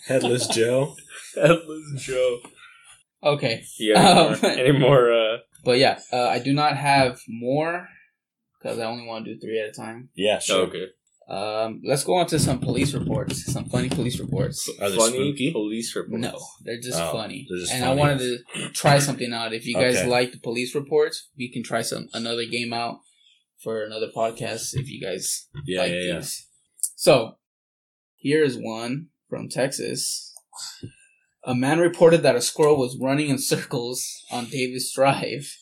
[SPEAKER 3] Headless Joe.
[SPEAKER 2] Headless Joe.
[SPEAKER 1] Oh, Okay,
[SPEAKER 2] Yeah.
[SPEAKER 1] Um,
[SPEAKER 2] Any more? Uh,
[SPEAKER 1] but yeah, uh, I do not have more because I only want to do three at a time.
[SPEAKER 3] Yeah, sure.
[SPEAKER 2] okay.
[SPEAKER 1] Um, let's go on to some police reports, some funny police reports.
[SPEAKER 3] Are they
[SPEAKER 2] Funny
[SPEAKER 3] spooky?
[SPEAKER 2] police reports.
[SPEAKER 1] No, they're just
[SPEAKER 3] Oh,
[SPEAKER 1] funny.
[SPEAKER 3] they're just
[SPEAKER 1] and I
[SPEAKER 3] funny.
[SPEAKER 1] wanted to try something out. If you guys
[SPEAKER 3] Okay.
[SPEAKER 1] like the police reports, we can try some another game out for another podcast. If you guys
[SPEAKER 3] Yeah,
[SPEAKER 1] like
[SPEAKER 3] yeah, yeah.
[SPEAKER 1] these. So here is one from Texas. A man reported that a squirrel was running in circles on Davis Drive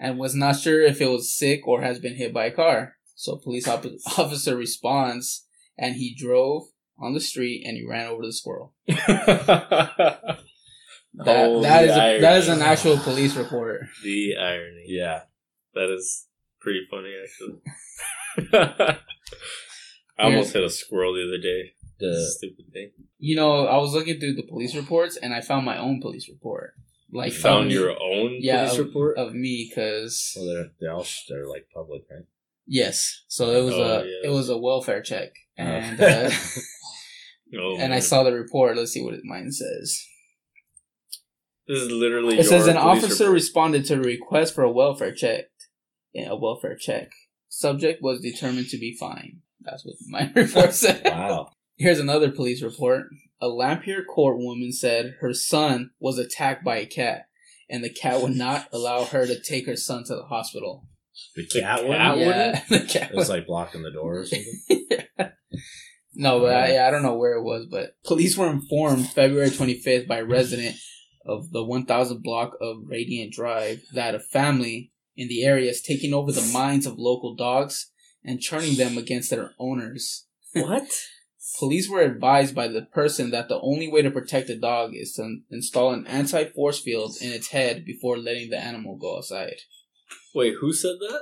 [SPEAKER 1] and was not sure if it was sick or has been hit by a car. So police op- officer responds and he drove on the street and he ran over the squirrel. That,
[SPEAKER 2] Oh,
[SPEAKER 1] that is
[SPEAKER 2] the
[SPEAKER 1] a, that is an
[SPEAKER 2] irony.
[SPEAKER 1] actual police report.
[SPEAKER 2] The irony.
[SPEAKER 3] Yeah.
[SPEAKER 2] That is pretty funny, actually. I almost hit a squirrel the other day.
[SPEAKER 3] The
[SPEAKER 2] Stupid thing.
[SPEAKER 1] You know, I was looking through the police reports and I found my own police report. Like
[SPEAKER 2] You found
[SPEAKER 1] of-
[SPEAKER 2] your own
[SPEAKER 1] yeah, uh,
[SPEAKER 2] police
[SPEAKER 1] of-
[SPEAKER 2] report.
[SPEAKER 1] of me because
[SPEAKER 3] well, they're they all sh- they're like public, right?
[SPEAKER 1] yes, so it was
[SPEAKER 2] Oh,
[SPEAKER 1] a
[SPEAKER 2] yeah.
[SPEAKER 1] it was a welfare check and
[SPEAKER 3] Okay.
[SPEAKER 1] uh,
[SPEAKER 2] Oh,
[SPEAKER 1] and I
[SPEAKER 2] man.
[SPEAKER 1] saw the report. Let's see what mine says.
[SPEAKER 2] This is literally.
[SPEAKER 1] It says
[SPEAKER 2] your
[SPEAKER 1] an
[SPEAKER 2] police
[SPEAKER 1] officer
[SPEAKER 2] report.
[SPEAKER 1] responded to a request for a welfare check. Yeah, a welfare check. Subject was determined to be fine. That's what my report said.
[SPEAKER 3] Wow.
[SPEAKER 1] Here's another police report. A Lampier court woman said her son was attacked by a cat, and the cat would not allow her to take her son to the hospital.
[SPEAKER 3] The
[SPEAKER 2] The
[SPEAKER 3] cat
[SPEAKER 2] cat
[SPEAKER 3] one?
[SPEAKER 2] one?
[SPEAKER 1] yeah, the cat
[SPEAKER 3] It was
[SPEAKER 1] would-
[SPEAKER 3] like blocking the door or something.
[SPEAKER 1] no, but I, yeah, I don't know where it was. But police were informed February 25th by a resident of the 1,000 block of Radiant Drive that a family in the area is taking over the minds of local dogs and turning them against their owners.
[SPEAKER 2] What?
[SPEAKER 1] Police were advised by the person that the only way to protect the dog is to install an anti force field in its head before letting the animal go outside.
[SPEAKER 2] Wait, who said that?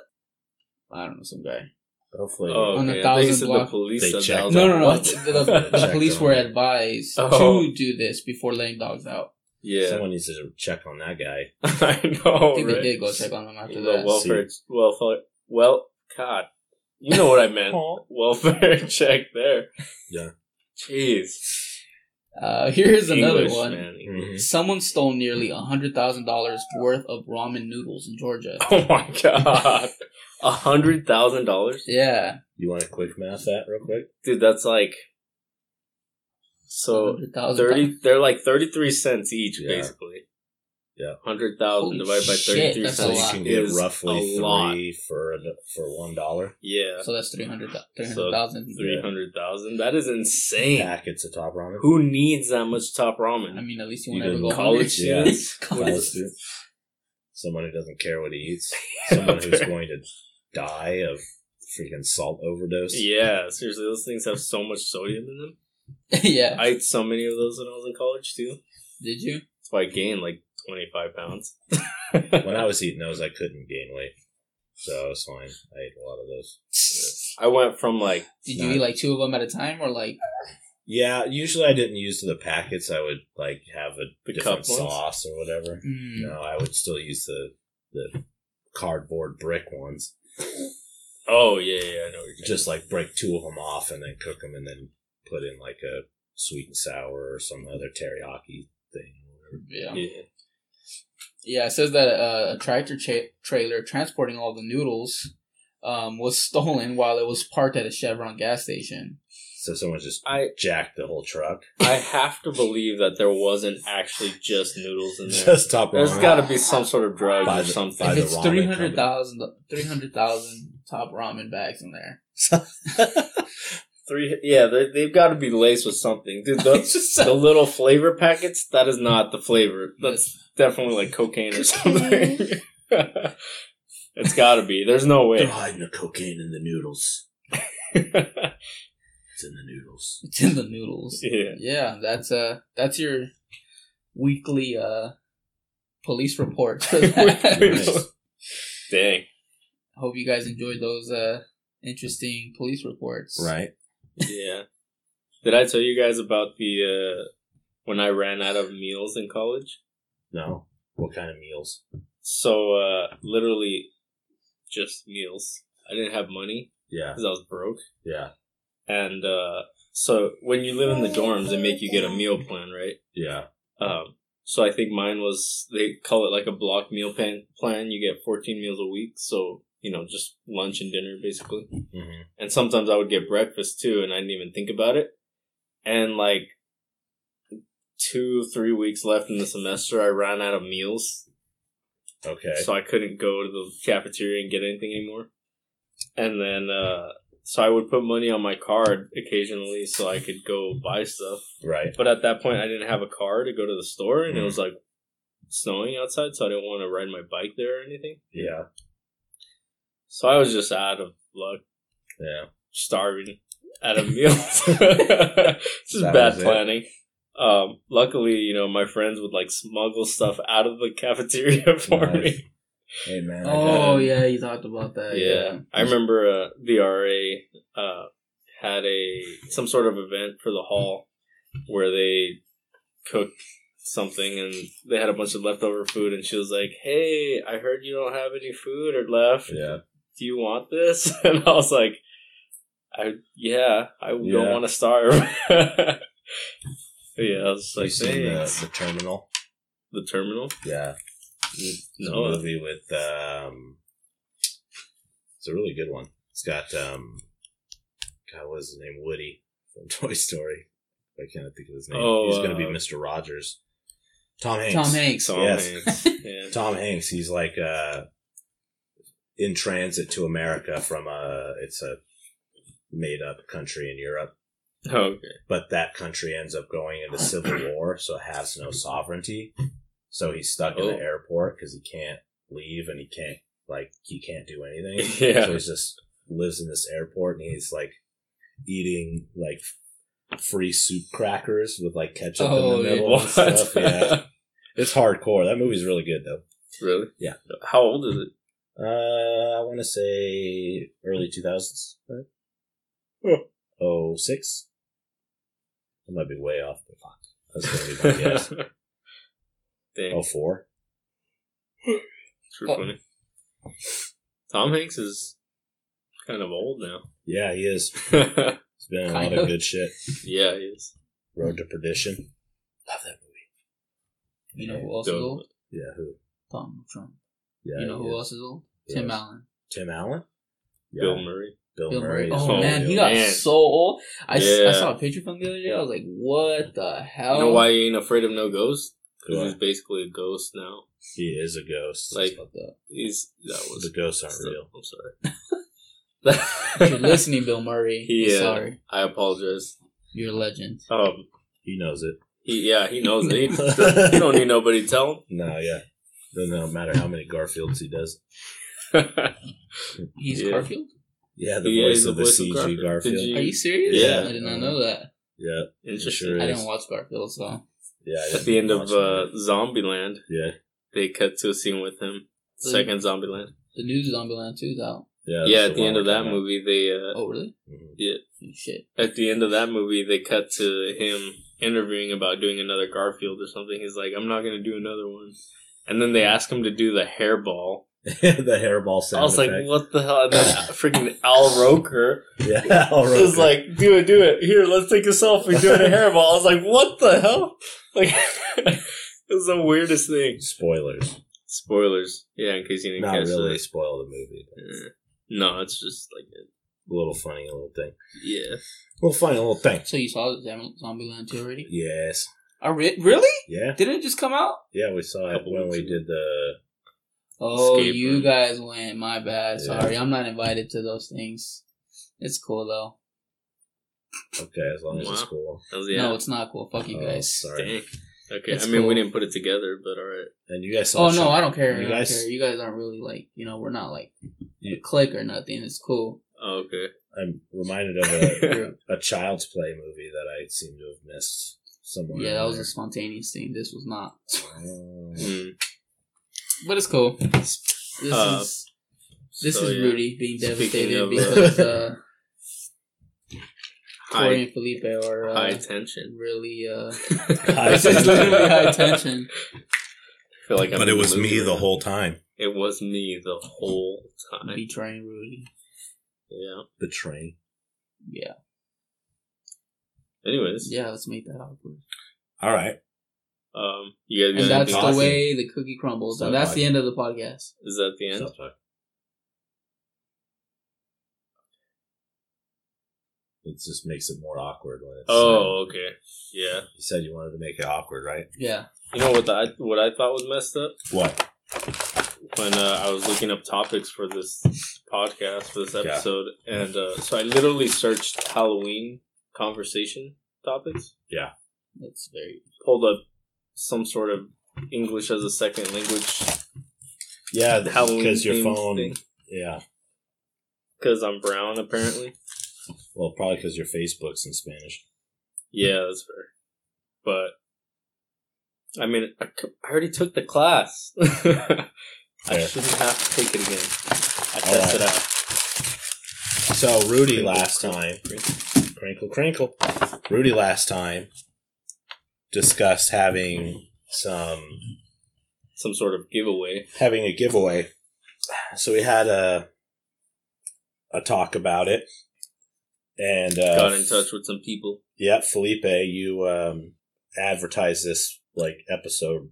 [SPEAKER 1] I don't know, some guy.
[SPEAKER 3] Hopefully.
[SPEAKER 2] Oh,
[SPEAKER 1] On a
[SPEAKER 2] okay. I thought you
[SPEAKER 1] thousand
[SPEAKER 2] said
[SPEAKER 1] block-
[SPEAKER 2] the police
[SPEAKER 3] They
[SPEAKER 2] said that.
[SPEAKER 3] checked.
[SPEAKER 2] I was
[SPEAKER 1] No,
[SPEAKER 2] like,
[SPEAKER 1] no, no.
[SPEAKER 2] "What?"
[SPEAKER 1] The, the- the police were advised
[SPEAKER 2] Oh.
[SPEAKER 1] to do this before letting dogs out.
[SPEAKER 2] yeah,
[SPEAKER 3] Someone needs to check on that guy.
[SPEAKER 2] I know.
[SPEAKER 1] I think
[SPEAKER 2] right?
[SPEAKER 1] they did go check on them after
[SPEAKER 2] the
[SPEAKER 1] that.
[SPEAKER 2] welfare, welfare, well, God, you know what I meant.
[SPEAKER 3] Aw.
[SPEAKER 2] welfare check there.
[SPEAKER 3] Yeah.
[SPEAKER 2] Jeez.
[SPEAKER 1] Uh, here's another
[SPEAKER 2] English,
[SPEAKER 1] one.
[SPEAKER 2] man.
[SPEAKER 3] Mhm.
[SPEAKER 1] Someone stole nearly $100,000 worth of ramen noodles in Georgia.
[SPEAKER 2] Oh my God. A hundred thousand dollars,
[SPEAKER 1] Yeah.
[SPEAKER 3] You want to quick math that real quick?
[SPEAKER 2] dude. That's like so
[SPEAKER 1] $100,000.
[SPEAKER 2] thirty. They're like thirty three cents each,
[SPEAKER 3] Yeah.
[SPEAKER 2] basically.
[SPEAKER 3] Yeah.
[SPEAKER 2] hundred thousand
[SPEAKER 1] Holy
[SPEAKER 2] divided by
[SPEAKER 1] shit,
[SPEAKER 2] thirty three
[SPEAKER 1] that's a
[SPEAKER 3] So you
[SPEAKER 2] cents
[SPEAKER 1] lot.
[SPEAKER 3] can get
[SPEAKER 2] is
[SPEAKER 3] roughly
[SPEAKER 2] a
[SPEAKER 3] three
[SPEAKER 2] lot.
[SPEAKER 3] for a, for one dollar
[SPEAKER 2] Yeah,
[SPEAKER 1] So that's 300000
[SPEAKER 2] So
[SPEAKER 1] 300000
[SPEAKER 2] three hundred thousand. That is insane.
[SPEAKER 3] packets of top ramen.
[SPEAKER 2] Who needs that much top
[SPEAKER 1] I
[SPEAKER 2] ramen?
[SPEAKER 1] mean, at least you
[SPEAKER 3] You
[SPEAKER 1] won't ever
[SPEAKER 3] didn't
[SPEAKER 1] go
[SPEAKER 2] College
[SPEAKER 1] hungry.
[SPEAKER 3] Yeah.
[SPEAKER 2] students.
[SPEAKER 1] College
[SPEAKER 3] Follows through. Someone who doesn't care what he eats. Someone who's going to die of freaking salt overdose.
[SPEAKER 2] Yeah, seriously, those things have so much sodium in them.
[SPEAKER 1] yeah.
[SPEAKER 2] I ate so many of those when I was in college too.
[SPEAKER 1] Did you?
[SPEAKER 2] That's why I gained like twenty five pounds.
[SPEAKER 3] When I was eating those, I couldn't gain weight, so I was fine. I ate a lot of those.
[SPEAKER 2] I went from like
[SPEAKER 1] Did you
[SPEAKER 3] No.
[SPEAKER 1] eat like two of them at a time or like?
[SPEAKER 3] Yeah, usually I didn't use the packets. I would like have a
[SPEAKER 2] The
[SPEAKER 3] different
[SPEAKER 2] cup ones?
[SPEAKER 3] sauce or whatever.
[SPEAKER 1] Mm.
[SPEAKER 3] No, I would still use the the cardboard brick ones.
[SPEAKER 2] oh yeah yeah I know what you're
[SPEAKER 3] Just like break two of them off and then cook them, and then put in like a sweet and sour or some other teriyaki thing. or whatever.
[SPEAKER 1] Yeah.
[SPEAKER 2] yeah.
[SPEAKER 1] Yeah, it says that uh, a tractor cha- trailer transporting all the noodles um, was stolen while it was parked at a Chevron gas station.
[SPEAKER 3] So someone just
[SPEAKER 2] I
[SPEAKER 3] jacked the whole truck.
[SPEAKER 2] I have to believe that there wasn't actually just noodles in there.
[SPEAKER 3] Just top
[SPEAKER 2] There's
[SPEAKER 3] ramen.
[SPEAKER 2] got to be some sort of drug
[SPEAKER 3] By
[SPEAKER 2] or
[SPEAKER 3] the-
[SPEAKER 2] something.
[SPEAKER 3] by
[SPEAKER 1] If it's
[SPEAKER 3] the ramen
[SPEAKER 1] 300,000 300,000 top ramen bags in there.
[SPEAKER 2] Three, yeah, they, they've got to be laced with something, dude.
[SPEAKER 1] It's
[SPEAKER 2] The,
[SPEAKER 1] just
[SPEAKER 2] the
[SPEAKER 1] so-
[SPEAKER 2] little flavor packets. That is not the flavor. That's definitely like cocaine or something. it's got to be. There's no
[SPEAKER 3] They're
[SPEAKER 2] way.
[SPEAKER 3] hiding the cocaine in the noodles. It's in the noodles.
[SPEAKER 1] It's in the noodles.
[SPEAKER 2] yeah.
[SPEAKER 1] Yeah, that's uh that's your weekly uh police report for that.
[SPEAKER 3] Nice.
[SPEAKER 2] Dang.
[SPEAKER 1] Hope you guys enjoyed those uh interesting police reports.
[SPEAKER 3] Right.
[SPEAKER 2] Yeah. Did I tell you guys about the uh, when I ran out of meals in college?
[SPEAKER 3] No. What kind of meals?
[SPEAKER 2] So uh, literally, just meals. I didn't have money
[SPEAKER 3] Yeah.
[SPEAKER 2] because I was broke.
[SPEAKER 3] Yeah.
[SPEAKER 2] And uh, so when you live in the dorms, they make you get a meal plan, right?
[SPEAKER 3] Yeah.
[SPEAKER 2] Um, so I think mine was they call it like a block meal plan. Plan you get fourteen meals a week, so you know just lunch and dinner basically.
[SPEAKER 3] hmm
[SPEAKER 2] And sometimes I would get breakfast too, and I didn't even think about it. And like two, three weeks left in the semester, I ran out of meals,
[SPEAKER 3] Okay.
[SPEAKER 2] so I couldn't go to the cafeteria and get anything anymore. And then, uh, so I would put money on my card occasionally so I could go buy stuff.
[SPEAKER 3] Right.
[SPEAKER 2] But at that point, I didn't have a car to go to the store, and it
[SPEAKER 3] Mm.
[SPEAKER 2] was like snowing outside, so I didn't want to ride my bike there or anything.
[SPEAKER 3] Yeah.
[SPEAKER 2] So I was just out of luck.
[SPEAKER 3] Yeah.
[SPEAKER 2] starving at a meal. it's just
[SPEAKER 3] That
[SPEAKER 2] bad
[SPEAKER 3] was it.
[SPEAKER 2] planning. Um, luckily, you know, my friends would like smuggle stuff out of the cafeteria for
[SPEAKER 3] Nice.
[SPEAKER 2] me.
[SPEAKER 3] Hey man. I
[SPEAKER 1] Oh
[SPEAKER 3] got it.
[SPEAKER 1] yeah, you talked about that.
[SPEAKER 2] Yeah. I remember uh, the RA uh, had a some sort of event for the hall where they cooked something and they had a bunch of leftover food and she was like, "Hey, I heard you don't have any food or left.
[SPEAKER 3] Yeah.
[SPEAKER 2] do you want this? And I was like, I yeah, I don't
[SPEAKER 3] Yeah.
[SPEAKER 2] want to starve. yeah, I was just
[SPEAKER 3] You
[SPEAKER 2] like,
[SPEAKER 3] seen the,
[SPEAKER 2] thanks.
[SPEAKER 3] the terminal?
[SPEAKER 2] The, terminal?
[SPEAKER 3] Yeah. It's a
[SPEAKER 2] No,
[SPEAKER 3] movie with um. It's a really good one. It's got um. God, what is his name? Woody from Toy Story. I can't think of his name.
[SPEAKER 2] Oh,
[SPEAKER 3] He's gonna be
[SPEAKER 2] uh,
[SPEAKER 3] Mr. Rogers. Tom Hanks.
[SPEAKER 1] Tom Hanks.
[SPEAKER 2] Tom
[SPEAKER 3] Yes.
[SPEAKER 2] Hanks. Yeah.
[SPEAKER 3] Tom Hanks. He's like uh, in transit to America from a it's a made up country in Europe,
[SPEAKER 2] Okay.
[SPEAKER 3] but that country ends up going into civil war, so it has no sovereignty. So he's stuck in
[SPEAKER 2] Oh.
[SPEAKER 3] the airport because he can't leave and he can't like he can't do anything.
[SPEAKER 2] Yeah.
[SPEAKER 3] So he's just lives in this airport and he's like eating like free soup crackers with like ketchup
[SPEAKER 1] Oh,
[SPEAKER 3] in the
[SPEAKER 1] yeah.
[SPEAKER 3] middle and
[SPEAKER 2] What?
[SPEAKER 3] stuff. Yeah, it's hardcore. That movie's really good though.
[SPEAKER 2] really?
[SPEAKER 3] Yeah.
[SPEAKER 2] How old is it?
[SPEAKER 3] Uh, I want to say early 2000s. right? Oh, six? I might be way off, but fuck. That's going to be my guess.
[SPEAKER 2] Dang.
[SPEAKER 3] Oh, four?
[SPEAKER 2] true funny. Tom Hanks is kind of old now.
[SPEAKER 3] Yeah, he is. He's been in a
[SPEAKER 1] Kind
[SPEAKER 3] lot of
[SPEAKER 1] of.
[SPEAKER 3] good shit.
[SPEAKER 2] yeah, he is.
[SPEAKER 3] Road to Perdition. Love that movie.
[SPEAKER 1] You know who else is
[SPEAKER 2] Don't-
[SPEAKER 1] old?
[SPEAKER 3] Yeah, who?
[SPEAKER 1] Donald Trump.
[SPEAKER 3] Yeah,
[SPEAKER 1] you know
[SPEAKER 3] he
[SPEAKER 1] who
[SPEAKER 3] is.
[SPEAKER 1] else is old?
[SPEAKER 3] Who
[SPEAKER 1] Tim
[SPEAKER 3] else?
[SPEAKER 1] Allen.
[SPEAKER 3] Tim Allen? Yeah,
[SPEAKER 2] Bill Murray.
[SPEAKER 3] Bill
[SPEAKER 1] Bill Murray.
[SPEAKER 3] Murray.
[SPEAKER 1] Oh,
[SPEAKER 2] old.
[SPEAKER 1] man, he
[SPEAKER 2] Yeah.
[SPEAKER 1] got
[SPEAKER 2] Man.
[SPEAKER 1] so old. I, s- I
[SPEAKER 2] Yeah.
[SPEAKER 1] saw a picture from the other day. I was like, what the hell?
[SPEAKER 2] You know why he ain't afraid of no ghost? Because
[SPEAKER 3] Why?
[SPEAKER 2] he's basically a ghost now.
[SPEAKER 3] He is a ghost.
[SPEAKER 2] Like,
[SPEAKER 1] Fucked up.
[SPEAKER 2] He's that was
[SPEAKER 3] the ghosts aren't
[SPEAKER 2] So-
[SPEAKER 3] real.
[SPEAKER 2] I'm
[SPEAKER 1] If you're
[SPEAKER 2] sorry.
[SPEAKER 1] listening, Bill Murray.
[SPEAKER 2] Yeah.
[SPEAKER 1] I'm sorry.
[SPEAKER 2] I apologize.
[SPEAKER 1] You're a legend.
[SPEAKER 2] Um,
[SPEAKER 3] He knows it.
[SPEAKER 2] he, yeah, he knows it. He, he don't need nobody to tell
[SPEAKER 3] No, yeah. Doesn't matter how many Garfields he does.
[SPEAKER 2] him.
[SPEAKER 1] He's
[SPEAKER 2] Yeah.
[SPEAKER 1] Garfield?
[SPEAKER 3] Yeah, the
[SPEAKER 2] Yeah,
[SPEAKER 3] voice
[SPEAKER 2] he's the
[SPEAKER 3] of the
[SPEAKER 2] voice of
[SPEAKER 3] CG
[SPEAKER 2] Garfield. Did
[SPEAKER 3] Garfield.
[SPEAKER 2] you-
[SPEAKER 1] Are you serious?
[SPEAKER 2] Yeah.
[SPEAKER 1] I did not know that.
[SPEAKER 3] Yeah,
[SPEAKER 2] Interesting.
[SPEAKER 3] sure
[SPEAKER 1] I
[SPEAKER 3] is.
[SPEAKER 1] didn't watch Garfield, so
[SPEAKER 3] yeah. I
[SPEAKER 2] At the end
[SPEAKER 3] didn't
[SPEAKER 2] of
[SPEAKER 3] watch
[SPEAKER 2] uh,
[SPEAKER 3] it.
[SPEAKER 2] Zombieland,
[SPEAKER 3] yeah,
[SPEAKER 2] they cut to a scene with him.
[SPEAKER 1] So-
[SPEAKER 2] Second Zombieland.
[SPEAKER 1] the new Zombieland 2 is out.
[SPEAKER 3] yeah,
[SPEAKER 2] yeah,
[SPEAKER 3] that's
[SPEAKER 2] at the
[SPEAKER 3] one
[SPEAKER 2] end
[SPEAKER 3] we're
[SPEAKER 2] of that
[SPEAKER 3] talking about.
[SPEAKER 2] movie, they uh,
[SPEAKER 1] Oh, really?
[SPEAKER 3] Mhm.
[SPEAKER 1] Oh, shit.
[SPEAKER 2] at the end of that movie, they cut to him interviewing about doing another Garfield or something. He's like, "I'm not gonna do another one," and then they ask him to do the hairball.
[SPEAKER 3] the hairball
[SPEAKER 2] I
[SPEAKER 3] sound
[SPEAKER 2] was like,
[SPEAKER 3] effect.
[SPEAKER 2] "What the hell?" And then freaking Al Roker
[SPEAKER 3] yeah, all right.
[SPEAKER 2] was like, "Do it, do it. Here, let's take a selfie doing a hairball." I was like, "What the hell?" Like, it was the weirdest thing.
[SPEAKER 3] spoilers.
[SPEAKER 2] Spoilers, yeah, in case you didn't
[SPEAKER 3] Not
[SPEAKER 2] catch
[SPEAKER 3] really
[SPEAKER 2] really.
[SPEAKER 3] spoil the movie. but
[SPEAKER 2] No, it's just like, a-
[SPEAKER 3] A little funny, a little thing.
[SPEAKER 2] yeah,
[SPEAKER 3] Well, funny, a little thing.
[SPEAKER 1] So you saw Zam- Zombieland 2 already?
[SPEAKER 3] Yes.
[SPEAKER 1] I re- really?
[SPEAKER 3] Yeah.
[SPEAKER 1] Didn't it just come out?
[SPEAKER 3] Yeah, we saw it
[SPEAKER 2] Couple
[SPEAKER 3] when
[SPEAKER 2] weeks
[SPEAKER 3] we
[SPEAKER 2] ago.
[SPEAKER 3] did the
[SPEAKER 1] Oh,
[SPEAKER 2] Escape
[SPEAKER 1] you
[SPEAKER 2] room.
[SPEAKER 1] guys went. My bad.
[SPEAKER 3] Yeah.
[SPEAKER 1] Sorry, I'm not invited to those things. It's cool though.
[SPEAKER 3] Okay, as long as it's
[SPEAKER 2] Wow.
[SPEAKER 3] cool.
[SPEAKER 2] that was, yeah.
[SPEAKER 1] No, it's not cool. Fuck you
[SPEAKER 3] Oh,
[SPEAKER 1] guys.
[SPEAKER 3] sorry.
[SPEAKER 2] Dang. Okay,
[SPEAKER 1] It's
[SPEAKER 2] I mean,
[SPEAKER 1] cool.
[SPEAKER 2] we didn't put it together, but all right.
[SPEAKER 3] And you guys saw.
[SPEAKER 1] Oh no, I don't care.
[SPEAKER 3] You
[SPEAKER 1] I don't
[SPEAKER 3] guys-
[SPEAKER 1] care. You guys aren't really like you know. We're not like
[SPEAKER 3] You-
[SPEAKER 1] a clique or nothing. It's cool.
[SPEAKER 2] Oh, okay.
[SPEAKER 3] I'm reminded of a,
[SPEAKER 1] We're-
[SPEAKER 3] a child's play movie that I seem to have missed somewhere.
[SPEAKER 1] yeah,
[SPEAKER 3] in
[SPEAKER 1] that was
[SPEAKER 3] there.
[SPEAKER 1] a spontaneous thing. This was not.
[SPEAKER 3] Oh.
[SPEAKER 2] Hmm.
[SPEAKER 1] But it's cool. This
[SPEAKER 2] Uh,
[SPEAKER 1] is this
[SPEAKER 2] So,
[SPEAKER 1] is
[SPEAKER 2] yeah.
[SPEAKER 1] Rudy being
[SPEAKER 2] Speaking
[SPEAKER 1] devastated
[SPEAKER 2] of, uh,
[SPEAKER 1] because uh, Corey
[SPEAKER 2] High,
[SPEAKER 1] and Felipe are uh,
[SPEAKER 2] high tension.
[SPEAKER 1] really uh,
[SPEAKER 3] High
[SPEAKER 1] this is literally high
[SPEAKER 2] I
[SPEAKER 1] tension.
[SPEAKER 2] feel like I'm
[SPEAKER 3] But it
[SPEAKER 2] in
[SPEAKER 3] was
[SPEAKER 2] the
[SPEAKER 3] me
[SPEAKER 2] movie.
[SPEAKER 3] the whole time
[SPEAKER 2] It was me the whole time.
[SPEAKER 1] Betraying Rudy.
[SPEAKER 2] Yeah.
[SPEAKER 3] betraying.
[SPEAKER 1] Yeah,
[SPEAKER 2] Anyways,
[SPEAKER 1] yeah. Let's make that awkward.
[SPEAKER 3] All right,
[SPEAKER 2] um, you guys.
[SPEAKER 1] And
[SPEAKER 2] got
[SPEAKER 1] that's
[SPEAKER 2] anything
[SPEAKER 1] the
[SPEAKER 3] awesome.
[SPEAKER 2] else?
[SPEAKER 1] way the cookie crumbles.
[SPEAKER 3] Stop
[SPEAKER 1] And that's the
[SPEAKER 3] talking.
[SPEAKER 1] end of the podcast.
[SPEAKER 2] Is that the end?
[SPEAKER 3] Stop talking. It just makes it more awkward when it's.
[SPEAKER 2] Oh, okay. Yeah.
[SPEAKER 3] you said you wanted to make it awkward, right?
[SPEAKER 1] Yeah.
[SPEAKER 2] You know what? The, I, what I thought was messed up
[SPEAKER 3] What?
[SPEAKER 2] when uh, I was looking up topics for this podcast for this
[SPEAKER 3] Yeah.
[SPEAKER 2] episode, and uh, so I literally searched Halloween conversation topics.
[SPEAKER 1] That's very
[SPEAKER 2] pulled up some sort of English as a second language
[SPEAKER 3] Yeah,
[SPEAKER 2] Halloween
[SPEAKER 3] because your
[SPEAKER 2] themed
[SPEAKER 3] phone.
[SPEAKER 2] thing.
[SPEAKER 3] Yeah,
[SPEAKER 2] because I'm brown apparently.
[SPEAKER 3] well, probably because your Facebook's in Spanish.
[SPEAKER 2] Yeah, that's fair. But I mean, I, c- I already took the class. I
[SPEAKER 3] Fair.
[SPEAKER 2] shouldn't have to take it again. I tested
[SPEAKER 3] All
[SPEAKER 2] out.
[SPEAKER 3] So Rudy
[SPEAKER 2] Crinkle,
[SPEAKER 3] last
[SPEAKER 2] crinkle,
[SPEAKER 3] time
[SPEAKER 2] crinkle.
[SPEAKER 3] Crinkle, crinkle. Rudy last time discussed having some
[SPEAKER 2] some sort of giveaway.
[SPEAKER 3] having a giveaway. So we had a a talk about it, and uh,
[SPEAKER 2] Got in touch with some people.
[SPEAKER 3] Yeah, Felipe, you um, advertised this like episode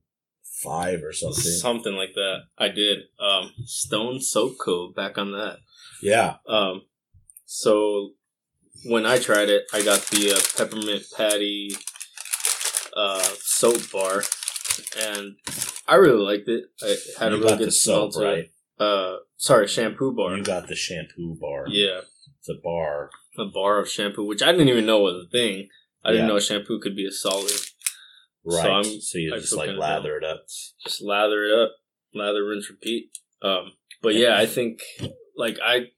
[SPEAKER 3] five or something.
[SPEAKER 2] Something like that. I did. Um, Stone Soap Co. Back on that.
[SPEAKER 3] yeah,
[SPEAKER 2] Um, so when I tried it, I got the uh, peppermint patty uh, soap bar, and I really liked it. I had a
[SPEAKER 3] you
[SPEAKER 2] really
[SPEAKER 3] got the
[SPEAKER 2] good smell
[SPEAKER 3] soap,
[SPEAKER 2] to
[SPEAKER 3] right?
[SPEAKER 2] it. Uh, sorry, shampoo bar.
[SPEAKER 3] You got the shampoo bar.
[SPEAKER 2] yeah,
[SPEAKER 3] the bar.
[SPEAKER 2] a bar of shampoo, which I didn't even know was a thing. I didn't
[SPEAKER 3] Yeah.
[SPEAKER 2] know shampoo could be a solid. So
[SPEAKER 3] Right. So,
[SPEAKER 2] I'm-
[SPEAKER 3] you
[SPEAKER 2] I
[SPEAKER 3] just
[SPEAKER 2] feel
[SPEAKER 3] like
[SPEAKER 2] kinda
[SPEAKER 3] lather it up.
[SPEAKER 2] just lather it up, lather, rinse, repeat. Um, but yeah, I think like I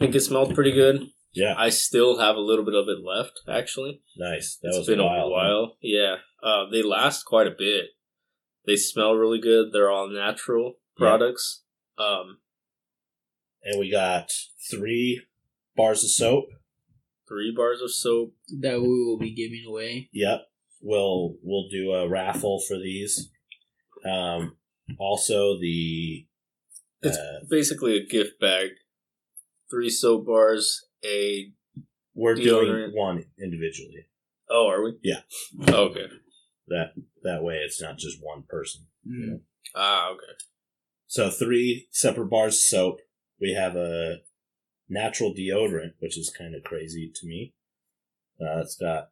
[SPEAKER 2] think it smelled pretty good.
[SPEAKER 3] Yeah,
[SPEAKER 2] I still have a little bit of it left, actually.
[SPEAKER 3] nice. That
[SPEAKER 2] It's
[SPEAKER 3] was
[SPEAKER 2] been
[SPEAKER 3] a while.
[SPEAKER 2] a while. Yeah, uh, they last quite a bit. They smell really good. They're all natural
[SPEAKER 3] Yeah.
[SPEAKER 2] products. Um,
[SPEAKER 3] And we got three bars of soap.
[SPEAKER 2] three bars of soap.
[SPEAKER 1] that we will be giving away.
[SPEAKER 3] Yep. We'll we'll do a raffle for these. Um, also the uh,
[SPEAKER 2] It's- Basically, a gift bag. Three soap bars. A
[SPEAKER 3] we're doing
[SPEAKER 2] deodorant.
[SPEAKER 3] one individually.
[SPEAKER 2] oh, are we?
[SPEAKER 3] Yeah.
[SPEAKER 2] okay.
[SPEAKER 3] That that way it's not just one person.
[SPEAKER 1] Mm.
[SPEAKER 2] Ah, okay.
[SPEAKER 3] So three separate bars of soap. We have a natural deodorant, which is kind of crazy to me. Uh, it's got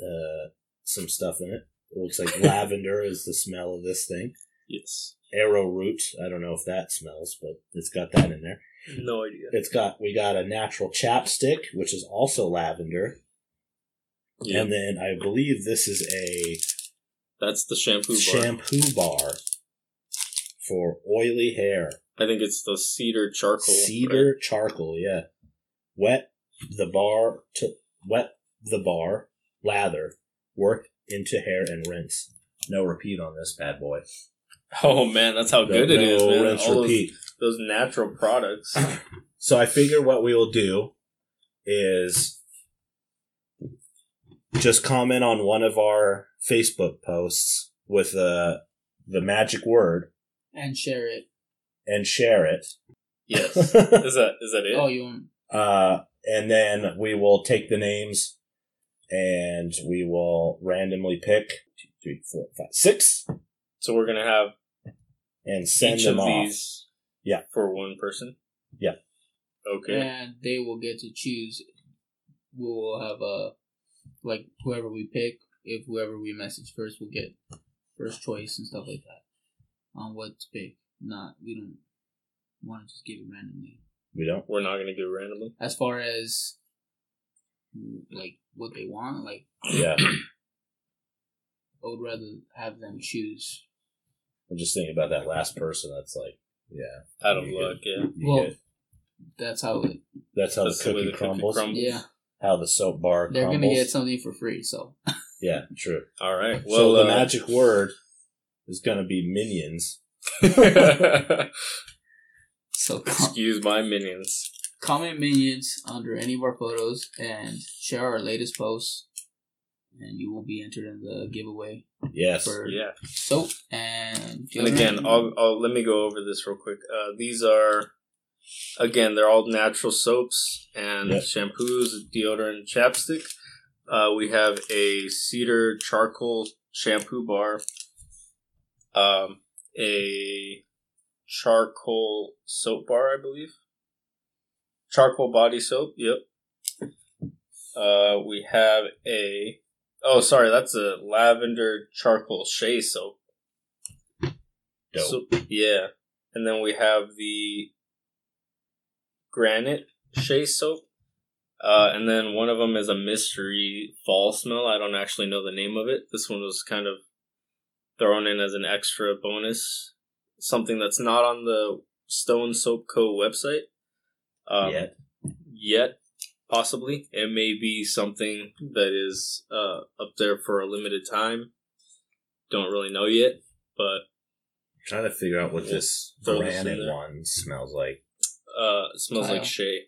[SPEAKER 3] uh, some stuff in it. It looks like lavender is the smell of this thing.
[SPEAKER 2] Yes.
[SPEAKER 3] Arrowroot. I don't know if that smells, but it's got that in there.
[SPEAKER 2] No idea.
[SPEAKER 3] It's got we got a natural chapstick, which is also lavender,
[SPEAKER 2] Yeah.
[SPEAKER 3] and then I believe this is a
[SPEAKER 2] That's the shampoo bar.
[SPEAKER 3] shampoo bar for oily hair.
[SPEAKER 2] I think it's the cedar charcoal.
[SPEAKER 3] Cedar charcoal, yeah. Wet the bar to wet the bar, lather, work into hair and rinse. No repeat on this bad boy.
[SPEAKER 2] right? Oh man, that's how good it
[SPEAKER 3] No
[SPEAKER 2] is, man.
[SPEAKER 3] rinse,
[SPEAKER 2] All those,
[SPEAKER 3] repeat.
[SPEAKER 2] those natural products.
[SPEAKER 3] So I figure what we will do is just comment on one of our Facebook posts with uh, the magic word
[SPEAKER 1] and share it.
[SPEAKER 3] and share it.
[SPEAKER 2] yes. Is that is that it?
[SPEAKER 1] Oh, you want
[SPEAKER 3] uh, and then we will take the names and we will randomly pick two, three, four, five, six
[SPEAKER 2] So we're gonna have
[SPEAKER 3] and send
[SPEAKER 2] each
[SPEAKER 3] them
[SPEAKER 2] of
[SPEAKER 3] off.
[SPEAKER 2] these
[SPEAKER 3] Yeah.
[SPEAKER 2] for one person.
[SPEAKER 3] Yeah.
[SPEAKER 2] Okay.
[SPEAKER 1] and they will get to choose. We will have a like whoever we pick. If whoever we message first will get first choice and stuff like that on what to pick. Not we don't want to just give it randomly.
[SPEAKER 3] We don't.
[SPEAKER 2] We're not gonna do it randomly.
[SPEAKER 1] As far as mm, like what they want, like
[SPEAKER 3] Yeah.
[SPEAKER 1] I would rather have them choose.
[SPEAKER 3] I'm just thinking about that last person. That's like, yeah.
[SPEAKER 2] Out of
[SPEAKER 3] You
[SPEAKER 2] luck, yeah.
[SPEAKER 3] you
[SPEAKER 1] Well,
[SPEAKER 3] get-
[SPEAKER 1] that's how it.
[SPEAKER 3] that's how
[SPEAKER 2] that's
[SPEAKER 3] the
[SPEAKER 2] the way
[SPEAKER 3] cookie
[SPEAKER 2] the cookie
[SPEAKER 3] crumbles.
[SPEAKER 2] crumbles.
[SPEAKER 1] Yeah,
[SPEAKER 3] How the soap bar
[SPEAKER 1] they're
[SPEAKER 3] crumbles.
[SPEAKER 1] gonna get something for free. So
[SPEAKER 3] yeah, true.
[SPEAKER 2] All right.
[SPEAKER 3] so
[SPEAKER 2] Well
[SPEAKER 3] the
[SPEAKER 2] uh,
[SPEAKER 3] magic word is gonna be minions.
[SPEAKER 1] so com-
[SPEAKER 2] uh, Excuse my minions.
[SPEAKER 1] comment minions under any of our photos and share our latest posts, and you will be entered in the giveaway
[SPEAKER 3] Yes.
[SPEAKER 1] for
[SPEAKER 2] Yeah.
[SPEAKER 1] soap and.
[SPEAKER 2] And again, I'll, I'll let me go over this real quick. Uh, these are, again, they're all natural soaps and
[SPEAKER 3] Yep.
[SPEAKER 2] shampoos, deodorant, chapstick. Uh, we have a cedar charcoal shampoo bar, um, a charcoal soap bar, I believe. Charcoal body soap. Yep. Uh, we have a. Oh, sorry, that's a lavender charcoal shea soap.
[SPEAKER 3] Dope.
[SPEAKER 2] So, yeah. And then we have the granite shea soap. Uh, and then one of them is a mystery fall smell. I don't actually know the name of it. This one was kind of thrown in as an extra bonus, something that's not on the Stone Soap Co. website um,
[SPEAKER 3] Yet.
[SPEAKER 2] Yet, possibly it may be something that is uh, up there for a limited time. Don't really know yet, but
[SPEAKER 3] trying to figure out what this
[SPEAKER 2] Throw this in
[SPEAKER 3] granite
[SPEAKER 2] there.
[SPEAKER 3] one smells like.
[SPEAKER 2] Uh, it smells
[SPEAKER 1] Kyle.
[SPEAKER 2] like shea.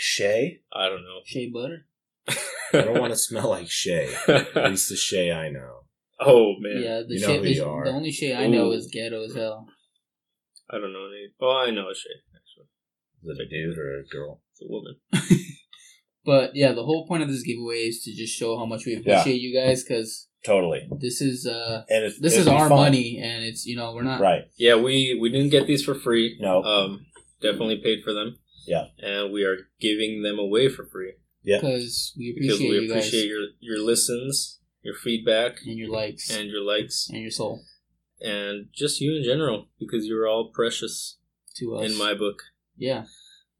[SPEAKER 3] Shay?
[SPEAKER 2] I don't know.
[SPEAKER 1] Shea butter.
[SPEAKER 3] I don't want to smell like Shay. At least the Shay I know.
[SPEAKER 2] oh man,
[SPEAKER 1] Yeah, the
[SPEAKER 3] You know
[SPEAKER 1] shea,
[SPEAKER 3] who
[SPEAKER 1] the,
[SPEAKER 3] you are.
[SPEAKER 1] the only shea I know
[SPEAKER 2] Ooh.
[SPEAKER 1] is ghetto as hell.
[SPEAKER 2] I don't know any. Well, I know a shea. Actually,
[SPEAKER 3] Is it a dude or a girl?
[SPEAKER 2] it's a woman.
[SPEAKER 1] But yeah, the whole point of this giveaway is to just show how much we appreciate you guys because
[SPEAKER 3] Totally.
[SPEAKER 1] this is uh
[SPEAKER 3] And if,
[SPEAKER 1] this
[SPEAKER 3] it'd
[SPEAKER 1] is
[SPEAKER 3] be
[SPEAKER 1] our
[SPEAKER 3] fun.
[SPEAKER 1] money and it's you know we're not
[SPEAKER 3] Right.
[SPEAKER 2] Yeah, we we didn't get these for free.
[SPEAKER 3] No.
[SPEAKER 2] Um, definitely paid for them.
[SPEAKER 3] Yeah.
[SPEAKER 2] and we are giving them away for free
[SPEAKER 1] because we
[SPEAKER 2] because
[SPEAKER 1] appreciate
[SPEAKER 2] we
[SPEAKER 1] you guys
[SPEAKER 2] appreciate your your listens, your feedback,
[SPEAKER 1] and your likes and,
[SPEAKER 2] and your likes,
[SPEAKER 1] your soul
[SPEAKER 2] and just you in general because you're all precious
[SPEAKER 1] to us.
[SPEAKER 2] in my book.
[SPEAKER 1] yeah,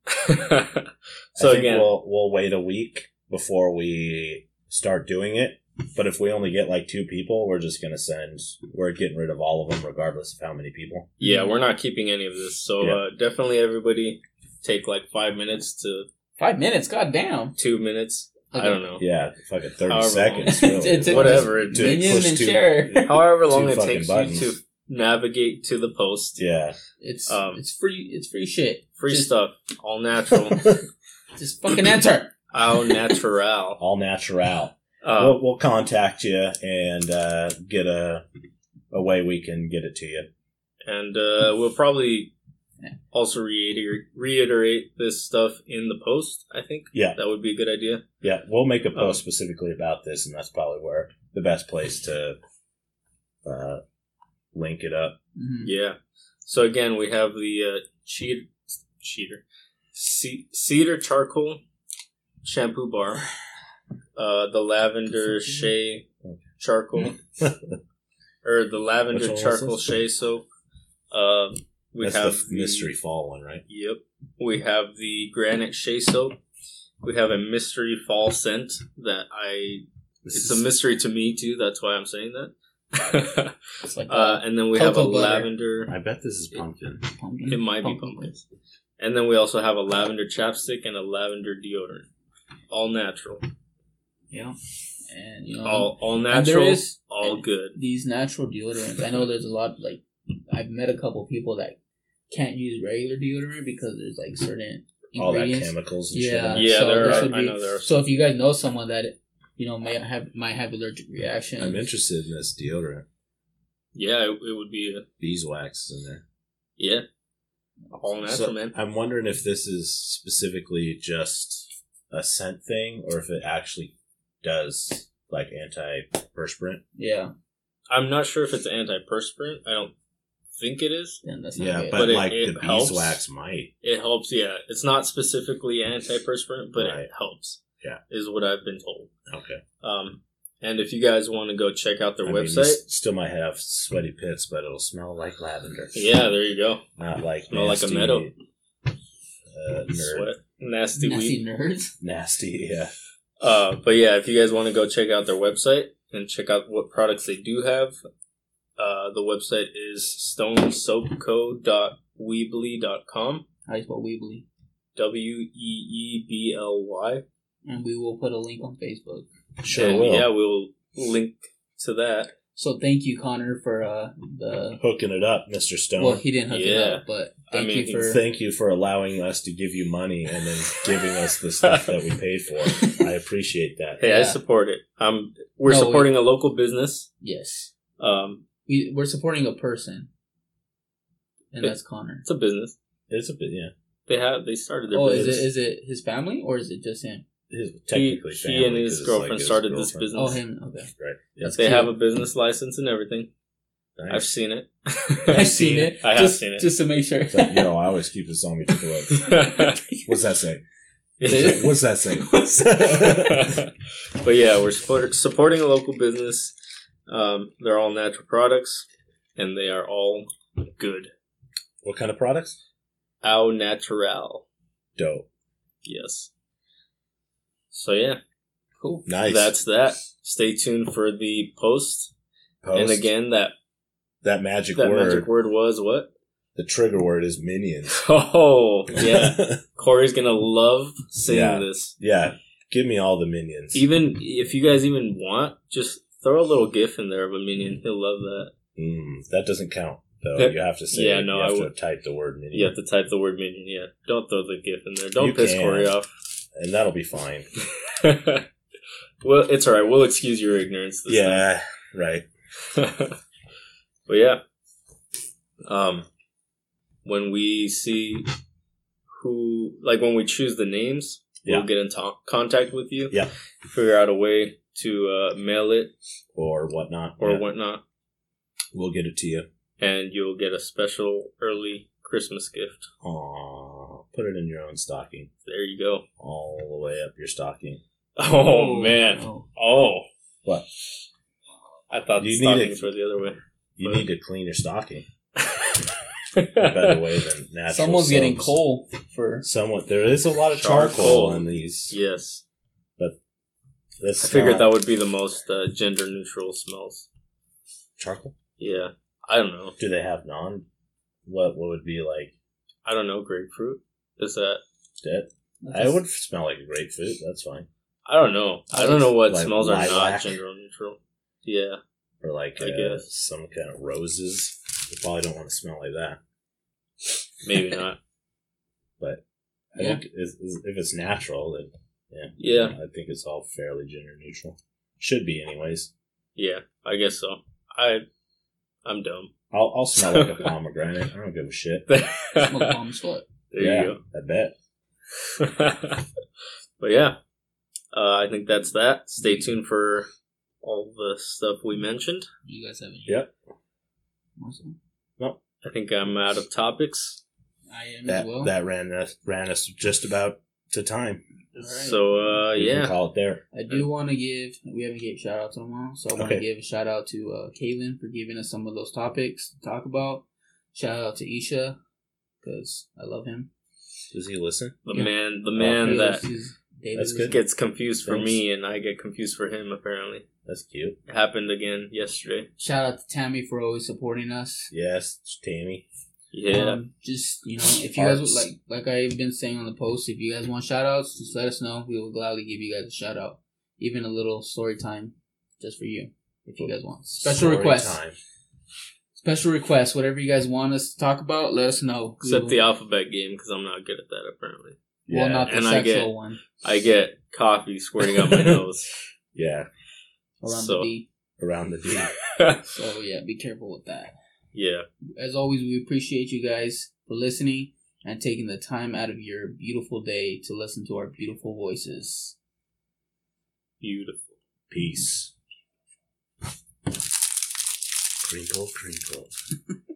[SPEAKER 2] so
[SPEAKER 3] I think
[SPEAKER 2] again,
[SPEAKER 3] we'll, we'll wait a week before we start doing it. But if we only get like two people, we're just going to send, we're getting rid of all of them, regardless of how many people.
[SPEAKER 2] yeah, we're not keeping any of this. So
[SPEAKER 3] Yeah.
[SPEAKER 2] uh, definitely, everybody take like five minutes to
[SPEAKER 1] five minutes. God damn.
[SPEAKER 2] two minutes. I don't know.
[SPEAKER 3] Yeah, fucking 30
[SPEAKER 2] However
[SPEAKER 3] seconds,
[SPEAKER 1] long.
[SPEAKER 3] really.
[SPEAKER 1] It's- it's-
[SPEAKER 2] Whatever it
[SPEAKER 1] Just
[SPEAKER 3] To
[SPEAKER 2] takes.
[SPEAKER 1] minion
[SPEAKER 3] push
[SPEAKER 1] and
[SPEAKER 3] two-
[SPEAKER 1] share.
[SPEAKER 2] However
[SPEAKER 3] two
[SPEAKER 2] long it
[SPEAKER 3] fucking
[SPEAKER 2] takes
[SPEAKER 3] buttons.
[SPEAKER 2] you to navigate to the post.
[SPEAKER 3] Yeah.
[SPEAKER 1] It's
[SPEAKER 2] Um,
[SPEAKER 1] it's free. It's free shit.
[SPEAKER 2] Free
[SPEAKER 1] Just-
[SPEAKER 2] stuff, all natural,
[SPEAKER 1] Just fucking enter.
[SPEAKER 2] au natural.
[SPEAKER 3] all natural.
[SPEAKER 2] Uh,
[SPEAKER 3] we'll, we'll contact you and uh, get a a way we can get it to you.
[SPEAKER 2] and uh, we'll probably also reiterate, reiterate this stuff in the post. I think
[SPEAKER 3] Yeah.
[SPEAKER 2] that would be a good idea.
[SPEAKER 3] Yeah, we'll make a post
[SPEAKER 2] Oh.
[SPEAKER 3] specifically about this, and that's probably where the best place to uh, link it up.
[SPEAKER 1] Mhm.
[SPEAKER 2] Yeah. So again, we have the uh, cheat, cheater, Ce- cedar charcoal shampoo bar, uh, the lavender shea charcoal, or the
[SPEAKER 3] Which
[SPEAKER 2] lavender
[SPEAKER 3] one was
[SPEAKER 2] charcoal
[SPEAKER 3] this?
[SPEAKER 2] shea soap. Um, we
[SPEAKER 3] that's
[SPEAKER 2] have
[SPEAKER 3] the, mystery fall one, right?
[SPEAKER 2] Yep. We have the granite shea soap. We have a mystery fall scent that I.
[SPEAKER 3] This
[SPEAKER 2] It's
[SPEAKER 3] is-
[SPEAKER 2] a mystery to me too. That's why I'm saying that. uh,
[SPEAKER 1] It's like
[SPEAKER 2] and then we have a
[SPEAKER 1] Cocoa butter.
[SPEAKER 2] lavender.
[SPEAKER 3] I bet this is pumpkin.
[SPEAKER 1] pumpkin.
[SPEAKER 2] It might be pumpkin. And then we also have a lavender chapstick and a lavender deodorant, all natural,
[SPEAKER 1] Yeah. And
[SPEAKER 3] Um,
[SPEAKER 1] you know,
[SPEAKER 2] all all
[SPEAKER 1] and there
[SPEAKER 2] natural,
[SPEAKER 1] is
[SPEAKER 2] all good.
[SPEAKER 1] these natural deodorants. I know there's a lot like I've met a couple people that can't use regular deodorant because there's like certain
[SPEAKER 3] All that
[SPEAKER 1] ingredients.
[SPEAKER 3] chemicals and
[SPEAKER 1] yeah,
[SPEAKER 3] shit.
[SPEAKER 2] Yeah,
[SPEAKER 1] so
[SPEAKER 2] there
[SPEAKER 1] this
[SPEAKER 2] are-
[SPEAKER 1] would
[SPEAKER 2] I
[SPEAKER 1] be-
[SPEAKER 2] know there are-
[SPEAKER 1] So if you guys know someone that you know may have might have allergic reaction,
[SPEAKER 3] I'm interested in this deodorant.
[SPEAKER 2] Yeah, it, it would be a,
[SPEAKER 3] Beeswax is in there.
[SPEAKER 2] yeah, all natural,
[SPEAKER 3] So,
[SPEAKER 2] man.
[SPEAKER 3] I'm wondering if this is specifically just a scent thing or if it actually does like antiperspirant.
[SPEAKER 1] Yeah,
[SPEAKER 2] I'm not sure if it's antiperspirant. I don't think it is.
[SPEAKER 1] then that's not
[SPEAKER 3] Yeah,
[SPEAKER 1] good.
[SPEAKER 3] but,
[SPEAKER 2] But it-
[SPEAKER 3] like
[SPEAKER 2] it
[SPEAKER 3] the
[SPEAKER 2] helps.
[SPEAKER 3] beeswax might.
[SPEAKER 2] It helps. Yeah, it's not specifically antiperspirant, but
[SPEAKER 3] Right.
[SPEAKER 2] it helps.
[SPEAKER 3] Yeah.
[SPEAKER 2] is what I've been told.
[SPEAKER 3] Okay.
[SPEAKER 2] Um, and if you guys want to go check out their
[SPEAKER 3] I mean, you
[SPEAKER 2] website,
[SPEAKER 3] s- still might have sweaty pits, but it'll smell like lavender.
[SPEAKER 2] yeah, there you go.
[SPEAKER 3] Not like
[SPEAKER 2] Smell like a
[SPEAKER 3] nasty,
[SPEAKER 2] meadow.
[SPEAKER 3] Uh, nerd.
[SPEAKER 2] Sweat, nasty,
[SPEAKER 1] nasty
[SPEAKER 2] weed.
[SPEAKER 1] nerds.
[SPEAKER 3] Nasty, yeah.
[SPEAKER 2] Uh, but yeah, if you guys want to go check out their website and check out what products they do have, uh, the website is stonesoapco.weebly.com.
[SPEAKER 1] How you spell Weebly?
[SPEAKER 2] W E E B L Y.
[SPEAKER 1] And we will put a link on Facebook.
[SPEAKER 3] Sure
[SPEAKER 2] And,
[SPEAKER 3] will.
[SPEAKER 2] Yeah, we'll link to that.
[SPEAKER 1] So thank you, Connor, for uh, the.
[SPEAKER 3] Hooking it up, Mr. Stone.
[SPEAKER 1] Well, he didn't hook it
[SPEAKER 2] Yeah.
[SPEAKER 1] up, but
[SPEAKER 2] I
[SPEAKER 1] thank
[SPEAKER 2] mean,
[SPEAKER 1] you for.
[SPEAKER 3] Thank you for allowing us to give you money and then giving us the stuff that we paid for. I appreciate that.
[SPEAKER 2] Hey, I
[SPEAKER 1] Yeah. Oh,
[SPEAKER 2] support it. Um, we're
[SPEAKER 1] No, we-
[SPEAKER 2] supporting a local business.
[SPEAKER 1] yes,
[SPEAKER 2] Um,
[SPEAKER 1] we, we're supporting a person, and that's Connor.
[SPEAKER 2] it's a business.
[SPEAKER 3] It's a bit, yeah.
[SPEAKER 2] They have they started their
[SPEAKER 1] Oh, is
[SPEAKER 2] business.
[SPEAKER 1] it is it his family or is it just him?
[SPEAKER 3] His,
[SPEAKER 2] he,
[SPEAKER 3] technically,
[SPEAKER 2] he
[SPEAKER 3] family,
[SPEAKER 2] and
[SPEAKER 3] 'cause
[SPEAKER 2] his
[SPEAKER 3] it's
[SPEAKER 2] girlfriend
[SPEAKER 3] like his
[SPEAKER 2] started this
[SPEAKER 3] girlfriend.
[SPEAKER 2] business.
[SPEAKER 1] Oh, him. Okay,
[SPEAKER 3] Right. Yeah.
[SPEAKER 2] They
[SPEAKER 1] cute.
[SPEAKER 2] have a business license and everything.
[SPEAKER 3] Nice.
[SPEAKER 2] I've seen it.
[SPEAKER 1] I've seen it.
[SPEAKER 2] I have
[SPEAKER 1] just,
[SPEAKER 2] seen it.
[SPEAKER 1] Just to make sure.
[SPEAKER 3] It's like, yo, I always keep this on me to the left. What's that say? What's that say?
[SPEAKER 2] but yeah, we're support- supporting a local business. Um, they're all natural products, and they are all good.
[SPEAKER 3] What kind of products?
[SPEAKER 2] Au natural.
[SPEAKER 3] Dope.
[SPEAKER 2] Yes. So yeah,
[SPEAKER 1] cool.
[SPEAKER 3] Nice.
[SPEAKER 2] that's that. Stay tuned for the post.
[SPEAKER 3] Post.
[SPEAKER 2] And again, that
[SPEAKER 3] that magic
[SPEAKER 2] that
[SPEAKER 3] word.
[SPEAKER 2] magic word was what?
[SPEAKER 3] The trigger word is minions.
[SPEAKER 2] Oh yeah, Corey's gonna love seeing
[SPEAKER 3] Yeah.
[SPEAKER 2] this.
[SPEAKER 3] yeah. Give me all the minions.
[SPEAKER 2] Even if you guys even want, just throw a little GIF in there of a minion. He'll love that.
[SPEAKER 3] Mm, that doesn't count, though.
[SPEAKER 2] That-
[SPEAKER 3] you have to say.
[SPEAKER 2] Yeah,
[SPEAKER 3] you
[SPEAKER 2] no,
[SPEAKER 3] have
[SPEAKER 2] I
[SPEAKER 3] to
[SPEAKER 2] would-
[SPEAKER 3] type the word minion,
[SPEAKER 2] You have to type the word minion. Yeah, don't throw the GIF in there. Don't
[SPEAKER 3] You
[SPEAKER 2] piss
[SPEAKER 3] can.
[SPEAKER 2] Corey off.
[SPEAKER 3] and that'll be fine.
[SPEAKER 2] well, it's all right. We'll excuse your ignorance. This
[SPEAKER 3] yeah. Right.
[SPEAKER 2] time. but yeah, um, when we see who, like when we choose the names,
[SPEAKER 3] Yeah.
[SPEAKER 2] we'll get in to- contact with you.
[SPEAKER 3] Yeah.
[SPEAKER 2] figure out a way to uh, mail it
[SPEAKER 3] or whatnot.
[SPEAKER 2] or
[SPEAKER 3] Yeah.
[SPEAKER 2] whatnot.
[SPEAKER 3] We'll get it to you.
[SPEAKER 2] and you'll get a special early Christmas gift.
[SPEAKER 3] Aw, put it in your own stocking,
[SPEAKER 2] There you go.
[SPEAKER 3] all the way up your stocking.
[SPEAKER 2] Oh man.
[SPEAKER 1] Oh.
[SPEAKER 2] Oh.
[SPEAKER 3] What?
[SPEAKER 2] I thought the
[SPEAKER 3] You need
[SPEAKER 2] stockings
[SPEAKER 3] it.
[SPEAKER 2] were the other way.
[SPEAKER 3] You
[SPEAKER 2] Right.
[SPEAKER 3] need to clean your stocking. Better way than natural.
[SPEAKER 1] Someone's getting
[SPEAKER 3] soaps.
[SPEAKER 1] coal for.
[SPEAKER 3] Someone, there is a lot of
[SPEAKER 2] Charcoal.
[SPEAKER 3] charcoal in these.
[SPEAKER 2] yes.
[SPEAKER 3] That's
[SPEAKER 2] I figured
[SPEAKER 3] not-
[SPEAKER 2] that would be the most uh, gender neutral smells.
[SPEAKER 3] charcoal.
[SPEAKER 2] Yeah. I don't know.
[SPEAKER 3] Do they have non? What what would be like
[SPEAKER 2] I don't know. Grapefruit? Is that?
[SPEAKER 3] dead? I would smell like grapefruit. That's fine.
[SPEAKER 2] I don't know. I don't know what
[SPEAKER 3] Like
[SPEAKER 2] smells are not
[SPEAKER 3] lilac?
[SPEAKER 2] gender neutral. Yeah.
[SPEAKER 3] Or like
[SPEAKER 2] I
[SPEAKER 3] uh,
[SPEAKER 2] guess.
[SPEAKER 3] some kind of roses. You probably don't want to smell like that.
[SPEAKER 2] Maybe not.
[SPEAKER 3] I
[SPEAKER 1] Yeah.
[SPEAKER 3] think is, is, if it's natural, then yeah,
[SPEAKER 2] Yeah.
[SPEAKER 3] I think it's all fairly gender neutral. Should be, anyways.
[SPEAKER 2] Yeah. I guess so. I. I'm dumb.
[SPEAKER 3] I'll, I'll smell like a pomegranate. I don't give a shit.
[SPEAKER 2] there
[SPEAKER 1] Smoke bomb sweat.
[SPEAKER 3] yeah,
[SPEAKER 2] you go.
[SPEAKER 3] I bet.
[SPEAKER 2] but yeah, uh, I think that's that. Stay tuned for all the stuff we mentioned.
[SPEAKER 1] Do you guys have any?
[SPEAKER 3] Yep.
[SPEAKER 1] Awesome.
[SPEAKER 2] I think I'm out of topics.
[SPEAKER 1] I am as
[SPEAKER 3] That
[SPEAKER 1] well.
[SPEAKER 3] that ran us ran us just about to time.
[SPEAKER 1] All right.
[SPEAKER 2] So uh,
[SPEAKER 3] We can
[SPEAKER 2] yeah,
[SPEAKER 3] call it there.
[SPEAKER 1] I do want to give. We haven't gave shout outs in a while, so I want to
[SPEAKER 3] Okay.
[SPEAKER 1] give a shout out to uh, Kaylin for giving us some of those topics to talk about. Shout out to Isha because I love him.
[SPEAKER 3] Does he listen?
[SPEAKER 2] the
[SPEAKER 1] Yeah.
[SPEAKER 2] man, the man
[SPEAKER 1] He
[SPEAKER 2] that
[SPEAKER 1] listens- David
[SPEAKER 3] That's
[SPEAKER 1] listens.
[SPEAKER 3] good.
[SPEAKER 2] gets confused for
[SPEAKER 3] Thanks.
[SPEAKER 2] me, and I get confused for him. Apparently,
[SPEAKER 3] That's cute.
[SPEAKER 2] Happened again yesterday.
[SPEAKER 1] Shout out to Tammy for always supporting us.
[SPEAKER 3] Yes, it's Tammy.
[SPEAKER 2] Yeah.
[SPEAKER 1] Um, just you know, if you guys would
[SPEAKER 3] Hearts.
[SPEAKER 1] like, like I've been saying on the post, if you guys want shout outs, just let us know. We will gladly give you guys a shout out, even a little story time, just for you, if you guys want. Special
[SPEAKER 3] Story
[SPEAKER 1] requests,
[SPEAKER 3] time.
[SPEAKER 1] special requests, whatever you guys want us to talk about, let us know. We
[SPEAKER 2] Except
[SPEAKER 1] will-
[SPEAKER 2] the alphabet game because I'm not good at that apparently.
[SPEAKER 1] well,
[SPEAKER 3] Yeah.
[SPEAKER 1] not the
[SPEAKER 2] and I
[SPEAKER 1] sexual
[SPEAKER 2] get-
[SPEAKER 1] one
[SPEAKER 2] I get coffee squirting out my nose.
[SPEAKER 3] yeah.
[SPEAKER 1] around
[SPEAKER 2] So-
[SPEAKER 1] the D.
[SPEAKER 3] Around the D.
[SPEAKER 1] So yeah, be careful with that.
[SPEAKER 2] yeah.
[SPEAKER 1] as always, we appreciate you guys for listening and taking the time out of your beautiful day to listen to our beautiful voices.
[SPEAKER 2] Beautiful.
[SPEAKER 3] Peace. Crinkle, crinkle.